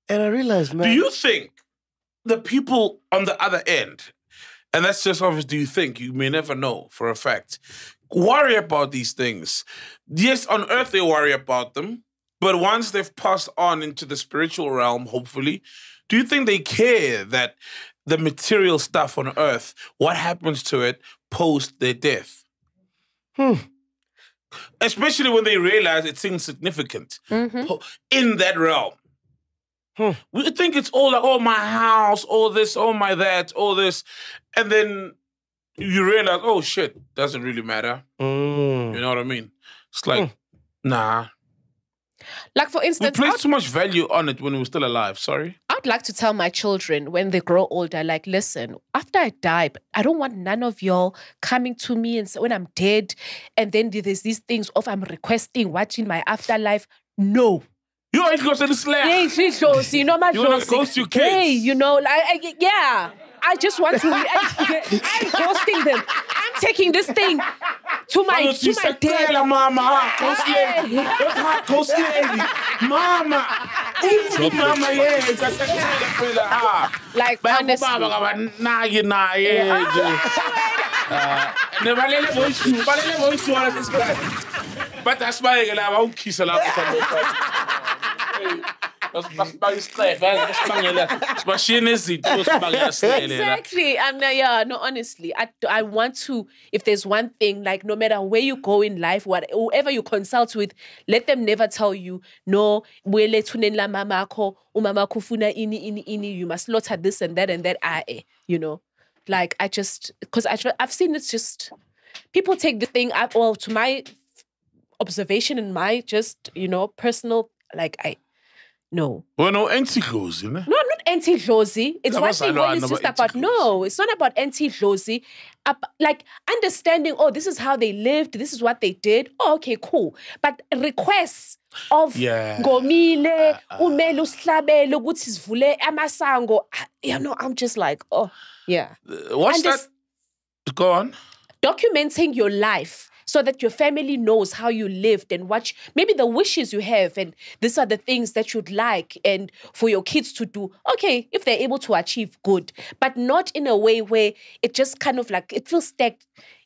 Speaker 4: And I realized, man.
Speaker 5: Do you think the people on the other end, and that's just obviously you think, you may never know for a fact, worry about these things? Yes, on earth they worry about them, but once they've passed on into the spiritual realm, hopefully, do you think they care that the material stuff on earth, what happens to it post their death? Especially when they realize it's insignificant
Speaker 6: Mm-hmm.
Speaker 5: po- in that realm. We think it's all like, oh, my house, all this, oh, my that, all this. And then you realize, oh, shit, doesn't really matter.
Speaker 4: Mm.
Speaker 5: You know what I mean? It's like, nah.
Speaker 6: Like for
Speaker 5: We
Speaker 6: instance,
Speaker 5: placed too much value on it when we were still alive. Sorry.
Speaker 6: I'd like to tell my children when they grow older, like, listen, after I die, I don't want none of y'all coming to me and say, when I'm dead, and then there's these things of I'm requesting watching my afterlife. No.
Speaker 5: You ain't going to the slab.
Speaker 6: Hey, she shows, you know my
Speaker 5: You wanna
Speaker 6: shows.
Speaker 5: ghost your kids.
Speaker 6: Hey, you know, like, I, yeah. I just want to. I, I'm ghosting them. I'm taking this thing to my to my dead.
Speaker 5: mama. ah, Ghost lady.
Speaker 6: Hey.
Speaker 5: That's my ghost lady. Mama. Ooh, mama, yeah. It's a second fella. Ah.
Speaker 6: Like,
Speaker 5: Back
Speaker 6: honestly.
Speaker 5: Baba, Baba, nah, you nah, yeah. Ah, yeah. Uh, never let it voice you. But let it voice you. wanna subscribe. But that's my girl. I won't kiss her.
Speaker 6: Exactly. I'm not, yeah, no, honestly, I, I want to, if there's one thing, like no matter where you go in life, what, whoever you consult with, let them never tell you, no, wele tunenla mamako, umamako funa ini, ini, ini, you must slaughter this and that and that, ah, eh, you know? Like, I just, because I've seen it's just, people take the thing, I, well, to my observation and my just, you know, personal, like, I, no.
Speaker 5: Well, no, anti goes, you know.
Speaker 6: No, I'm not anti Josie. It's
Speaker 5: Of
Speaker 6: one
Speaker 5: course I
Speaker 6: thing
Speaker 5: know- I
Speaker 6: when it's
Speaker 5: know
Speaker 6: just
Speaker 5: about
Speaker 6: about no, it's not about anti Josie. Like understanding, oh, this is how they lived, this is what they did. Oh, okay, cool. But requests of
Speaker 5: Yeah. Uh,
Speaker 6: Gomile, Umelu Slabe, Logutis Vule, Amasango. I- You know, I'm just like, oh, yeah.
Speaker 5: What's
Speaker 6: And
Speaker 5: that? Go on.
Speaker 6: Documenting your life so that your family knows how you lived and what you- maybe the wishes you have and these are the things that you'd like and for your kids to do okay if they're able to achieve good but not in a way where it just kind of like it feels stag-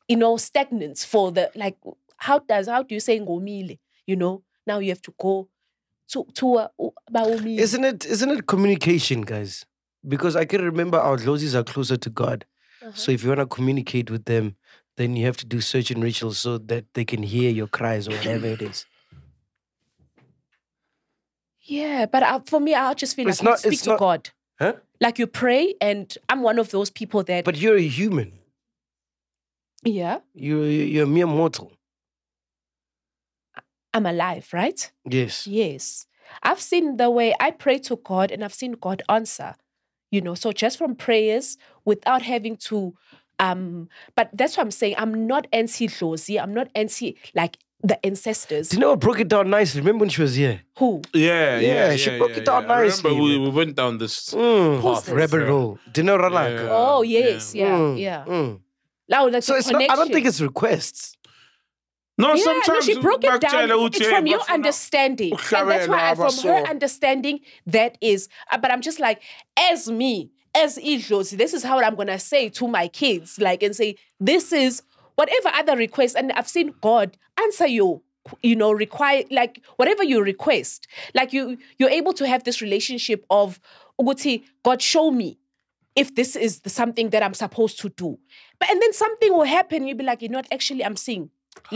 Speaker 6: you know stagnant for the like how does how do you say ngomile you know now you have to go to to uh, baomile
Speaker 4: Isn't it? Isn't it communication, guys? Because I can remember our lozis are closer to God.
Speaker 6: Uh-huh.
Speaker 4: So if you want to communicate with them, then you have to do certain rituals so that they can hear your cries or whatever it is.
Speaker 6: yeah but I, for me i just feel
Speaker 4: It's
Speaker 6: like
Speaker 4: not-
Speaker 6: you speak
Speaker 4: it's
Speaker 6: to
Speaker 4: not-
Speaker 6: god
Speaker 4: Huh?
Speaker 6: like you pray and i'm one of those people that
Speaker 4: But you're a human.
Speaker 6: yeah
Speaker 4: You're you're a mere mortal.
Speaker 6: I'm alive, right?
Speaker 4: Yes.
Speaker 6: Yes. I've seen the way I pray to God and I've seen God answer. You know, so just from prayers without having to um but that's what I'm saying. I'm not anti Josie. I'm not anti like the ancestors.
Speaker 4: Do you know what broke it down nicely? Remember when she was here?
Speaker 6: Who?
Speaker 5: Yeah, yeah,
Speaker 4: she
Speaker 5: yeah,
Speaker 4: broke
Speaker 5: yeah,
Speaker 4: it down
Speaker 5: yeah. I
Speaker 4: nicely.
Speaker 5: Remember we, we went down this
Speaker 4: Mm.
Speaker 5: path. uh,
Speaker 4: Rabbit
Speaker 5: yeah.
Speaker 4: hole. Dino Ranak.
Speaker 6: oh yes, yeah,
Speaker 4: Mm,
Speaker 6: yeah.
Speaker 4: mm.
Speaker 6: Now, like
Speaker 4: So
Speaker 6: the
Speaker 4: it's not, I don't think
Speaker 6: connection.
Speaker 4: it's requests.
Speaker 5: No,
Speaker 6: yeah, no,
Speaker 5: sometimes
Speaker 6: she broke it
Speaker 5: back
Speaker 6: down.
Speaker 5: channel,
Speaker 6: It's
Speaker 5: uche,
Speaker 6: from your
Speaker 5: but for now-
Speaker 6: understanding, and that's why I, from her understanding, that is. uh, But I'm just like, as me, as Ijosi, this is how I'm gonna say to my kids, like, and say this is whatever other request, and I've seen God answer you. You know, require like whatever you request, like you you're able to have this relationship of Uguti, God show me if this is the, something that I'm supposed to do. But and then something will happen, you'll be like, you know what, actually I'm seeing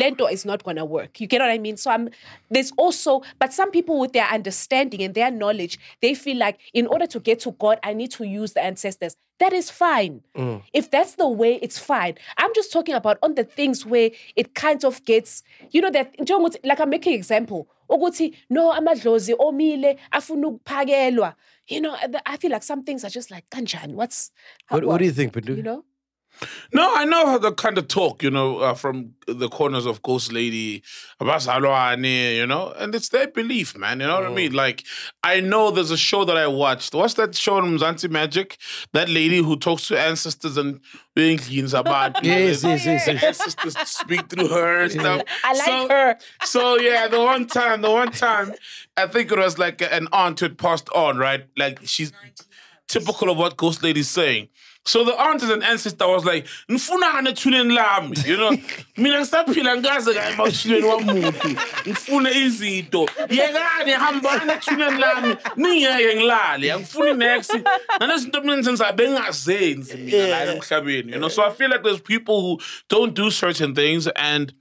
Speaker 6: Lento is not gonna work. You get what I mean? So I'm there's also, but some people with their understanding and their knowledge, they feel like in order to get to God, I need to use the ancestors. That is fine.
Speaker 4: Mm.
Speaker 6: If that's the way, it's fine. I'm just talking about on the things where it kind of gets, you know, that njengokuthi- like I'm making example. Ukuthi, no, amadlozi omile afuna ukuphakelwa. You know, and I feel like some things are just like kanjani. What's
Speaker 4: What, what do you think, Pandu?
Speaker 6: you know?
Speaker 5: No, I know how the kind of talk, you know, uh, from the corners of Ghost Lady, Abasalwane, you know, and it's their belief, man. You know what I
Speaker 4: Mm.
Speaker 5: mean? Like, I know there's a show that I watched. What's that show on Mzansi Magic? That lady who talks to ancestors and beings about
Speaker 4: Yes,
Speaker 5: the-
Speaker 4: yes, yes,
Speaker 5: the
Speaker 4: yes.
Speaker 5: ancestors speak through her and stuff.
Speaker 6: I like
Speaker 5: So-
Speaker 6: her.
Speaker 5: so yeah, the one time, the one time, I think it was like an aunt who had passed on, right? Like she's typical of what Ghost Lady's saying. So the aunt is an ancestor was like, Nfuna hana tunen lam, you know. Mina saphila ngaze ka emashilweni wamuntu. Ngifuna izinto. Yekani hamba hana tunen lam. Ningeke ngilale. Angifuni next. Nalezinto mina senza bengazenzi mina la emhlabeni. You know, so I feel like there's people who don't do certain things and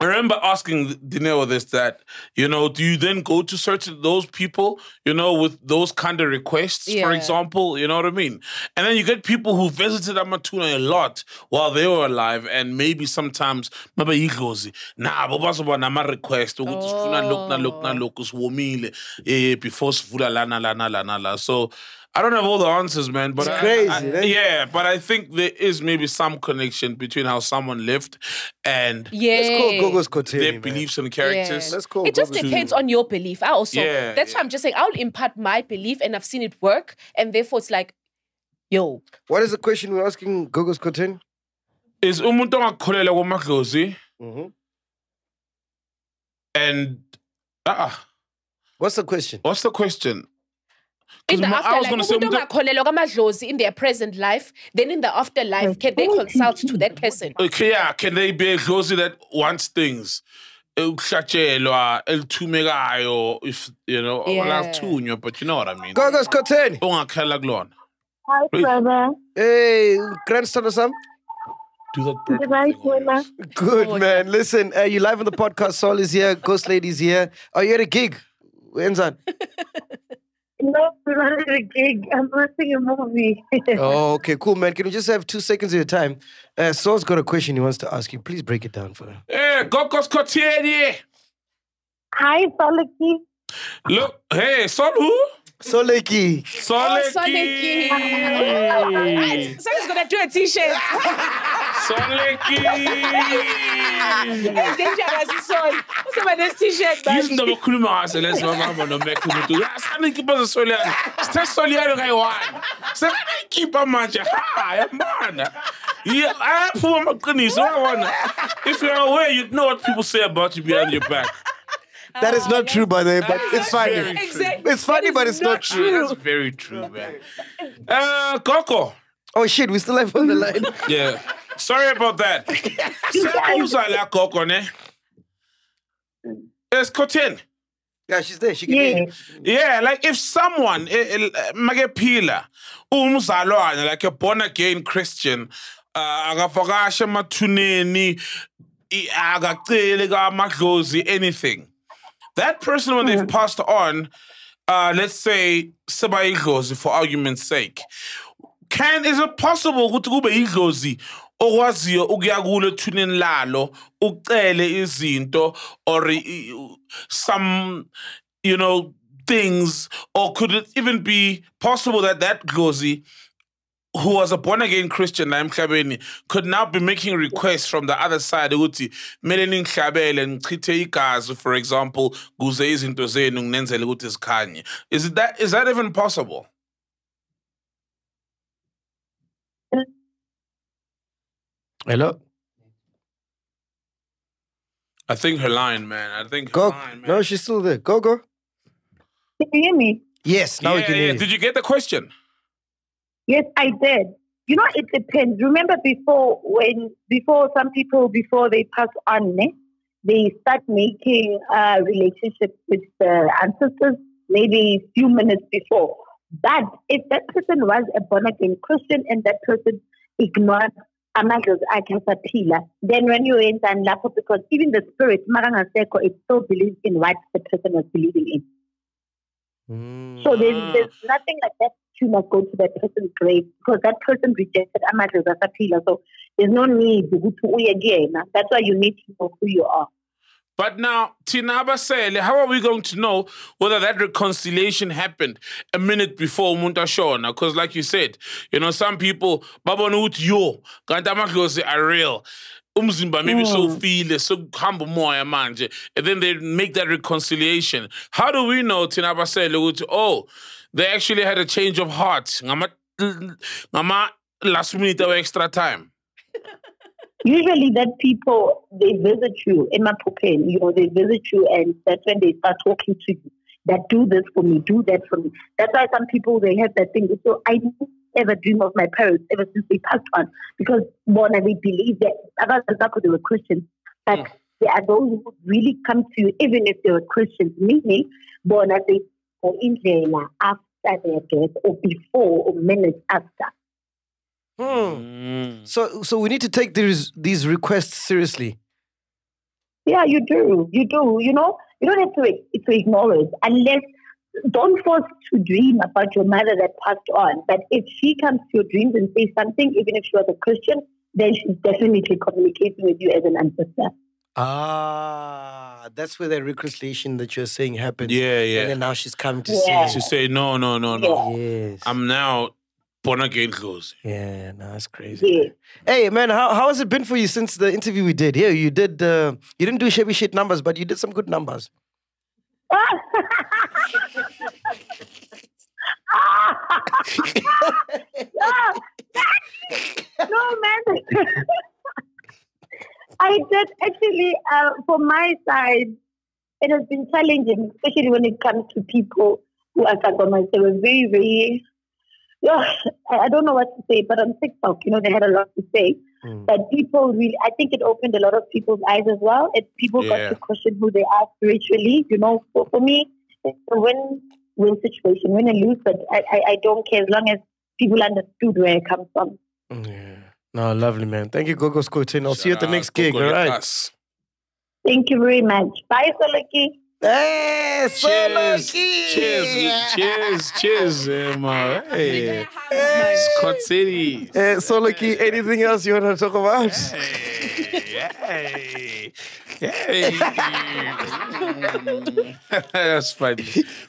Speaker 5: I remember asking Dineo this that, you know, do you then go to certain those people, you know, with those kind of requests,
Speaker 12: Yeah.
Speaker 5: for example, you know what I mean? And then you get people who visited Amatuna a lot while they were alive, and maybe sometimes, maybe he goes, nah, but what's about my request? ukuthi sifuna lokhu nalokhu nalokhu, siwomile, eh, before sivula lana lana lana la. So I don't have all the answers, man. But
Speaker 8: It's
Speaker 5: I-
Speaker 8: crazy,
Speaker 5: I-
Speaker 8: right?
Speaker 5: yeah, but I think there is maybe some connection between how someone lived and
Speaker 6: Yeah. Let's call Gogo's
Speaker 5: their beliefs and characters.
Speaker 6: Yeah. It just depends on your belief. I also.
Speaker 5: Yeah,
Speaker 6: that's why I'm just saying I'll impart my belief, and I've seen it work, and therefore it's like, yo.
Speaker 8: What is the question we're asking Gogo's Kotin?
Speaker 5: Is umuntu ongakholelwa kwamadlozi
Speaker 8: Mhm.
Speaker 5: and uh
Speaker 8: What's the question?
Speaker 5: What's the question? 'Cause
Speaker 6: In the
Speaker 5: ma- I was
Speaker 6: afterlife,
Speaker 5: gonna say
Speaker 6: umuntu ongakholelwa kwamadlozi in their present life, then in the afterlife, can they
Speaker 4: Oh,
Speaker 6: consult to that person?
Speaker 5: Okay, yeah, can they be a dlozi that wants things? eh, ukuhlatshelwa elithumekayo if you know
Speaker 6: Yeah.
Speaker 5: lasithunywa but you know what i mean
Speaker 8: Gogo's Kotin.
Speaker 5: ongakhalela kulona
Speaker 13: Hi,
Speaker 5: Please.
Speaker 13: brother.
Speaker 8: Hey, grandson or something?
Speaker 5: do that
Speaker 13: Goodbye, Shona.
Speaker 8: Good man. Listen, uh, you live on the podcast. Sol is here. Ghost Lady's here. Are you at a gig? Enzan.
Speaker 13: No, we're not at a gig. I'm watching a movie.
Speaker 8: Oh, okay, cool, man. Can we just have two seconds of your time? Uh, Sol's got a question he wants to ask you. Please break it down for him.
Speaker 5: Eh, Gokos Kotieri.
Speaker 13: Hi, Soliki.
Speaker 5: Look, hey, Sol who?
Speaker 8: Soleki.
Speaker 5: Soleki.
Speaker 6: Soleki. Someone's gonna do a t-shirt. It's dangerous, it's all. What's up with this t-shirt, man?
Speaker 5: Yizi ndoba okhuluma ngaso leso bahamba noMac umuntu. Asane ikhipha zesoliyane. Sithe soliyane kayi-one. Sekane ikhipha manje. Ha, yabona. Yeah, ayaphuma amaqiniso uyabona. If you're aware, you know what people say about you behind your back.
Speaker 8: That is
Speaker 6: Ah,
Speaker 8: not true, by the way, but it's funny.
Speaker 5: very true. Exactly.
Speaker 8: It's funny, but it's not true.
Speaker 5: That's very true, man. Uh, Coco.
Speaker 8: Oh shit, we still have on the line.
Speaker 5: Yeah. Sorry about that. Sekuza la Coco, ne? It's Cotin.
Speaker 8: Yeah, she's there. She
Speaker 5: can yeah. yeah, like if someone eh, magepila umzalwane like a born again Christian uh, akavakashe emathuneni i- akaceli kamadlozi anything. That person when they've passed on uh, let's say sebayidlozi for argument's sake. Can is it possible ukuthi kube yidlozi okwaziyo ukuya kulo ethuneni lalo ucele izinto or i- i- some you know things or could it even be possible that that glozy who was a born again Christian la emhlabeni could now be making requests from the other side ukuthi kumele ningihlabele ngichithe igazi for example kuze izinto zenu nginenzele ukuthi zikhanye is it that is that even possible
Speaker 8: Hello?
Speaker 5: I think her line man I think her
Speaker 8: Go.
Speaker 5: line man
Speaker 8: No, she's still there. Go, go.
Speaker 13: Can you hear me?
Speaker 8: Yes, now
Speaker 5: yeah,
Speaker 8: we can
Speaker 5: yeah.
Speaker 8: hear you.
Speaker 5: did you get the question
Speaker 13: Yes, I did. You know, it depends. Remember before when before some people before they pass on, ne, they start making uh, relationships with the ancestors maybe a few minutes before. But if that person was a born again Christian and that person ignored Amados Akasapila, then when you enter and laugh because even the spirit, Marangaseko, it still believes in what the person was believing in. So there's, there's nothing like that. You must go to that person's grave because that person rejected Amadreza Sapila. So there's no need to go to uye kuyena. That's why you need to know who you are.
Speaker 5: But now, Tinaba said, how are we going to know whether that reconciliation happened a minute before Munta Shona? Because, like you said, you know, some people, Babonut yo, Gantamaklosi are real. Umzimba maybe so feel so humble moya manje. And then they make that reconciliation. How do we know Tinaba said, oh, they actually had a change of heart? Ngama, ngama last minute or extra time.
Speaker 13: Usually, that people they visit you in Mapupen, you know, they visit you, and that's when they start talking to you. That do this for me, do that for me. That's why some people they have that thing. So I didn't ever dream of my parents ever since they passed on because one, they believe that about the fact that they were Christians, but there are those who really come to you even if they were Christians, meaning born as they or in jail after their death or before or minutes after.
Speaker 5: Mm.
Speaker 8: Hmm. So, so we need to take these these requests seriously.
Speaker 13: Yeah, you do. You do. You know, you don't have to, to ignore it unless, don't force to dream about your mother that passed on. But if she comes to your dreams and says something, even if she was a Christian, then she's definitely communicating with you as an ancestor.
Speaker 4: Ah, that's where that reconciliation that you're saying happens.
Speaker 5: Yeah, yeah.
Speaker 4: And then now she's coming to
Speaker 5: Yeah.
Speaker 4: see
Speaker 5: She
Speaker 4: you.
Speaker 5: say no, no, no, no.
Speaker 4: Yes.
Speaker 5: I'm now born again close.
Speaker 4: Yeah, no, that's crazy. Hey, man, how, how has it been for you since the interview we did? Yeah, you did. Uh, you didn't do shabby shit numbers, but you did some good numbers.
Speaker 13: Ah. Ah! no, man. I did actually, uh, for my side, it has been challenging, especially when it comes to people who are Sagomas. They were very, very, yeah, I I don't know what to say, but on TikTok, you know, they had a lot to say. But people really, I think it opened a lot of people's eyes as well. It, people
Speaker 5: Yeah.
Speaker 13: got to question who they are spiritually, you know. For, for me, it's a win win situation, win and lose, but I, I, I don't care as long as people understood where I come from.
Speaker 4: No, lovely, man. Thank you, Gogo Scotin. I'll see you at the next gig. All right.
Speaker 13: Thank you very much. Bye, Solaki.
Speaker 4: Hey,
Speaker 5: Cheers. Cheers. Cheers. Cheers. Emma. Hey. Scott City.
Speaker 4: Uh, so, Lucky, anything else you want to talk about?
Speaker 5: Hey. Hey. That's funny.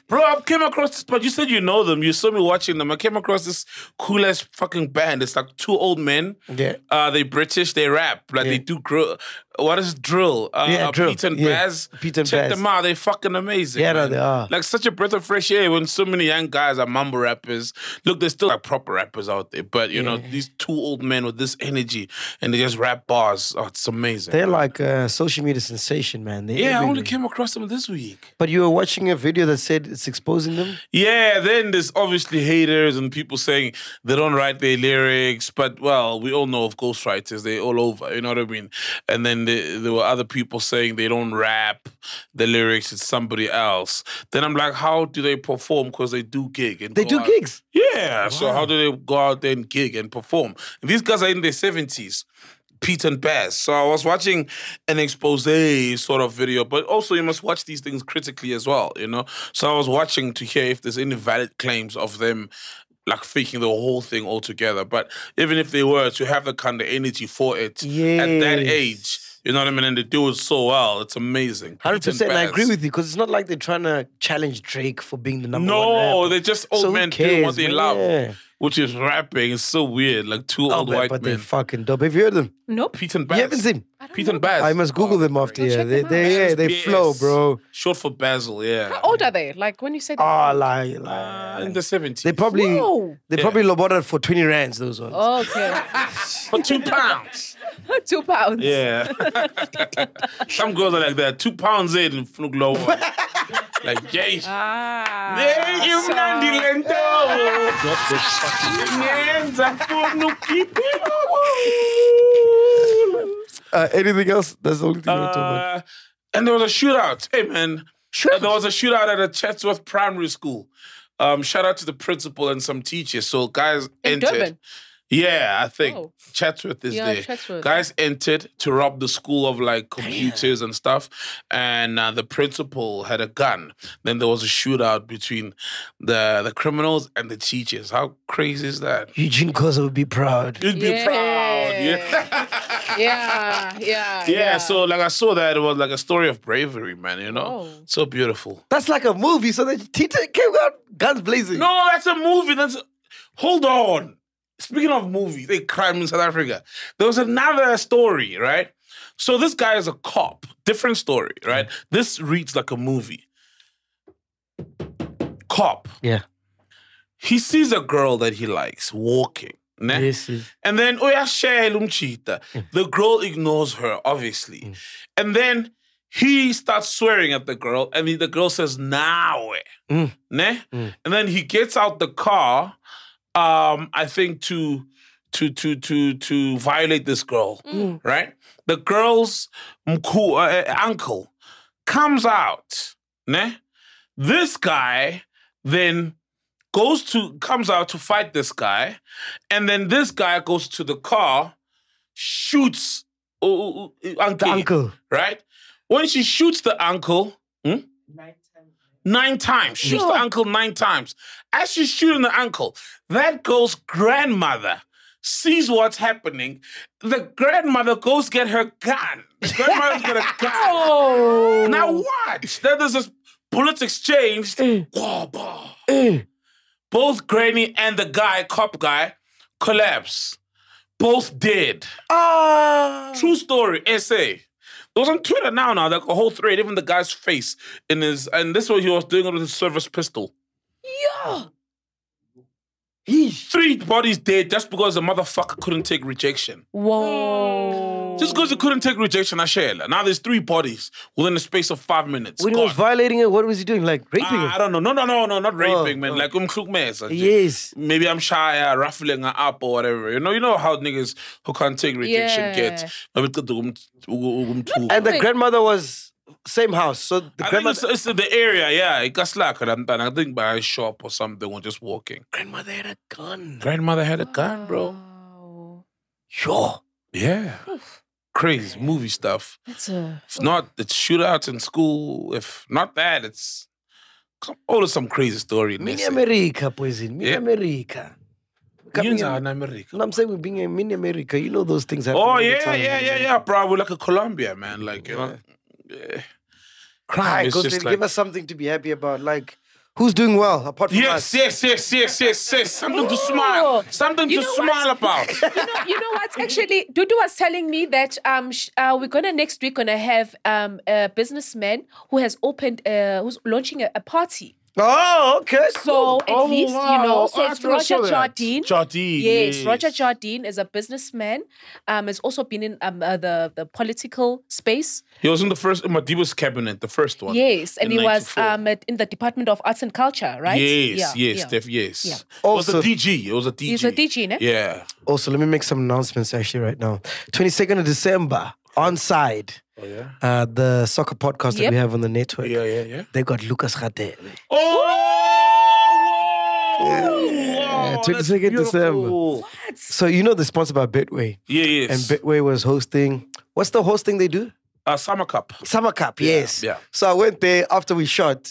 Speaker 5: Bro, I came across this, but you said you know them. You saw me watching them. I came across this cool ass fucking band. It's like two old men.
Speaker 4: Yeah.
Speaker 5: Uh, they British, they rap. Like they do grill. What is drill? Uh,
Speaker 4: Yeah, drill.
Speaker 5: Pete and
Speaker 4: Yeah.
Speaker 5: Baz.
Speaker 4: Pete and
Speaker 5: Check
Speaker 4: Baz.
Speaker 5: them out. They're fucking amazing.
Speaker 4: Yeah, no,
Speaker 5: man.
Speaker 4: they are.
Speaker 5: Like such a breath of fresh air when so many young guys are mumble rappers. Look, there's still like proper rappers out there, but you know, these two old men with this energy and they just rap bars. Oh, it's amazing.
Speaker 4: They're like a social media sensation, man. They're
Speaker 5: yeah, I only
Speaker 4: everywhere.
Speaker 5: came across them this week.
Speaker 4: But you were watching a video that said it's exposing them?
Speaker 5: Yeah, then there's obviously haters and people saying they don't write their lyrics, but well, we all know of ghostwriters, they're all over, you know what I mean? And then the, there were other people saying they don't rap the lyrics, it's somebody else. Then I'm like, how do they perform? Because they do gig. And
Speaker 4: They
Speaker 5: go
Speaker 4: do
Speaker 5: out-
Speaker 4: gigs?
Speaker 5: Yeah, so how do they go out there and gig and perform? And these guys are in their 70s. Pete and Bass. So I was watching an expose sort of video, but also you must watch these things critically as well, you know? So I was watching to hear if there's any valid claims of them like faking the whole thing altogether. But even if they were to have the kind of energy for it at that
Speaker 4: Yes.
Speaker 5: age, you know what I mean? And they do it so well. It's amazing. Pete and
Speaker 4: 100%. I
Speaker 5: Baz.
Speaker 4: agree with you because it's not like they're trying to challenge Drake for being the number one.
Speaker 5: No,
Speaker 4: rapper.
Speaker 5: they're just old
Speaker 4: So who
Speaker 5: men doing what
Speaker 4: cares,
Speaker 5: they
Speaker 4: man?
Speaker 5: love,
Speaker 4: Yeah.
Speaker 5: which is rapping. It's so weird. Like two
Speaker 4: Oh,
Speaker 5: old
Speaker 4: man,
Speaker 5: white
Speaker 4: but
Speaker 5: men.
Speaker 4: they're fucking dope. Have you heard them?
Speaker 5: Nope. Pete and Baz.
Speaker 4: You haven't seen?
Speaker 5: Pete and Baz.
Speaker 4: I must Google them after here. They, they, yeah, they
Speaker 5: Yes.
Speaker 4: flow, bro.
Speaker 5: Short for Basil, yeah.
Speaker 6: How old are they? Like when you say
Speaker 5: Uh,
Speaker 6: that.
Speaker 4: Oh, like, like.
Speaker 5: Ah, In the 70s.
Speaker 4: They probably,
Speaker 6: Whoa.
Speaker 4: they
Speaker 5: Yeah.
Speaker 4: probably loboted for 20 rands, those ones.
Speaker 6: okay.
Speaker 5: For two pounds.
Speaker 6: two pounds.
Speaker 5: Yeah. Some girls are like that. Two pounds in and flug lower. like, yay.
Speaker 6: Ah.
Speaker 5: Hey, you
Speaker 6: so-
Speaker 5: Nandi Lento.
Speaker 4: Uh, anything else? That's the only thing you want to talk about.
Speaker 5: Uh, and there was a shootout. Hey, man. And there was a shootout at a Chatsworth primary school. Um, shout out to the principal and some teachers. So guys
Speaker 6: In
Speaker 5: entered.
Speaker 6: Durban?
Speaker 5: Yeah, I think
Speaker 6: Oh.
Speaker 5: Chatsworth is
Speaker 6: Yeah,
Speaker 5: there.
Speaker 6: Chatsworth.
Speaker 5: Guys entered to rob the school of like computers and stuff, and uh, the principal had a gun. Then there was a shootout between the the criminals and the teachers. How crazy is that?
Speaker 4: Uh, Eugene Koza would be proud.
Speaker 5: You'd be
Speaker 6: Yeah.
Speaker 5: proud. Yeah.
Speaker 6: Yeah, yeah.
Speaker 5: Yeah, so like I saw that it was like a story of bravery, man. You know, so beautiful.
Speaker 4: That's like a movie. So the teacher came out guns blazing.
Speaker 5: No, that's a movie. That's hold on. Speaking of movies, they crime in South Africa. There was another story, right? So this guy is a cop. Different story, right? This reads like a movie. Cop.
Speaker 4: Yeah.
Speaker 5: He sees a girl that he likes walking. ne? And then oh, uyashayela umchita. The girl ignores her, obviously. And then he starts swearing at the girl, and the girl says, "Now." Ne? And then he gets out the car, um, I think to to to to to violate this girl, right? The girl's mku, uh, uh, uncle comes out, ne? This guy then goes to comes out to fight this guy, and then this guy goes to the car, shoots uh, uh, uh, uncle,
Speaker 4: uncle.
Speaker 5: right? When she shoots the uncle, hmm? nine times, shoots the uncle nine times. As she's shooting the uncle, that girl's grandmother sees what's happening. The grandmother goes get her gun. The grandmother's got a gun. Now watch. Then there's this bullets exchanged. Wah, bah. Both Granny and the guy, cop guy, collapse. Both dead. Ah. True story, essay. It was on Twitter now, now, like a whole thread, even the guy's face in his, and this was he was doing it with his service pistol.
Speaker 6: Yeah.
Speaker 5: Three bodies dead just because the motherfucker couldn't take rejection.
Speaker 6: Whoa.
Speaker 5: Just because he couldn't take rejection, I share. Now there's three bodies within the space of five minutes.
Speaker 4: When he was
Speaker 5: Gone.
Speaker 4: violating it, what was he doing? Like raping
Speaker 5: Ah, I
Speaker 4: her?
Speaker 5: don't know. No, no, no, no, not raping, man. Like um mess.
Speaker 4: oh, Yes.
Speaker 5: Maybe I'm shy, uh, ruffling her up or whatever. You know, you know how niggas who can't take rejection
Speaker 4: Yeah.
Speaker 5: gets. And um,
Speaker 4: And
Speaker 5: the
Speaker 4: the grandmother was same house. So the
Speaker 5: uh, I think
Speaker 4: grandmother
Speaker 5: it's, it's the area, yeah. It got slacker than that. I think by a shop or something, we're just walking.
Speaker 4: grandmother had a gun.
Speaker 5: Grandmother had a gun, bro.
Speaker 4: Sure.
Speaker 5: Yeah. Crazy movie stuff.
Speaker 6: That's a.
Speaker 5: If not, it's shootouts in school. If not that, it's come all of some crazy story. in
Speaker 4: Mini
Speaker 5: this.
Speaker 4: America, poison. Mini
Speaker 5: Yeah.
Speaker 4: America. Coming
Speaker 5: Unions are in
Speaker 4: America. No, I'm saying we're being in mini America. You know those things happen.
Speaker 5: Oh
Speaker 4: all the
Speaker 5: yeah,
Speaker 4: time.
Speaker 5: yeah, yeah, yeah, bro. We're like a Colombia, man. Like you know, yeah. crime
Speaker 4: Hi,
Speaker 5: is
Speaker 4: Ghostface,
Speaker 5: just like
Speaker 4: give us something to be happy about. Like, who's doing well apart from
Speaker 5: yes,
Speaker 4: us?
Speaker 5: yes, yes, yes, yes, yes. Something to smile, something
Speaker 6: You
Speaker 5: to
Speaker 6: know
Speaker 5: smile
Speaker 6: what?
Speaker 5: about.
Speaker 6: you know, you know what? Oh, Actually, Dudu was telling me that um, sh- uh, we're gonna next week gonna have um a businessman who has opened uh, who's launching a, a party.
Speaker 4: Oh, okay.
Speaker 6: So at
Speaker 5: Oh,
Speaker 6: least you
Speaker 5: wow.
Speaker 6: know. So
Speaker 5: I
Speaker 6: it's
Speaker 5: never
Speaker 6: Roger
Speaker 5: saw that.
Speaker 6: Jardine.
Speaker 5: Jardine,
Speaker 6: Yes,
Speaker 5: yes.
Speaker 6: Roger Jardine is a businessman. Um, has also been in um uh, the the political space.
Speaker 5: He was in the first in Madiba's cabinet, the first one.
Speaker 6: Yes, and
Speaker 5: in
Speaker 6: he was
Speaker 5: 94.
Speaker 6: um at- in the Department of Arts and Culture, right?
Speaker 5: Yes,
Speaker 6: Yeah,
Speaker 5: yes,
Speaker 6: yeah.
Speaker 5: def- yes.
Speaker 6: Yeah.
Speaker 5: it was a DG. It was a DG.
Speaker 6: He's a DG, ne?
Speaker 5: Yeah.
Speaker 4: Also, let me make some announcements actually right now. 22nd of December, on side.
Speaker 5: Oh yeah.
Speaker 4: Uh, the soccer podcast that
Speaker 5: Yep.
Speaker 4: we have on the network.
Speaker 5: Yeah, yeah, yeah.
Speaker 4: They got Lucas Radebe.
Speaker 5: Oh,
Speaker 4: Yeah, 22nd December. So you know they're sponsored by Betway.
Speaker 5: Yeah, yes.
Speaker 4: And Betway was hosting. What's the hosting they do?
Speaker 5: A Uh, summer cup.
Speaker 4: Summer Cup, yes.
Speaker 5: yeah.
Speaker 4: So I went there after we shot,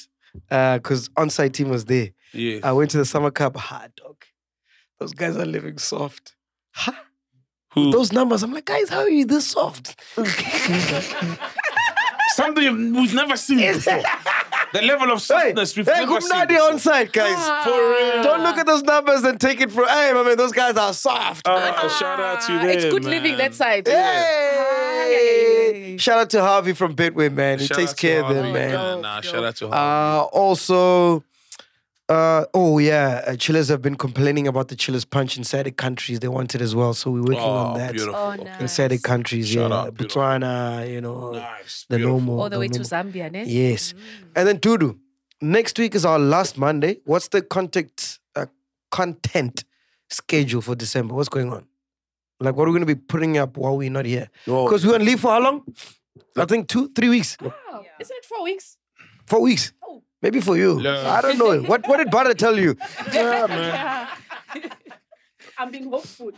Speaker 4: because on-site team was there.
Speaker 5: Yes.
Speaker 4: I went to the Summer Cup. Hard dog. Those guys are living soft. Huh?
Speaker 5: Who?
Speaker 4: Those numbers. I'm like, guys, how are you this soft?
Speaker 5: Something you've- we've never seen before. the level of softness we've
Speaker 4: Hey,
Speaker 5: never seen.
Speaker 4: Kumnadi on site, guys.
Speaker 11: Ah.
Speaker 4: Don't look at those numbers and take it for. Hey, my man, those guys are soft.
Speaker 5: Ah, shout out to them.
Speaker 6: It's good
Speaker 5: man.
Speaker 6: living that side.
Speaker 4: Hey! Shout out to Harvey from Bitway, man. He
Speaker 5: Shout
Speaker 4: takes
Speaker 5: out to
Speaker 4: care of them,
Speaker 5: Harvey.
Speaker 4: man.
Speaker 5: Nah, nah, shout out to Harvey.
Speaker 4: Uh, also, uh, oh yeah, uh, chillers have been complaining about the chillers punch in SADC countries. They want it as well, so we're working
Speaker 5: Oh,
Speaker 4: on that.
Speaker 5: beautiful. Oh,
Speaker 4: In SADC countries,
Speaker 5: Shout
Speaker 4: yeah,
Speaker 5: out, beautiful.
Speaker 4: Botswana, you know, the normal,
Speaker 6: All the way to
Speaker 4: normal.
Speaker 6: Zambia, ne?
Speaker 4: Yes,
Speaker 11: Mm.
Speaker 4: and then Dudu. Next week is our last Monday. What's the contact uh, content schedule for December? What's going on? Like, what are we going to be putting up while we're not here? Because we're on leave for how long? I think two, three weeks. No,
Speaker 6: Wow. Isn't it four weeks?
Speaker 4: Four weeks.
Speaker 11: Oh.
Speaker 4: Maybe for you. I don't know. What what did Bada tell you?
Speaker 6: Yeah, I'm being hopeful.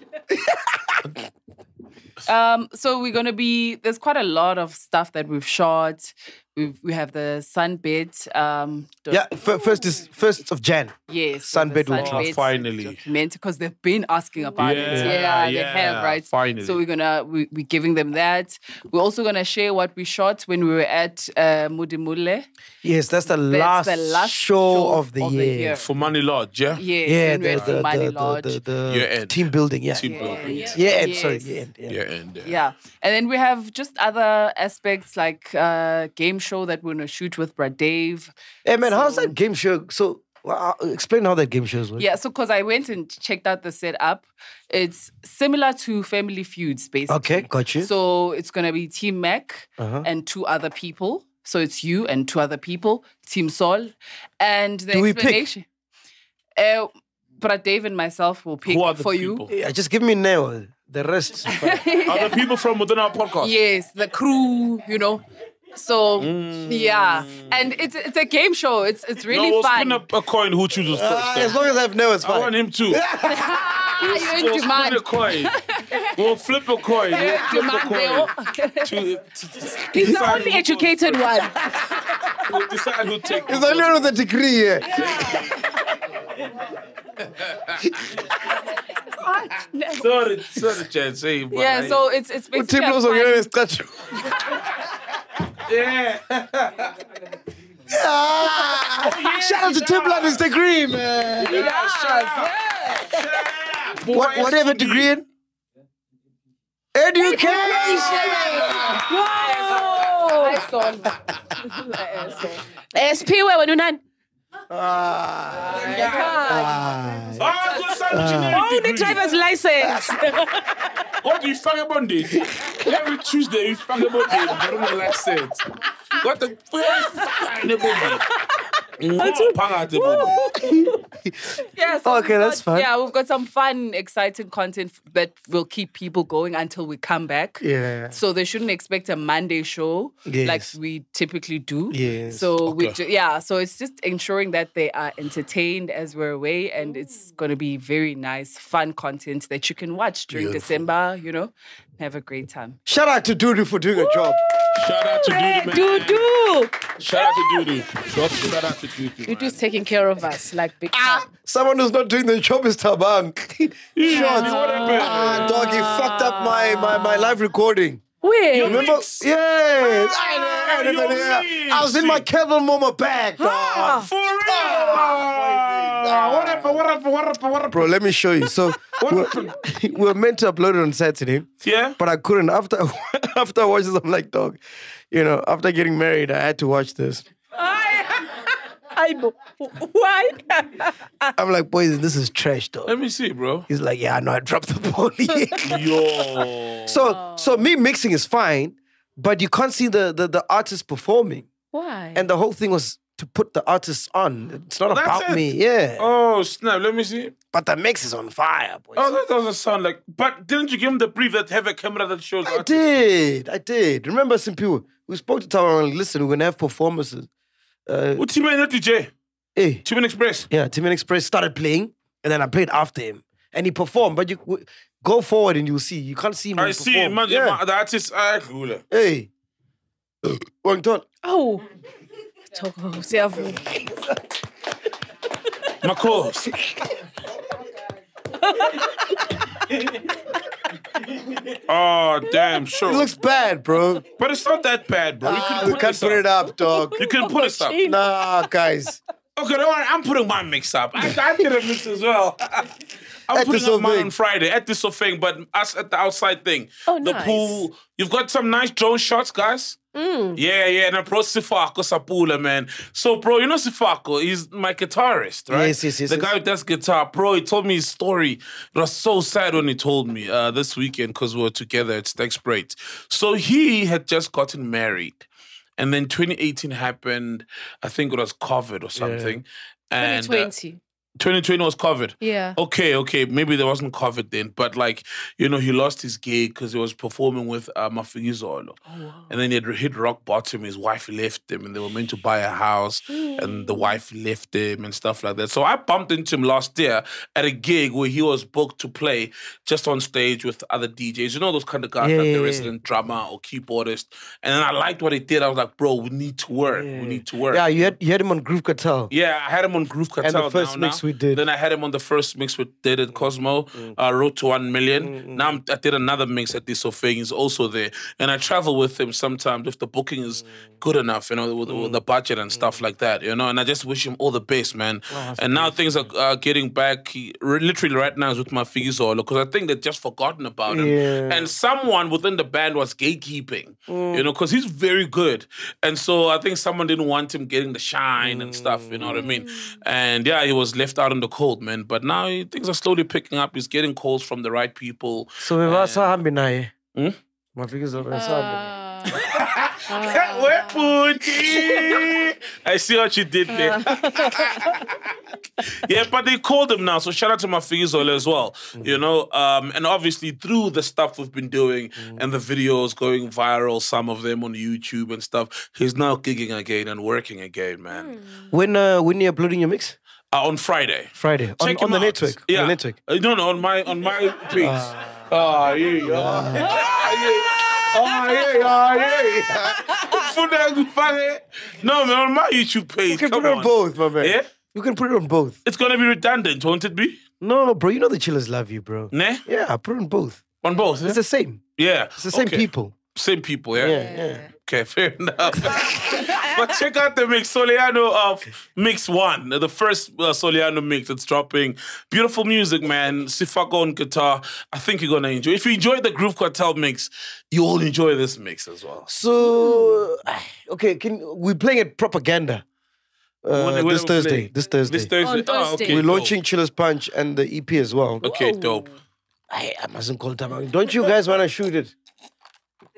Speaker 11: Um, so we're gonna be there's quite a lot of stuff that we've shot. We've we have the sunbed. Um, doc-
Speaker 4: Yeah, fir- first is first of Jan.
Speaker 11: Yes, so the
Speaker 4: Sunbed will drop.
Speaker 11: Sunbed document because they've been asking about it.
Speaker 4: Yeah,
Speaker 11: Yeah,
Speaker 4: yeah,
Speaker 11: they have, right?
Speaker 5: finally.
Speaker 11: So we're gonna we, we're giving them that. We're also gonna share what we shot when we were at uh, Mudimule.
Speaker 4: Yes, that's the last,
Speaker 11: That's the last
Speaker 4: show, of, the, year.
Speaker 5: For Money Lodge, yeah?
Speaker 11: Yes,
Speaker 4: Yeah,
Speaker 11: when we
Speaker 4: the,
Speaker 11: were at
Speaker 4: the,
Speaker 11: Money
Speaker 4: the,
Speaker 11: Lodge.
Speaker 4: the, the, the
Speaker 5: Year end.
Speaker 4: team building. Yeah,
Speaker 5: Team building.
Speaker 4: Yeah,
Speaker 11: yeah.
Speaker 4: end, sorry,
Speaker 11: Yes.
Speaker 4: yeah, end, yeah.
Speaker 5: Yeah, and uh,
Speaker 11: Yeah. And then we have just other aspects like uh game show that we're gonna shoot with Brad Dave.
Speaker 4: Hey man, how's that game show? So well, uh, explain how that game shows work.
Speaker 11: Yeah, so because I went and checked out the setup, it's similar to Family Feuds, basically.
Speaker 4: Okay, got you.
Speaker 11: So it's gonna be Team Mac
Speaker 4: Uh-huh.
Speaker 11: and two other people. So it's you and two other people, Team Sol, and the
Speaker 4: Do we pick?
Speaker 11: explanation. Uh, Brad Dave and myself will pick for you.
Speaker 4: Yeah, just give me now. The rest.
Speaker 5: Are the people from within our podcast?
Speaker 11: Yes, the crew, you know. So yeah, and it's it's a game show. It's it's really
Speaker 5: Mm. no, we'll
Speaker 11: fun.
Speaker 5: spin up a coin who
Speaker 4: Uh,
Speaker 5: chooses first.
Speaker 4: as long as I've known, it's
Speaker 5: fine. I want him too.
Speaker 11: Ah, You're in
Speaker 5: We'll spin
Speaker 11: demand.
Speaker 5: a coin. We'll flip a coin. We'll
Speaker 11: Yeah,
Speaker 5: flip a
Speaker 11: Mandeo.
Speaker 5: coin. To, to-
Speaker 2: He's the
Speaker 5: decide
Speaker 2: only
Speaker 5: who-
Speaker 2: educated one.
Speaker 5: We'll decide who take
Speaker 4: It's only one with a degree here.
Speaker 5: Sorry, sorry, Chad. Say, but
Speaker 11: yeah,
Speaker 5: I-
Speaker 11: so it's it's basically a
Speaker 4: Tiplos
Speaker 11: fun-
Speaker 4: ongena nesiqatsho.
Speaker 5: Yeah.
Speaker 4: Shout out to Timlan, it's degree, man. What, whatever degree in? Education!
Speaker 2: Wow. SP Eh, where were you nine? Oh, the driver's license.
Speaker 5: What do you fucking Monday? Every Tuesday you fucking Monday. I don't know like said. What the fuck?
Speaker 11: Yeah, so
Speaker 4: Okay,
Speaker 11: we've
Speaker 4: that's
Speaker 11: got-
Speaker 4: fine.
Speaker 11: Yeah, we've got some fun, exciting content f- that will keep people going until we come back.
Speaker 6: Yeah.
Speaker 11: So they shouldn't expect a Monday show like
Speaker 6: Yes.
Speaker 11: we typically do.
Speaker 6: Yes.
Speaker 11: So we
Speaker 6: Okay.
Speaker 11: ju- yeah, so it's just ensuring that they are entertained as we're away and it's going to be very nice fun content that you can watch during
Speaker 4: Beautiful.
Speaker 11: December, you know. Have a great time.
Speaker 4: Shout out to Dudu for doing a job.
Speaker 5: Shout out to
Speaker 11: Hey,
Speaker 5: Dudu.
Speaker 11: Dudu.
Speaker 5: Shout out to Dudu. Shout- Shout out to Dudu.
Speaker 2: You're just taking care of us like big
Speaker 5: Ah.
Speaker 2: time.
Speaker 4: Someone who's not doing their job is Taban. Shots. Ah, dog, he fucked up my, my, my live recording.
Speaker 2: Wait.
Speaker 4: You remember? Yes. I, know, I, know, yeah. I was in my Kevin Moma bag, dog.
Speaker 5: For real? Ah, what happened? What happened? What happened? What happened?
Speaker 4: Bro, let me show you. So we're, we're meant to upload it on Saturday.
Speaker 5: Yeah.
Speaker 4: But I couldn't. After after I watched this, I'm like, dog, you know, after getting married, I had to watch this.
Speaker 2: I, why?
Speaker 4: I'm like, boys, this is trash, dog.
Speaker 5: Let me see, bro.
Speaker 4: He's like, yeah, I know I dropped the ball.
Speaker 5: Yo.
Speaker 4: so so me mixing is fine, but you can't see the the, the artist performing.
Speaker 2: Why?
Speaker 4: And the whole thing was to put the artist on. It's not
Speaker 5: That's
Speaker 4: about
Speaker 5: it.
Speaker 4: me. Yeah.
Speaker 5: Oh, snap. Let me see.
Speaker 4: But the mix is on fire, boys.
Speaker 5: Oh, that doesn't sound like. But didn't you give him the brief that have a camera that shows?
Speaker 4: I did. I did. Remember Simpiwe? We spoke to Tawang like, listen, we're gonna have performances. Uh
Speaker 5: What Timmy and DJ?
Speaker 4: Hey.
Speaker 5: Timon Express.
Speaker 4: Yeah, Timon Express started playing, and then I played after him. And he performed, but you w- go forward and you'll see. You can't see him. when
Speaker 5: I
Speaker 4: he
Speaker 5: see.
Speaker 4: performed.
Speaker 5: Man,
Speaker 4: Yeah.
Speaker 5: yeah. the artist. ah, I cool.
Speaker 4: Hey. Wang Ton.
Speaker 2: Oh. Talk of yourself.
Speaker 5: My course. Oh damn, sure. It looks
Speaker 4: bad, bro.
Speaker 5: But it's not that bad, bro. You can
Speaker 4: Ah,
Speaker 5: put
Speaker 4: we can't
Speaker 5: this
Speaker 4: put it up, dog.
Speaker 5: You can put it up.
Speaker 4: Nah, guys.
Speaker 5: Okay, don't worry. I'm putting my mix up. I, I did a mix as well. I'm
Speaker 4: At the
Speaker 5: putting up mine
Speaker 4: Sauvignon.
Speaker 5: on Friday at this whole thing, but us at the outside thing.
Speaker 2: Oh,
Speaker 5: the
Speaker 2: nice.
Speaker 5: pool. You've got some nice drone shots, guys.
Speaker 2: Mm.
Speaker 5: Yeah, yeah, and bro Sifako Sapula, man. So, bro, you know Sifako, he's my guitarist, right?
Speaker 4: Yes, yes, yes,
Speaker 5: The
Speaker 4: yes.
Speaker 5: guy with does guitar, bro, he told me his story. It was so sad when he told me uh, this weekend because we were together at Stack Sprite. So he had just gotten married. And then 2018 happened. I think it was COVID or something. And, uh,
Speaker 2: 2020.
Speaker 5: 2020 was COVID.
Speaker 2: Yeah.
Speaker 5: Okay, okay. Maybe there wasn't COVID then, but like, you know, he lost his gig because he was performing with uh,
Speaker 4: Oh,
Speaker 5: Mafingizolo. And then he had hit rock bottom. His wife left him and they were meant to buy a house and the wife left him and stuff like that. So I bumped into him last year at a gig where he was booked to play just on stage with other DJs. You know, those kind of guys,
Speaker 4: Yeah,
Speaker 5: like
Speaker 4: yeah,
Speaker 5: the
Speaker 4: yeah.
Speaker 5: resident drummer or keyboardist. And then I liked what he did. I was like, bro, we need to work. We need to work.
Speaker 4: Yeah, you had you had him on Groove Cartel.
Speaker 5: Yeah, I had him on Groove Cartel.
Speaker 4: And the first
Speaker 5: now,
Speaker 4: mix
Speaker 5: now.
Speaker 4: we did. Mm,
Speaker 5: Then I had him on the first mix we did at Cosmo. I wrote to One Million. Now I'm, I did another mix at this thing. He's also there, and I travel with him sometimes if the booking is
Speaker 4: Mm.
Speaker 5: good enough, you know, with, with the budget and stuff like that, you know. And I just wish him all the best, man.
Speaker 4: Oh,
Speaker 5: and now things are are getting back. He, re- literally right now is with my figures all because I think they've just forgotten about him.
Speaker 4: Yeah.
Speaker 5: And someone within the band was gatekeeping, you know, because he's very good. And so I think someone didn't want him getting the shine and stuff, you know what I mean? And yeah, he was left out in the cold, man. But now he- things are slowly picking up. He's getting calls from the right people.
Speaker 4: So we were sahambi naye.
Speaker 5: Hmm?
Speaker 4: My fingers are
Speaker 5: Uh.
Speaker 4: sahambi.
Speaker 5: Where Puti? I see what you did there. yeah, but they called him now. So shout out to my Mafizol as well. You
Speaker 4: Mm-hmm.
Speaker 5: know, um, and obviously through the stuff we've been doing
Speaker 4: Mm-hmm.
Speaker 5: and the videos going viral, some of them on YouTube and stuff, he's now gigging again and working again, man.
Speaker 4: When uh, when you uploading your mix?
Speaker 5: Uh, on Friday.
Speaker 4: Friday on,
Speaker 5: Check
Speaker 4: on
Speaker 5: him
Speaker 4: the
Speaker 5: out.
Speaker 4: network.
Speaker 5: Yeah.
Speaker 4: On the network.
Speaker 5: Uh, No, no, on my on my page. Ah, yeah. Ah, yeah. Ah, yeah. Ah, yeah. Food that you fucking- eh? No, man, on my YouTube page. You
Speaker 4: can put it on both, my man.
Speaker 5: Yeah?
Speaker 4: You can put it on both.
Speaker 5: It's going to be redundant, won't it be?
Speaker 4: No, no, bro. You know the chillers love you, bro.
Speaker 5: Nah?
Speaker 4: Yeah, put it on both.
Speaker 5: On both?
Speaker 4: It's the same.
Speaker 5: Yeah.
Speaker 4: It's the same
Speaker 5: Okay.
Speaker 4: people.
Speaker 5: Same people, yeah?
Speaker 4: Yeah, yeah.
Speaker 5: Okay, fair enough. but check out the mix, Soliano of Mix One, the first uh, Soliano mix that's dropping. Beautiful music, man. Sifako on guitar. I think you're gonna enjoy. If you enjoyed the Groove Cartel mix, you'll enjoy this mix as well.
Speaker 4: So, okay, can we're playing it propaganda. Uh,
Speaker 5: When- when
Speaker 4: this
Speaker 5: are we playing?
Speaker 4: Thursday. This Thursday.
Speaker 5: This Thursday. On Ah, Thursday. okay,
Speaker 4: We're
Speaker 5: dope.
Speaker 4: launching Chillers Punch and the EP as well.
Speaker 5: Okay, dope.
Speaker 4: I, I mustn't call Tabang. Don't you guys want to shoot it?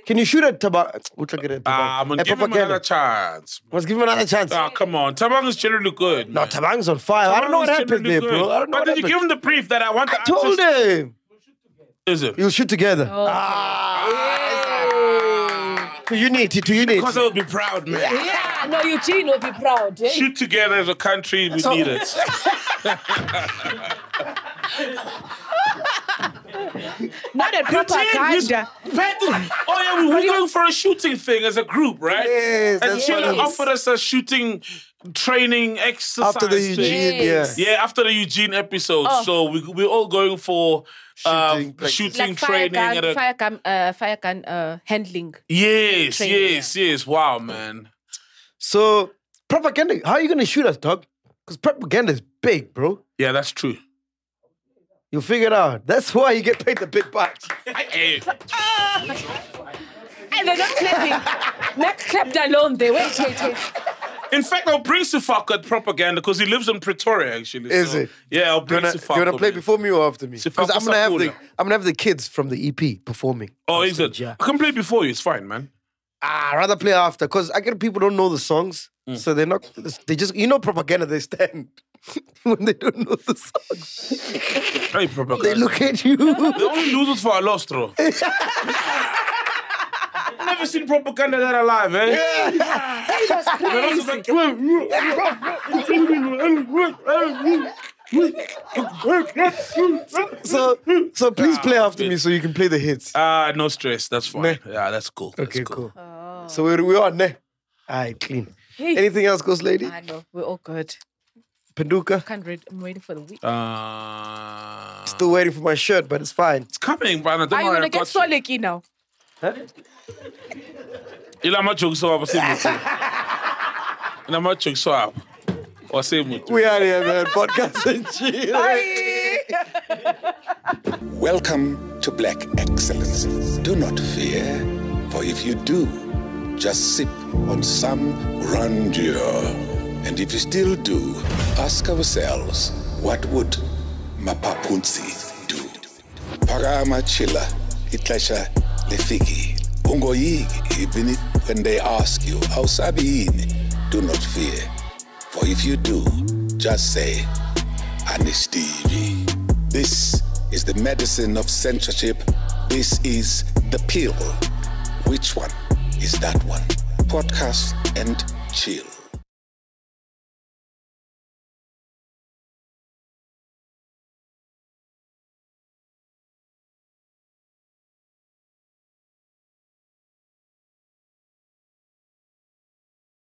Speaker 4: Can you shoot at Tabang? We'll try to get at
Speaker 5: Ah,
Speaker 4: Tabang.
Speaker 5: I'm gonna
Speaker 4: At
Speaker 5: give him
Speaker 4: propaganda.
Speaker 5: another chance.
Speaker 4: Let's give him another chance.
Speaker 5: Ah, come on. Tabang is generally good. No,
Speaker 4: Tabang's on fire. I don't know what happened there, bro. I don't know
Speaker 5: But
Speaker 4: what
Speaker 5: did you give
Speaker 4: happened.
Speaker 5: him the brief that I want the
Speaker 4: I told
Speaker 5: artist-
Speaker 4: him.
Speaker 5: Is it? Ah,
Speaker 4: You'll shoot together.
Speaker 6: Oh.
Speaker 4: To unity, to unity.
Speaker 5: Because I would be proud, man.
Speaker 6: Yeah, no, Eugene will be proud. eh?
Speaker 5: Shoot together as a country, we
Speaker 6: So-
Speaker 5: need it.
Speaker 6: Not a proper
Speaker 5: propaganda. oh yeah, we were going for a shooting thing as a group, right?
Speaker 4: Yes,
Speaker 5: and
Speaker 4: that's
Speaker 5: Sheila
Speaker 4: what it is.
Speaker 5: offered us a shooting training exercise
Speaker 4: After the
Speaker 5: thing.
Speaker 4: Eugene, Yes. yeah.
Speaker 5: yeah, after the Eugene episode.
Speaker 6: Oh.
Speaker 5: So we we're all going for uh, shooting,
Speaker 6: fire
Speaker 5: training
Speaker 6: gun,
Speaker 5: at a
Speaker 6: fire gun, uh, fire gun uh, handling.
Speaker 5: yes,
Speaker 6: training,
Speaker 5: yes, yes. Wow, man.
Speaker 4: So, propaganda. How are you going to shoot us, dog? Because propaganda is big, bro.
Speaker 5: Yeah, that's true.
Speaker 4: You'll figure it out. That's why you get paid the big bucks.
Speaker 5: Hey,
Speaker 6: And they're not clapping. not clapped alone. They wait, wait, wait.
Speaker 5: In fact, I'll bring Sifak at propaganda because he lives in Pretoria, actually.
Speaker 4: Is
Speaker 5: so-
Speaker 4: it?
Speaker 5: Yeah, I'll
Speaker 4: Do you
Speaker 5: bring
Speaker 4: wanna- do
Speaker 5: Sifak.
Speaker 4: you want to play before me or after me? Because
Speaker 5: Sifako
Speaker 4: I'm gonna have the
Speaker 5: Sakula.
Speaker 4: I'm gonna have the kids from the E EP performing.
Speaker 5: Oh, is it? I can play before you. It's fine, man.
Speaker 4: Ah, I rather play after because I get people don't know the songs,
Speaker 5: Mm.
Speaker 4: so they're not. They just you know propaganda. They stand when they don't know the songs.
Speaker 5: Hey, propaganda.
Speaker 4: They look at you.
Speaker 5: The only losers for our lost, bro. Never seen propaganda that alive, eh?
Speaker 4: so so please play after me so you can play the hits.
Speaker 5: Ah, no stress. That's fine. Yeah, that's cool. That's
Speaker 4: okay, cool. So we're we on there. All right, clean. Anything else, Ghost Lady?
Speaker 6: I know. We're all good.
Speaker 4: Panduka.
Speaker 6: Can't read. I'm waiting for the week.
Speaker 5: Uh,
Speaker 4: Still waiting for my shirt, but it's fine.
Speaker 5: It's coming, man. I don't
Speaker 6: Are you
Speaker 5: know.
Speaker 6: gonna
Speaker 5: I
Speaker 6: get
Speaker 5: got
Speaker 6: Soleki now?
Speaker 5: you. Ila machuk so apa simu. Ila machuk so apa. Wasimu.
Speaker 4: We are here, man. Podcast and chill.
Speaker 1: Welcome to Black Excellence. Do not fear, for if you do, just sip on some grandeur. And if you still do, ask ourselves, what would Mapapunzi do? Parama chila, itlesha lefiki. Ungoyiki, even if when they ask you, how sabiini, do not fear. For if you do, just say, Anistivi. This is the medicine of censorship. This is the pill. Which one is that one? Podcast and chill.